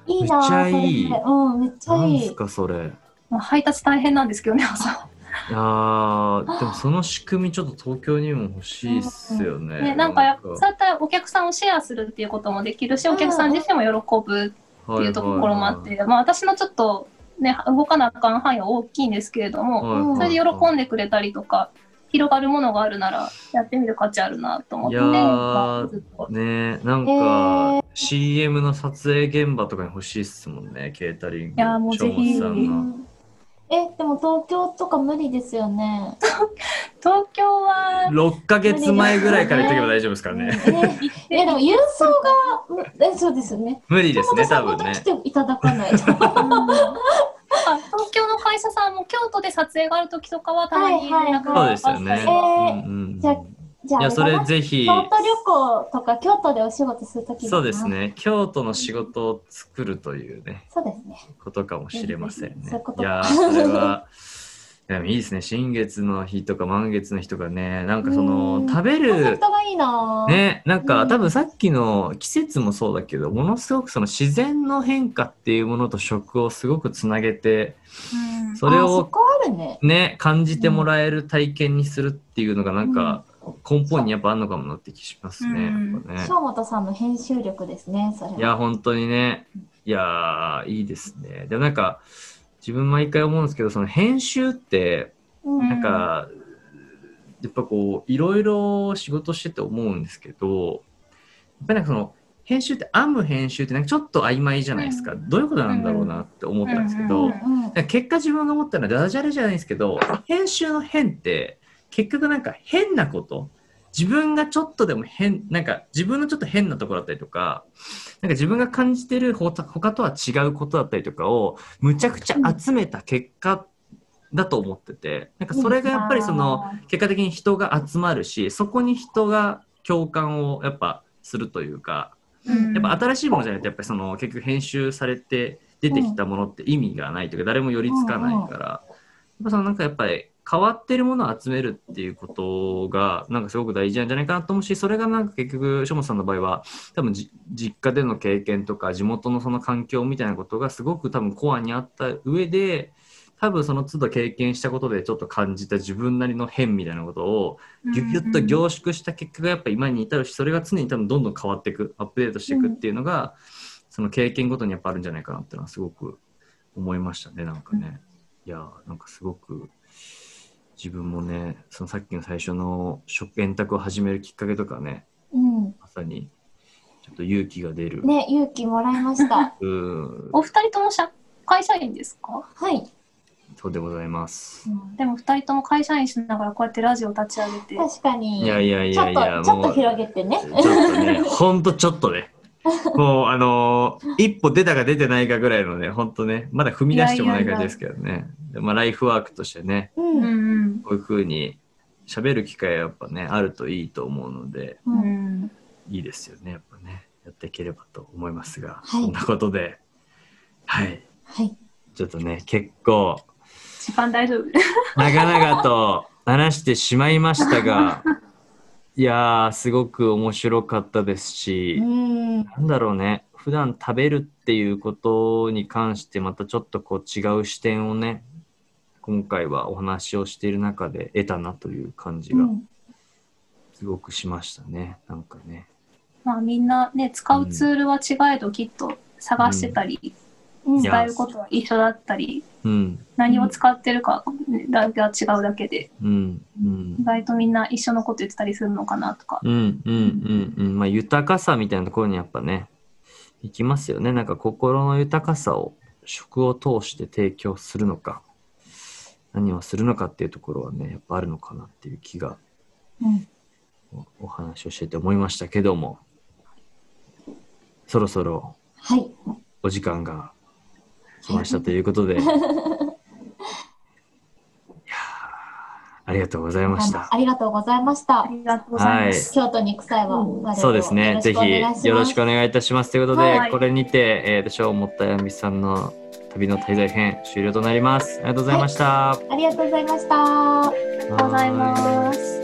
[SPEAKER 2] えー、いいな。
[SPEAKER 1] めっちゃいい
[SPEAKER 2] それうん、めっちゃ
[SPEAKER 1] ないん
[SPEAKER 2] い
[SPEAKER 1] す。かそれ。
[SPEAKER 3] まあ配達大変なんですけどね朝、
[SPEAKER 1] いやーでもその仕組みちょっと東京にも欲しいっすよね。
[SPEAKER 3] ね、なんかやそう
[SPEAKER 1] っ
[SPEAKER 3] やったらお客さんをシェアするっていうこともできるしお客さん自身も喜ぶ
[SPEAKER 1] て
[SPEAKER 3] っていうところもあって、まあ、私のちょっと、ね、動かなあかん範囲は大きいんですけれども、
[SPEAKER 2] うん
[SPEAKER 3] それで喜ん
[SPEAKER 1] で
[SPEAKER 3] でくれたりとか広がるものがあるならやってみる価値あるなと思って、
[SPEAKER 1] いやー
[SPEAKER 3] まあずっと
[SPEAKER 1] ねなんか CM の撮影現場とかに欲しいっすもんねケータリング
[SPEAKER 3] いやーもうぜひ
[SPEAKER 1] 松さんの
[SPEAKER 2] え、でも東京とか無理ですよね。
[SPEAKER 3] 東京は
[SPEAKER 1] 6ヶ月前ぐらいから言っとけば大丈夫ですからね
[SPEAKER 2] ええでも郵送が、うんえ、そうですよね。
[SPEAKER 1] 無理ですね多
[SPEAKER 2] 本
[SPEAKER 1] 分
[SPEAKER 2] 当に
[SPEAKER 1] ね
[SPEAKER 2] 来ていただ
[SPEAKER 1] (laughs)
[SPEAKER 2] かないと。は
[SPEAKER 3] うんなんか東京の会社さんも京都で撮影がある時とかはたまに連絡
[SPEAKER 1] そう
[SPEAKER 3] があ
[SPEAKER 1] で
[SPEAKER 3] っ
[SPEAKER 1] すよ
[SPEAKER 3] たり
[SPEAKER 1] ね
[SPEAKER 3] と
[SPEAKER 2] え
[SPEAKER 3] か
[SPEAKER 1] う
[SPEAKER 2] ー
[SPEAKER 1] んうん
[SPEAKER 2] じゃあじゃあ、
[SPEAKER 1] いやそ
[SPEAKER 2] あ
[SPEAKER 1] れ
[SPEAKER 2] かな
[SPEAKER 1] ぜひ
[SPEAKER 2] 京都旅行とか京都でお仕事するとき
[SPEAKER 1] そうです。ね京都の仕事を作るというね
[SPEAKER 2] そうですね。
[SPEAKER 1] ことかもしれませんね。
[SPEAKER 2] そういうこと
[SPEAKER 1] いやーそれは (laughs) でもいいですね新月の日とか満月の日とかねなんかその
[SPEAKER 2] うん
[SPEAKER 1] 食べ
[SPEAKER 2] コンセプ
[SPEAKER 1] る
[SPEAKER 2] トがいいなぁ。
[SPEAKER 1] ねなん
[SPEAKER 2] う
[SPEAKER 1] か
[SPEAKER 2] ん
[SPEAKER 1] 多分さっきの季節もそうだけどものすごくその自然の変化っていうものと食をすごくつなげて
[SPEAKER 3] うん
[SPEAKER 1] それ
[SPEAKER 2] あそ
[SPEAKER 1] を
[SPEAKER 2] こあるね。
[SPEAKER 1] ね感じてもらえる体験にするっていうのがなんか根本にやっぱあるのかもなって気しますね。
[SPEAKER 3] うん
[SPEAKER 1] やっぱね
[SPEAKER 2] 正本さんの編集力ですね、それは。
[SPEAKER 1] いや、本当にね。いやー、いいですね。でもなんか、自分毎回思うんですけど、その編集って、
[SPEAKER 2] うん
[SPEAKER 1] なんか、やっぱこう、いろいろ仕事してて思うんですけど、やっぱりなんかその、編集って、編む編集ってなんかちょっと曖昧じゃないですか。
[SPEAKER 3] うん
[SPEAKER 1] どういうことなんだろうなって思ったんですけ
[SPEAKER 2] う
[SPEAKER 1] ど、
[SPEAKER 2] ん
[SPEAKER 1] なん
[SPEAKER 2] うん
[SPEAKER 1] か結果自分が思ったのはダジャレじゃないですけど、編集の変って、結局なんか変なこと、自分がちょっとでも変、なんか自分のちょっと変なところだったりとか、なんか自分が感じてるほ他他とは違うことだったりとかをむちゃくちゃ集めた結果だと思っててなんかそれがやっぱりその結果的に人が集まるしそこに人が共感をやっぱするというか
[SPEAKER 3] うん
[SPEAKER 1] やっぱ新しいものじゃないとやっぱりその結局編集されて出てきたものって意味がないというか誰も寄りつかないからやっぱそのなんかやっぱり変わってるものを集めるっていうことがなんかすごく大事なんじゃないかなと思うしそれがなんか結局しょもさんの場合は多分じ実家での経験とか地元のその環境みたいなことがすごく多分コアにあった上で多分その都度経験したことでちょっと感じた自分なりの変みたいなことをギュギュッと凝縮した結果がやっぱ今に至るしそれが常に多分どんどん変わっていくアップデートしていくっていうのが、その経験ごとにやっぱあるんじゃないかなっていうのはすごく思いましたねなんかね、いやーなんかすごく自分もねそのさっきの最初の食円卓を始めるきっかけとかね
[SPEAKER 2] うん。
[SPEAKER 1] まさにちょっと勇気が出る、
[SPEAKER 2] ね、勇気もらいま
[SPEAKER 1] (laughs)
[SPEAKER 2] した。
[SPEAKER 1] うーん
[SPEAKER 3] お二人とも社会社員ですか
[SPEAKER 2] はい。
[SPEAKER 1] そうでございます
[SPEAKER 2] う、ん
[SPEAKER 3] でも二人とも会社員しながらこうやってラジオ立ち上げて
[SPEAKER 2] 確かに。
[SPEAKER 1] いやいやい
[SPEAKER 2] ちょ
[SPEAKER 1] や
[SPEAKER 2] っ
[SPEAKER 1] い
[SPEAKER 2] と
[SPEAKER 1] や
[SPEAKER 2] ちょっ
[SPEAKER 1] も
[SPEAKER 2] と
[SPEAKER 1] う
[SPEAKER 2] 広げてね。
[SPEAKER 1] ちょっと
[SPEAKER 2] (laughs)
[SPEAKER 1] ね、ほんとちょっとね。もう、あのー一歩出たか出てないかぐらいのね、ほんとね、まだ踏み出してもない感じですけどね。でまあ、ライフワークとしてね、
[SPEAKER 2] う。
[SPEAKER 3] うんん
[SPEAKER 1] こういう風に喋る機会はやっぱね、あるといいと思うので、
[SPEAKER 3] う
[SPEAKER 2] うん
[SPEAKER 3] ん
[SPEAKER 1] いいですよね、やっぱね。やっていければと思いますが、
[SPEAKER 2] はい
[SPEAKER 1] そんなことで、はい。
[SPEAKER 2] はい。
[SPEAKER 1] ちょっとね、結構、
[SPEAKER 3] 時間大丈夫 (laughs)
[SPEAKER 1] 長々と話してしまいましたが、いやー、すごく面白かったですし、
[SPEAKER 2] うん。
[SPEAKER 1] なんだろうね普段食べるっていうことに関してまたちょっとこう違う視点をね今回はお話をしている中で得たなという感じが
[SPEAKER 2] うん
[SPEAKER 1] すごくしましたね、なんかね
[SPEAKER 3] まあみんなね使うツールは違えどきっと探してたり
[SPEAKER 2] うん
[SPEAKER 1] いや
[SPEAKER 3] 伝えることは一緒だったり
[SPEAKER 1] うん
[SPEAKER 3] 何を使ってるかが違うだけで
[SPEAKER 1] うんうん
[SPEAKER 3] 意外とみんな一緒のこと言ってたりするのかなとか
[SPEAKER 1] うんうんうんうんまあ豊かさみたいなところにやっぱね行きますよねなんか心の豊かさを食を通して提供するのか何をするのかっていうところはねやっぱあるのかなっていう気が
[SPEAKER 2] うん
[SPEAKER 1] おお話をしてて思いましたけどもそろそろ
[SPEAKER 2] はい。
[SPEAKER 1] お時間が来ましたという
[SPEAKER 2] (laughs)
[SPEAKER 1] ことでいやあありがとうございまし
[SPEAKER 2] あ
[SPEAKER 1] た
[SPEAKER 2] のありがとうございました
[SPEAKER 3] あ。りがとうございます。
[SPEAKER 2] 京都に行く際は、我々を
[SPEAKER 1] そうですねぜひよろしく
[SPEAKER 2] お
[SPEAKER 1] お
[SPEAKER 2] 願いし
[SPEAKER 1] 願いいたしますということで、
[SPEAKER 3] はい
[SPEAKER 1] これにて、えー、ショーを持ったやみさんの旅の滞在編終了となりますありがとうございました、
[SPEAKER 2] ますありがとうございました。
[SPEAKER 1] あり
[SPEAKER 3] ありがとうございます。